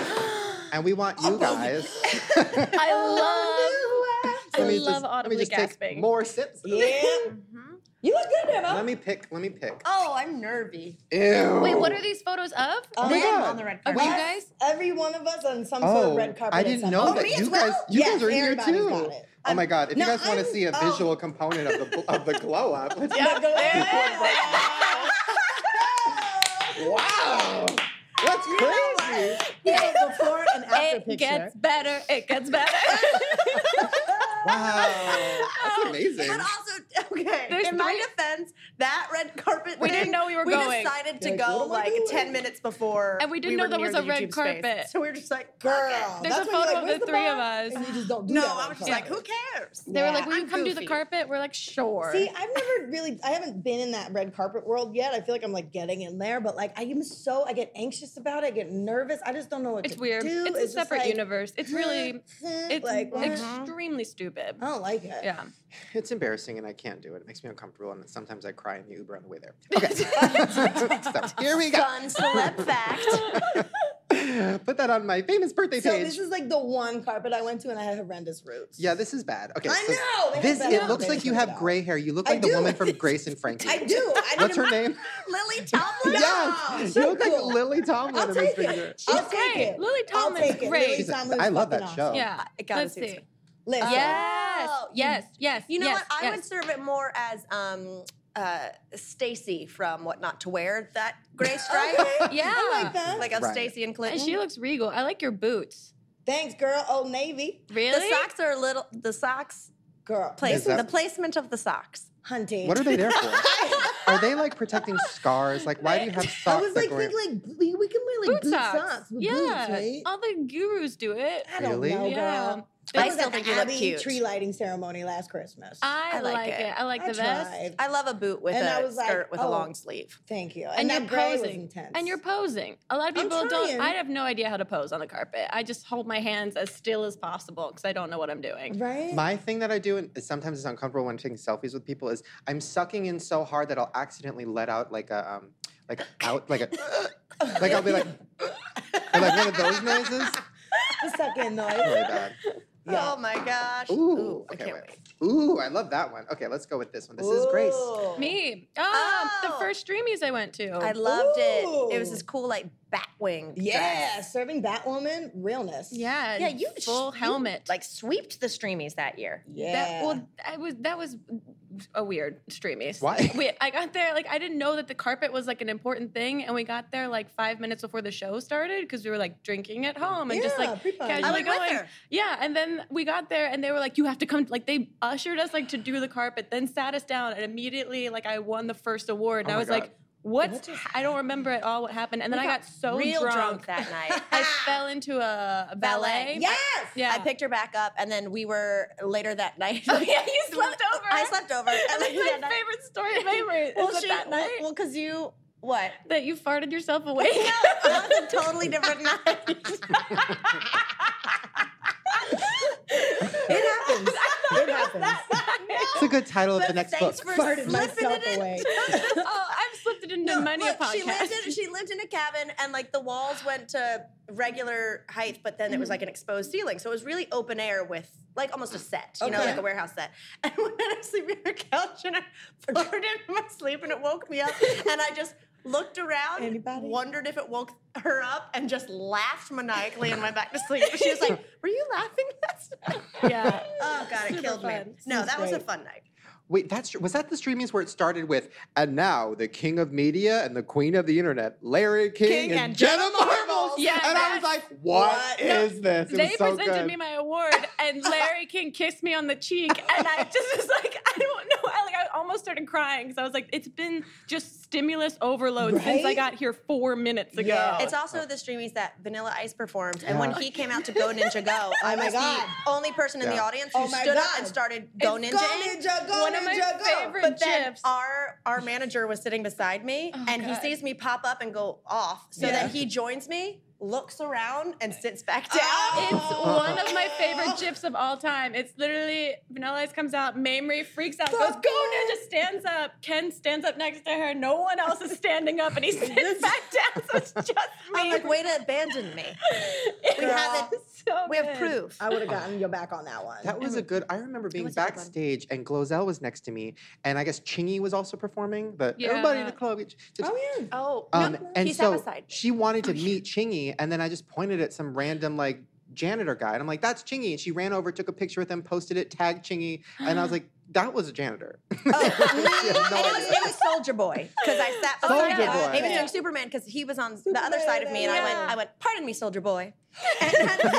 Speaker 1: and we want you guys.
Speaker 3: I love. I
Speaker 1: Let me
Speaker 3: love
Speaker 1: just-
Speaker 3: audibly
Speaker 1: let me just
Speaker 3: gasping.
Speaker 1: Take more sips. of this.
Speaker 2: Yeah. You look good, Emma.
Speaker 1: Let me pick. Let me pick.
Speaker 4: Oh, I'm nervy.
Speaker 1: Ew.
Speaker 3: Wait, what are these photos of?
Speaker 1: Oh my
Speaker 4: Them
Speaker 1: God.
Speaker 4: on the red
Speaker 3: Of
Speaker 4: carpet.
Speaker 3: you guys?
Speaker 2: Every one of us on some sort
Speaker 1: Oh,
Speaker 2: of red carpet. Oh,
Speaker 1: I
Speaker 2: at
Speaker 1: didn't
Speaker 2: some
Speaker 1: know
Speaker 2: point.
Speaker 1: that
Speaker 4: me as
Speaker 1: you
Speaker 4: well?
Speaker 1: guys. You
Speaker 2: Yes,
Speaker 1: guys are in here
Speaker 2: everybody's
Speaker 1: too.
Speaker 2: got it.
Speaker 1: Oh my god! If
Speaker 2: No,
Speaker 1: you guys want to
Speaker 2: I'm-
Speaker 1: see a
Speaker 2: oh.
Speaker 1: visual component of the of the glow up, let's
Speaker 3: Yeah,
Speaker 1: Wow. That's crazy.
Speaker 2: Yeah, before and after
Speaker 3: it
Speaker 2: picture.
Speaker 3: gets better. It gets better.
Speaker 1: Wow.
Speaker 2: Oh,
Speaker 1: That's amazing.
Speaker 4: But also, okay.
Speaker 3: There's
Speaker 4: in my
Speaker 3: three-
Speaker 4: defense, that red carpet.
Speaker 3: We
Speaker 4: thing,
Speaker 3: didn't know we were going.
Speaker 4: decided to
Speaker 2: You're like, what
Speaker 4: go
Speaker 2: am I
Speaker 4: like
Speaker 2: doing?
Speaker 4: ten minutes before,
Speaker 3: And we didn't
Speaker 4: we
Speaker 3: know
Speaker 4: were
Speaker 3: there
Speaker 4: near
Speaker 3: was a
Speaker 4: the
Speaker 3: red
Speaker 4: YouTube space.
Speaker 3: carpet.
Speaker 4: So we were just like,
Speaker 2: Girl,
Speaker 4: girl.
Speaker 3: There's
Speaker 2: that's
Speaker 3: a
Speaker 2: when you're
Speaker 3: photo
Speaker 2: like,
Speaker 3: of
Speaker 2: "Where's
Speaker 3: the three of us."
Speaker 2: And you just don't do
Speaker 4: No,
Speaker 2: that
Speaker 4: I
Speaker 2: on
Speaker 4: was just
Speaker 2: camera.
Speaker 4: like, who cares?
Speaker 3: They were like, "Will
Speaker 4: I'm
Speaker 3: you come do the
Speaker 4: goofy.
Speaker 3: carpet?" We're like, "Sure."
Speaker 2: See, I've never really, I haven't been in that red carpet world yet. I feel like I'm like getting in there, but like I am so, I get anxious about it. I get nervous. I just don't know what
Speaker 3: it's
Speaker 2: to
Speaker 3: weird.
Speaker 2: do.
Speaker 3: It's, a
Speaker 2: just
Speaker 3: separate
Speaker 2: like,
Speaker 3: universe. It's really, it's
Speaker 2: like, what? Oh.
Speaker 3: extremely stupid.
Speaker 2: I don't like it.
Speaker 3: Yeah.
Speaker 1: It's embarrassing and I can't do it. It makes me uncomfortable and sometimes I cry in the Uber on the way there. Okay. so here we go.
Speaker 4: Fun celeb fact.
Speaker 1: Put that on my famous birthday
Speaker 2: So
Speaker 1: page.
Speaker 2: this is like the one carpet I went to, and I had horrendous roots.
Speaker 1: yeah, this is bad. Okay.
Speaker 2: I
Speaker 1: so
Speaker 2: know, they had
Speaker 1: This
Speaker 2: better
Speaker 1: it looks
Speaker 2: days
Speaker 1: like you
Speaker 2: than
Speaker 1: have
Speaker 2: that.
Speaker 1: gray hair. You look
Speaker 2: I
Speaker 1: like the
Speaker 2: do.
Speaker 1: woman from Grace and Frankie.
Speaker 2: I do. I
Speaker 1: What's her
Speaker 2: didn't-
Speaker 1: name?
Speaker 4: Lily Tomlin.
Speaker 1: yes.
Speaker 2: so
Speaker 1: You look like
Speaker 2: cool.
Speaker 1: Lily Tomlin
Speaker 2: I'll
Speaker 1: in this
Speaker 2: take
Speaker 1: picture.
Speaker 2: it. I'll
Speaker 3: She's
Speaker 2: take
Speaker 3: great.
Speaker 2: it.
Speaker 3: Lily
Speaker 2: I'll
Speaker 3: Tomlin's
Speaker 2: take it.
Speaker 3: great.
Speaker 2: Lily
Speaker 1: She's a-
Speaker 2: Tomlin's
Speaker 1: I love that
Speaker 2: fucking
Speaker 1: show.
Speaker 2: awesome.
Speaker 3: Yeah.
Speaker 4: I gotta
Speaker 3: Let's
Speaker 4: see this
Speaker 3: see.
Speaker 2: Listen,
Speaker 3: Yes.
Speaker 4: Oh,
Speaker 3: Yes. Yes.
Speaker 4: You know
Speaker 3: yes,
Speaker 4: what? I
Speaker 3: yes.
Speaker 4: would serve it more as um, uh, Stacy from What Not to Wear. That gray stripe.
Speaker 3: Yeah.
Speaker 2: I like that.
Speaker 4: Like of
Speaker 1: Right.
Speaker 4: Stacy and Clinton.
Speaker 3: And she looks regal. I like your boots.
Speaker 2: Thanks, girl. Old Navy,
Speaker 3: Really?
Speaker 4: the socks are a little. The socks
Speaker 2: girl.
Speaker 4: place
Speaker 1: that-
Speaker 4: the placement of the socks.
Speaker 2: hunting.
Speaker 1: What are they there for? are they like protecting scars? Like why do you have
Speaker 2: I
Speaker 1: socks
Speaker 2: was
Speaker 1: that
Speaker 2: like,
Speaker 1: go in-
Speaker 2: think like we, we can wear like
Speaker 3: boot socks.
Speaker 2: with
Speaker 3: yeah.
Speaker 2: boots, right?
Speaker 3: All the gurus do it.
Speaker 2: I don't
Speaker 1: Really?
Speaker 2: know, girl.
Speaker 3: Yeah.
Speaker 4: I
Speaker 2: I was
Speaker 4: still
Speaker 2: at the
Speaker 4: think you look
Speaker 2: Abbey
Speaker 4: cute.
Speaker 2: tree lighting ceremony last Christmas.
Speaker 3: I, like, it. I like
Speaker 2: I
Speaker 3: the vest.
Speaker 2: tried.
Speaker 4: I love a boot with
Speaker 2: And
Speaker 4: a
Speaker 2: I was like,
Speaker 4: skirt with a
Speaker 2: oh.
Speaker 4: long sleeve.
Speaker 2: Thank you. And,
Speaker 3: And, you're
Speaker 2: that gray was
Speaker 3: posing.
Speaker 2: intense.
Speaker 3: And you're posing. A lot of
Speaker 2: I'm
Speaker 3: people don't.
Speaker 2: trying.
Speaker 3: I have no idea how to pose on the carpet. I just hold my hands as still as possible because I don't know what I'm doing.
Speaker 2: right.
Speaker 1: My thing that I do, and sometimes it's uncomfortable when taking selfies with people, is I'm sucking in so hard that I'll accidentally let out like a um, like a out like a like I'll be like or like one of those noises.
Speaker 2: the second
Speaker 1: Really
Speaker 2: noise.
Speaker 1: bad.
Speaker 4: Oh my gosh.
Speaker 1: Ooh,
Speaker 4: I
Speaker 1: okay,
Speaker 4: can't
Speaker 1: wait.
Speaker 4: wait.
Speaker 1: Ooh, I love that one. Okay, let's go with this one. This is Grace.
Speaker 2: Ooh.
Speaker 3: Me. Oh,
Speaker 4: Oh.
Speaker 3: the first dreamies I went
Speaker 1: Oh.
Speaker 3: to.
Speaker 4: I loved it. It was
Speaker 2: Ooh.
Speaker 4: this cool like bat wing.
Speaker 2: Yeah,
Speaker 4: dress.
Speaker 2: serving Batwoman realness.
Speaker 3: yeah.
Speaker 4: Yeah, you
Speaker 3: full
Speaker 4: sh- you,
Speaker 3: helmet.
Speaker 4: like sweeped the streamies that year.
Speaker 2: Yeah.
Speaker 3: That, well, I was that was a weird streamies.
Speaker 1: Why?
Speaker 3: We, I got there like I didn't know that the carpet was like an important thing, and we got there like five minutes before the show started because we were like drinking at home and just
Speaker 2: Yeah,
Speaker 3: like
Speaker 2: pre-party.
Speaker 3: casually
Speaker 2: I
Speaker 4: went with
Speaker 3: going.
Speaker 4: her.
Speaker 3: Yeah, and then we got there and they were like, "You have to come." Like they ushered us like to do the carpet, then sat us down, and immediately like I won the first award, and
Speaker 1: Oh
Speaker 3: I
Speaker 1: my
Speaker 3: was
Speaker 1: God.
Speaker 3: like. What's I don't remember at all what happened, and then I got, so
Speaker 4: real drunk,
Speaker 3: drunk.
Speaker 4: that night.
Speaker 3: I fell into a, a ballet.
Speaker 2: Yes.
Speaker 3: yeah.
Speaker 4: I picked her back up, and then we were later that night.
Speaker 3: Oh yeah, you slept over.
Speaker 4: I slept over. And
Speaker 3: That's
Speaker 4: then
Speaker 3: my
Speaker 4: that night-
Speaker 3: favorite story of Mamrie.
Speaker 4: Well,
Speaker 3: is that
Speaker 4: she-
Speaker 3: that
Speaker 4: well-
Speaker 3: night
Speaker 4: well, because you what?
Speaker 3: that you farted yourself awake.
Speaker 4: That was a totally different night.
Speaker 1: title of the
Speaker 4: But
Speaker 1: next book.
Speaker 4: thanks for
Speaker 2: Farted
Speaker 4: slipping
Speaker 2: myself
Speaker 4: it in.
Speaker 2: away.
Speaker 3: oh, I've slipped it into many a
Speaker 4: look, she lived
Speaker 3: podcast.
Speaker 4: in she lived in a cabin and like the walls went to regular height, but then it was like an exposed ceiling. So it was really open air with like almost a set, you know,
Speaker 2: Okay.
Speaker 4: like a warehouse set. And one night I was sleeping on her couch and I farted in my sleep and it woke me up. And I just looked around,
Speaker 2: Anybody?
Speaker 4: wondered if it woke her up, and just laughed maniacally and went back to sleep. She was like, Were you laughing last night?
Speaker 3: yeah.
Speaker 4: Oh god, it
Speaker 3: Super
Speaker 4: killed me.
Speaker 3: fun.
Speaker 4: No, that was a
Speaker 2: great.
Speaker 4: fun night.
Speaker 1: Wait, that's was that the streamings where it started with and now the king of media and the queen of the internet, Larry King,
Speaker 4: King
Speaker 1: and,
Speaker 4: and
Speaker 1: Jenna
Speaker 4: Jenna
Speaker 1: Marbles.
Speaker 4: Marbles.
Speaker 3: Yeah,
Speaker 1: and I was
Speaker 3: that's-
Speaker 1: like, what
Speaker 4: What?
Speaker 1: is this? It
Speaker 3: they
Speaker 1: was so
Speaker 3: presented
Speaker 1: good.
Speaker 3: me my award, and Larry King kissed me on the cheek, and I just was like, I don't know. I like, I almost started crying because I was like, it's been just stimulus overload since I
Speaker 2: Right?
Speaker 3: got here four minutes ago.
Speaker 2: Yeah.
Speaker 4: It's also the streamies that Vanilla Ice performed,
Speaker 1: Yeah.
Speaker 4: and when he came out to Go Ninja Go, I
Speaker 2: Oh my
Speaker 4: was the
Speaker 2: God.
Speaker 4: only person in the
Speaker 1: Yeah.
Speaker 4: audience who
Speaker 2: Oh my
Speaker 4: stood up
Speaker 2: God.
Speaker 4: and started Go Ninja.
Speaker 2: Ninja, go
Speaker 3: One of my
Speaker 2: Ninja, go.
Speaker 3: favorite
Speaker 4: But then
Speaker 3: Chips.
Speaker 4: our our manager was sitting beside me, and he
Speaker 3: God.
Speaker 4: sees me pop up and go off, so
Speaker 3: Yeah.
Speaker 4: then he joins me, looks around, and sits back down.
Speaker 3: It's
Speaker 2: Oh.
Speaker 3: one of my favorite gifs of all time. It's literally Vanilla Ice comes out, Mamrie freaks out, goes, "Go Ninja!" stands up. Ken stands up next to her. No one else is standing up, and he sits back down. So it's just me.
Speaker 4: I'm like, way to abandon me.
Speaker 3: It's
Speaker 4: we have it.
Speaker 3: so
Speaker 4: We have
Speaker 3: good.
Speaker 4: proof.
Speaker 2: I would have gotten your back on that one.
Speaker 1: That was a good. I remember being
Speaker 4: was a good one.
Speaker 1: backstage, and Glozell was next to me, and I guess Chingy was also performing. But everybody in the
Speaker 3: Yeah.
Speaker 1: club. each-
Speaker 2: oh yeah.
Speaker 4: Oh,
Speaker 1: Um, and
Speaker 4: he's Oh,
Speaker 1: so
Speaker 4: half a side.
Speaker 1: she wanted to meet Chingy, and then I just pointed at some random like janitor guy, and I'm like, "That's Chingy." And she ran over, took a picture with him, posted it, tagged Chingy, and I was like, "that was a janitor." She had no
Speaker 4: Oh, and it was,
Speaker 1: idea.
Speaker 4: it was Soldier Boy because I
Speaker 1: Soulja
Speaker 4: sat beside him.
Speaker 1: Boy.
Speaker 4: He was
Speaker 2: Yeah.
Speaker 4: doing Superman because he was on the other side of me, and I went,
Speaker 3: Yeah.
Speaker 4: I went, pardon me, Soldier Boy, and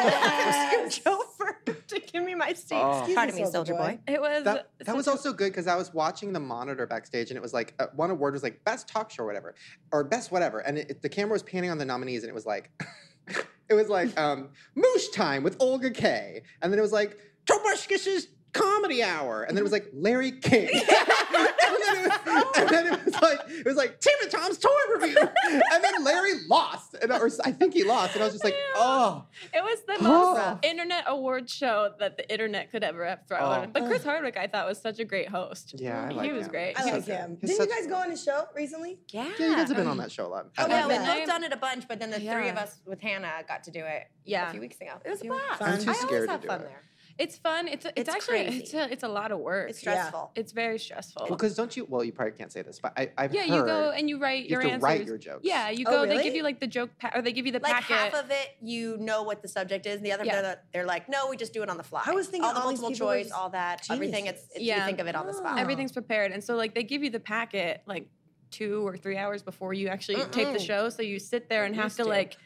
Speaker 4: then scooch over to give me my seat.
Speaker 1: Oh. Excuse
Speaker 4: Pardon
Speaker 2: me,
Speaker 4: me,
Speaker 2: Soulja
Speaker 4: Soldier Boy.
Speaker 3: It was
Speaker 1: That, that
Speaker 3: such
Speaker 1: was
Speaker 3: a-
Speaker 1: also good because I was watching the monitor backstage, and it was like uh, one award was like best talk show or whatever, or best whatever, and it, it- the camera was panning on the nominees, and it was like, it was like um, Moosh Time with Olga Kay, and then it was like Tobushkish's Comedy Hour, and then it was like Larry King. and, then it was, and then it was like it was like Tim and Tom's tour review, and then Larry lost, and or I think he lost, and I was just like, oh,
Speaker 3: It was the
Speaker 1: Oh.
Speaker 3: most internet award show that the internet could ever have thrown.
Speaker 1: Oh.
Speaker 3: But Chris Hardwick, I thought, was such a great host.
Speaker 1: yeah, I
Speaker 3: he
Speaker 1: like
Speaker 3: was
Speaker 1: him.
Speaker 3: great.
Speaker 2: I
Speaker 1: So
Speaker 2: like
Speaker 1: good.
Speaker 2: him.
Speaker 1: He's
Speaker 2: Didn't you
Speaker 1: such-
Speaker 2: guys go on a show recently?
Speaker 4: Yeah.
Speaker 1: Yeah, you guys have been on that show a lot.
Speaker 4: Oh, yeah,
Speaker 3: yeah.
Speaker 4: we've
Speaker 3: Midnight.
Speaker 4: both done it a bunch, but then the three
Speaker 3: Yeah.
Speaker 4: of us with Hannah got to do it
Speaker 3: Yeah.
Speaker 4: a few weeks ago. It was a
Speaker 3: Few weeks.
Speaker 4: blast.
Speaker 2: I'm
Speaker 4: I
Speaker 2: too
Speaker 4: always
Speaker 1: scared to
Speaker 4: have
Speaker 1: do
Speaker 4: fun
Speaker 1: it.
Speaker 4: there.
Speaker 3: It's fun. It's it's,
Speaker 4: It's
Speaker 3: actually
Speaker 4: crazy.
Speaker 3: it's a, it's a lot of work.
Speaker 4: It's
Speaker 3: It's,
Speaker 4: stressful.
Speaker 3: very stressful.
Speaker 1: because don't you? Well, you probably can't say this, but I, I've
Speaker 3: Oh, yeah,
Speaker 1: heard.
Speaker 3: you go and you write
Speaker 1: you
Speaker 3: your
Speaker 1: have to
Speaker 3: answers.
Speaker 1: write your jokes.
Speaker 3: Yeah, you
Speaker 2: Oh,
Speaker 3: go. They
Speaker 2: really?
Speaker 3: give you like the joke pa- or they give you the
Speaker 4: Like half
Speaker 3: packet.
Speaker 4: of it, you know what the subject is, and the other
Speaker 3: Yeah.
Speaker 4: they're, they're like, no, we just do it on the fly.
Speaker 2: I was thinking
Speaker 4: all the
Speaker 2: all these
Speaker 4: multiple
Speaker 2: people were
Speaker 4: choice,
Speaker 2: just
Speaker 4: all that, everything. It's,
Speaker 2: geniuses.
Speaker 4: it's you
Speaker 3: Yeah.
Speaker 4: think of it on the spot.
Speaker 2: Oh.
Speaker 3: Everything's prepared, and so like they give you the packet like two or three hours before you actually take the
Speaker 4: Mm-mm.
Speaker 3: show. So you sit there and have
Speaker 4: used
Speaker 3: to
Speaker 4: to.
Speaker 3: like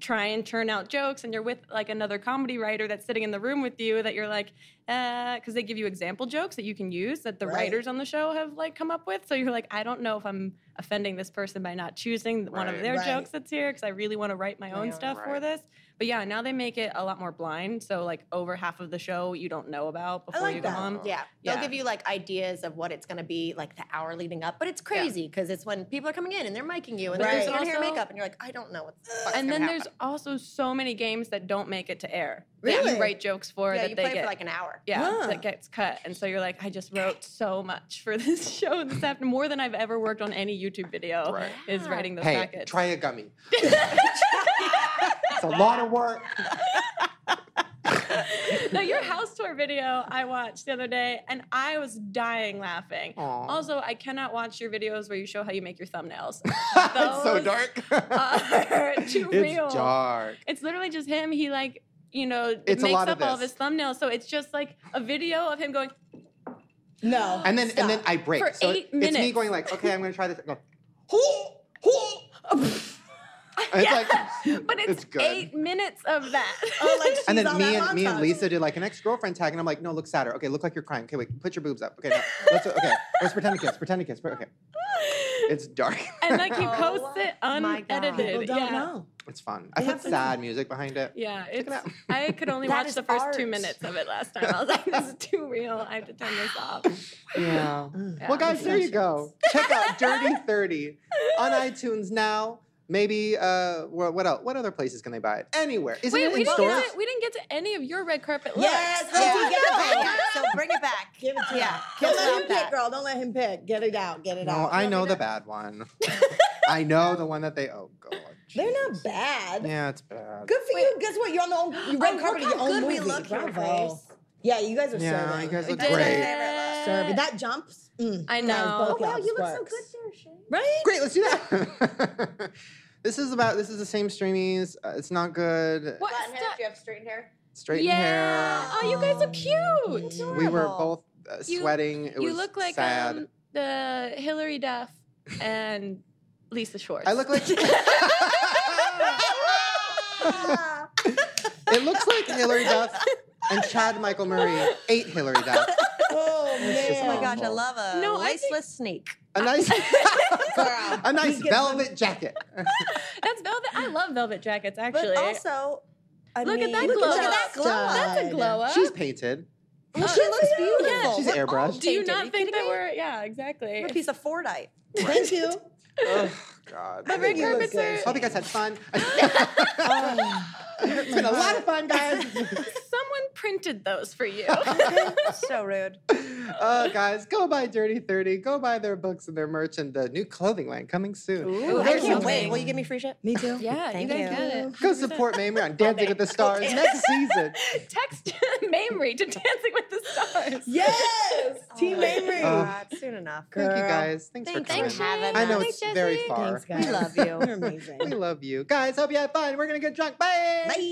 Speaker 3: try and churn out jokes, and you're with like another comedy writer that's sitting in the room with you that you're like, because they give you example jokes that you can use that the
Speaker 2: Right.
Speaker 3: writers on the show have like come up with. So you're like, I don't know if I'm offending this person by not choosing one of
Speaker 1: Right.
Speaker 3: their
Speaker 2: Right.
Speaker 3: jokes that's here because I really want to write my own
Speaker 4: Yeah,
Speaker 3: stuff for
Speaker 1: right.
Speaker 3: this. But yeah, now they make it a lot more blind. So like over half of the show you don't know about before
Speaker 2: like
Speaker 3: you go
Speaker 2: that.
Speaker 3: home.
Speaker 4: Yeah. They'll
Speaker 3: Yeah.
Speaker 4: give you like ideas of what it's going to be like the hour leading up, but it's crazy because it's when people are coming in and they're miking you and
Speaker 2: But
Speaker 4: they're
Speaker 2: there's
Speaker 4: doing hair and
Speaker 3: also-
Speaker 4: makeup and you're like, I don't know what the fuck's
Speaker 3: and
Speaker 4: gonna
Speaker 3: then
Speaker 4: happen.
Speaker 3: there's also so many games that don't make it to air. That
Speaker 2: Really?
Speaker 3: you write jokes for
Speaker 4: yeah,
Speaker 3: that
Speaker 4: you
Speaker 3: they
Speaker 4: play
Speaker 3: get
Speaker 4: for like an hour.
Speaker 3: yeah
Speaker 2: Huh.
Speaker 3: that gets cut, and so you're like, I just wrote so much for this show this afternoon, more than I've ever worked on any YouTube video.
Speaker 1: Right.
Speaker 3: Is writing those
Speaker 1: Hey,
Speaker 3: packets.
Speaker 1: try a gummy. it's a lot of work.
Speaker 3: no, your house tour video I watched the other day, and I was dying laughing.
Speaker 1: Aw.
Speaker 3: Also, I cannot watch your videos where you show how you make your thumbnails.
Speaker 1: it's so
Speaker 3: Those
Speaker 1: dark.
Speaker 3: are too
Speaker 1: it's
Speaker 3: real.
Speaker 1: dark.
Speaker 3: It's literally just him. He like, you know,
Speaker 1: It's a
Speaker 3: makes
Speaker 1: lot
Speaker 3: up
Speaker 1: of
Speaker 3: all of
Speaker 1: this.
Speaker 3: his thumbnails. So it's just like a video of him going
Speaker 2: No.
Speaker 1: And then and then I break.
Speaker 3: Oh, For
Speaker 1: so it-
Speaker 3: eight
Speaker 1: It's me
Speaker 3: minutes.
Speaker 1: going like, okay, I'm gonna try this. I go, hoo, hoo. And it's like,
Speaker 3: But it's,
Speaker 1: good.
Speaker 3: eight minutes of that.
Speaker 2: oh, like she's
Speaker 1: and then
Speaker 2: all
Speaker 1: me
Speaker 2: that
Speaker 1: and me and
Speaker 2: montage.
Speaker 1: Lisa did like an ex-girlfriend tag, and I'm like, no, look sadder. Okay, look like you're crying. Okay, wait, put your boobs up. Okay, now, let's okay. Let's pretend to kiss. Pretend to kiss. Okay, it's dark.
Speaker 3: and like he
Speaker 4: Oh,
Speaker 3: posts it
Speaker 4: my God.
Speaker 2: People
Speaker 3: unedited.
Speaker 2: don't
Speaker 3: yeah.
Speaker 2: know.
Speaker 1: it's fun. I
Speaker 2: They
Speaker 1: put
Speaker 2: have to-
Speaker 1: sad music behind it.
Speaker 3: Yeah,
Speaker 1: it
Speaker 3: it's,
Speaker 1: out.
Speaker 3: I could only
Speaker 4: That
Speaker 3: watch
Speaker 4: is
Speaker 3: the first two
Speaker 4: art.
Speaker 3: minutes of it last time. I was like, this is too real. I have to turn this off.
Speaker 1: Yeah.
Speaker 2: Mm.
Speaker 1: Well,
Speaker 3: Yeah.
Speaker 1: guys, there you go. Check out Dirty 30 on iTunes now. Maybe uh, wha- what else? What other places can they buy it? Anywhere. Is
Speaker 3: Wait,
Speaker 1: it in
Speaker 3: we didn't,
Speaker 1: stores?
Speaker 3: get to, we didn't get to any of your red carpet looks.
Speaker 2: Yes,
Speaker 4: Yes,
Speaker 2: Oh,
Speaker 4: we get it back.
Speaker 2: no.
Speaker 4: So bring it back.
Speaker 2: Give it to
Speaker 4: yeah.
Speaker 2: him. Don't
Speaker 4: Stop
Speaker 2: let him
Speaker 4: that.
Speaker 2: pick, girl. Don't let him pick. Get it out. Get it
Speaker 1: no,
Speaker 2: out.
Speaker 1: I know the bad one. I know the one that they. Oh God.
Speaker 2: They're not
Speaker 1: jeez.
Speaker 2: bad.
Speaker 1: Yeah, it's bad.
Speaker 2: Good for you. Guess what? You're on the own. You
Speaker 4: Oh,
Speaker 2: red
Speaker 4: look
Speaker 2: carpet of
Speaker 4: how
Speaker 2: your own
Speaker 4: good we
Speaker 2: movie.
Speaker 4: look here,
Speaker 2: Bravo.
Speaker 4: Grace.
Speaker 2: Yeah, you guys are
Speaker 1: Yeah,
Speaker 2: serving.
Speaker 1: you guys look
Speaker 3: Did
Speaker 1: great.
Speaker 3: it.
Speaker 2: serving. That jumps. Mm.
Speaker 3: I
Speaker 2: Guys,
Speaker 3: know.
Speaker 2: both
Speaker 4: Oh, wow,
Speaker 2: y'all's
Speaker 4: you look so
Speaker 2: works.
Speaker 4: good there, Shay.
Speaker 2: Right?
Speaker 1: Great, let's do that. this is about. This is the same streamies. Uh, it's not good.
Speaker 3: What?
Speaker 4: Flat hair
Speaker 3: Stop-
Speaker 4: if you have straight hair.
Speaker 1: Straighten
Speaker 3: yeah.
Speaker 1: hair.
Speaker 3: Oh, you guys look cute.
Speaker 2: Mm.
Speaker 1: We were both
Speaker 4: Adorable.
Speaker 1: uh,
Speaker 3: You-
Speaker 1: sweating. it
Speaker 3: you
Speaker 1: was
Speaker 3: look like
Speaker 1: sad.
Speaker 3: um the Hillary Duff and Lisa Schwartz.
Speaker 1: I look like. it looks like Hillary Duff and Chad Michael Murray ate Hillary Duff.
Speaker 2: Oh,
Speaker 1: It's just
Speaker 4: Oh my
Speaker 2: man.
Speaker 4: gosh, I
Speaker 1: Awful.
Speaker 4: love a
Speaker 3: No, I
Speaker 4: laceless
Speaker 3: think-
Speaker 4: sneak.
Speaker 1: A nice,
Speaker 4: Girl,
Speaker 1: a nice
Speaker 2: he gets some-
Speaker 1: velvet jacket.
Speaker 3: That's velvet. I love velvet jackets.
Speaker 4: But
Speaker 3: Actually,
Speaker 4: also, I
Speaker 3: Look at
Speaker 4: mean,
Speaker 3: that
Speaker 4: look
Speaker 3: glow
Speaker 4: At, look at that
Speaker 3: up.
Speaker 4: glow
Speaker 2: Stop.
Speaker 4: up.
Speaker 3: that's a
Speaker 2: God.
Speaker 3: glow up.
Speaker 1: She's painted.
Speaker 4: Well, she looks beautiful.
Speaker 3: yeah.
Speaker 1: She's
Speaker 4: We're all
Speaker 1: airbrushed.
Speaker 3: Do you
Speaker 4: tainted. Are
Speaker 3: not think
Speaker 4: kidding
Speaker 3: that
Speaker 4: me?
Speaker 3: we're? Yeah, exactly.
Speaker 4: I'm a piece of Fordite?
Speaker 2: Thank you.
Speaker 1: Oh God.
Speaker 3: But red
Speaker 2: You look
Speaker 3: carpets are.
Speaker 2: good.
Speaker 1: Hope you guys had fun. it's been a lot of fun, guys.
Speaker 3: Someone printed those for you.
Speaker 4: so rude.
Speaker 1: Uh, guys, go buy Dirty 30. Go buy their books and their merch and the new clothing line coming soon.
Speaker 3: Ooh,
Speaker 4: I
Speaker 1: There's
Speaker 4: can't
Speaker 1: something.
Speaker 4: wait. Will you give me free shit?
Speaker 2: Me too.
Speaker 3: Yeah,
Speaker 4: Thank
Speaker 3: you
Speaker 4: you.
Speaker 3: guys got it.
Speaker 1: Go support Mamrie on Dancing with the Stars next season.
Speaker 3: Text Mamrie to Dancing with the Stars.
Speaker 2: Yes.
Speaker 4: Oh
Speaker 2: Team Mamrie.
Speaker 1: God.
Speaker 4: soon enough.
Speaker 1: Thank you
Speaker 2: Girl.
Speaker 1: guys. Thanks
Speaker 4: Thanks
Speaker 1: for coming.
Speaker 4: for having
Speaker 1: I know
Speaker 4: us.
Speaker 1: it's
Speaker 3: Thanks,
Speaker 1: very
Speaker 3: Jesse.
Speaker 1: far.
Speaker 2: Thanks, guys.
Speaker 4: love you.
Speaker 2: You're amazing.
Speaker 1: we love you. Guys, hope you had fun. We're going to get drunk. Bye.
Speaker 2: Bye.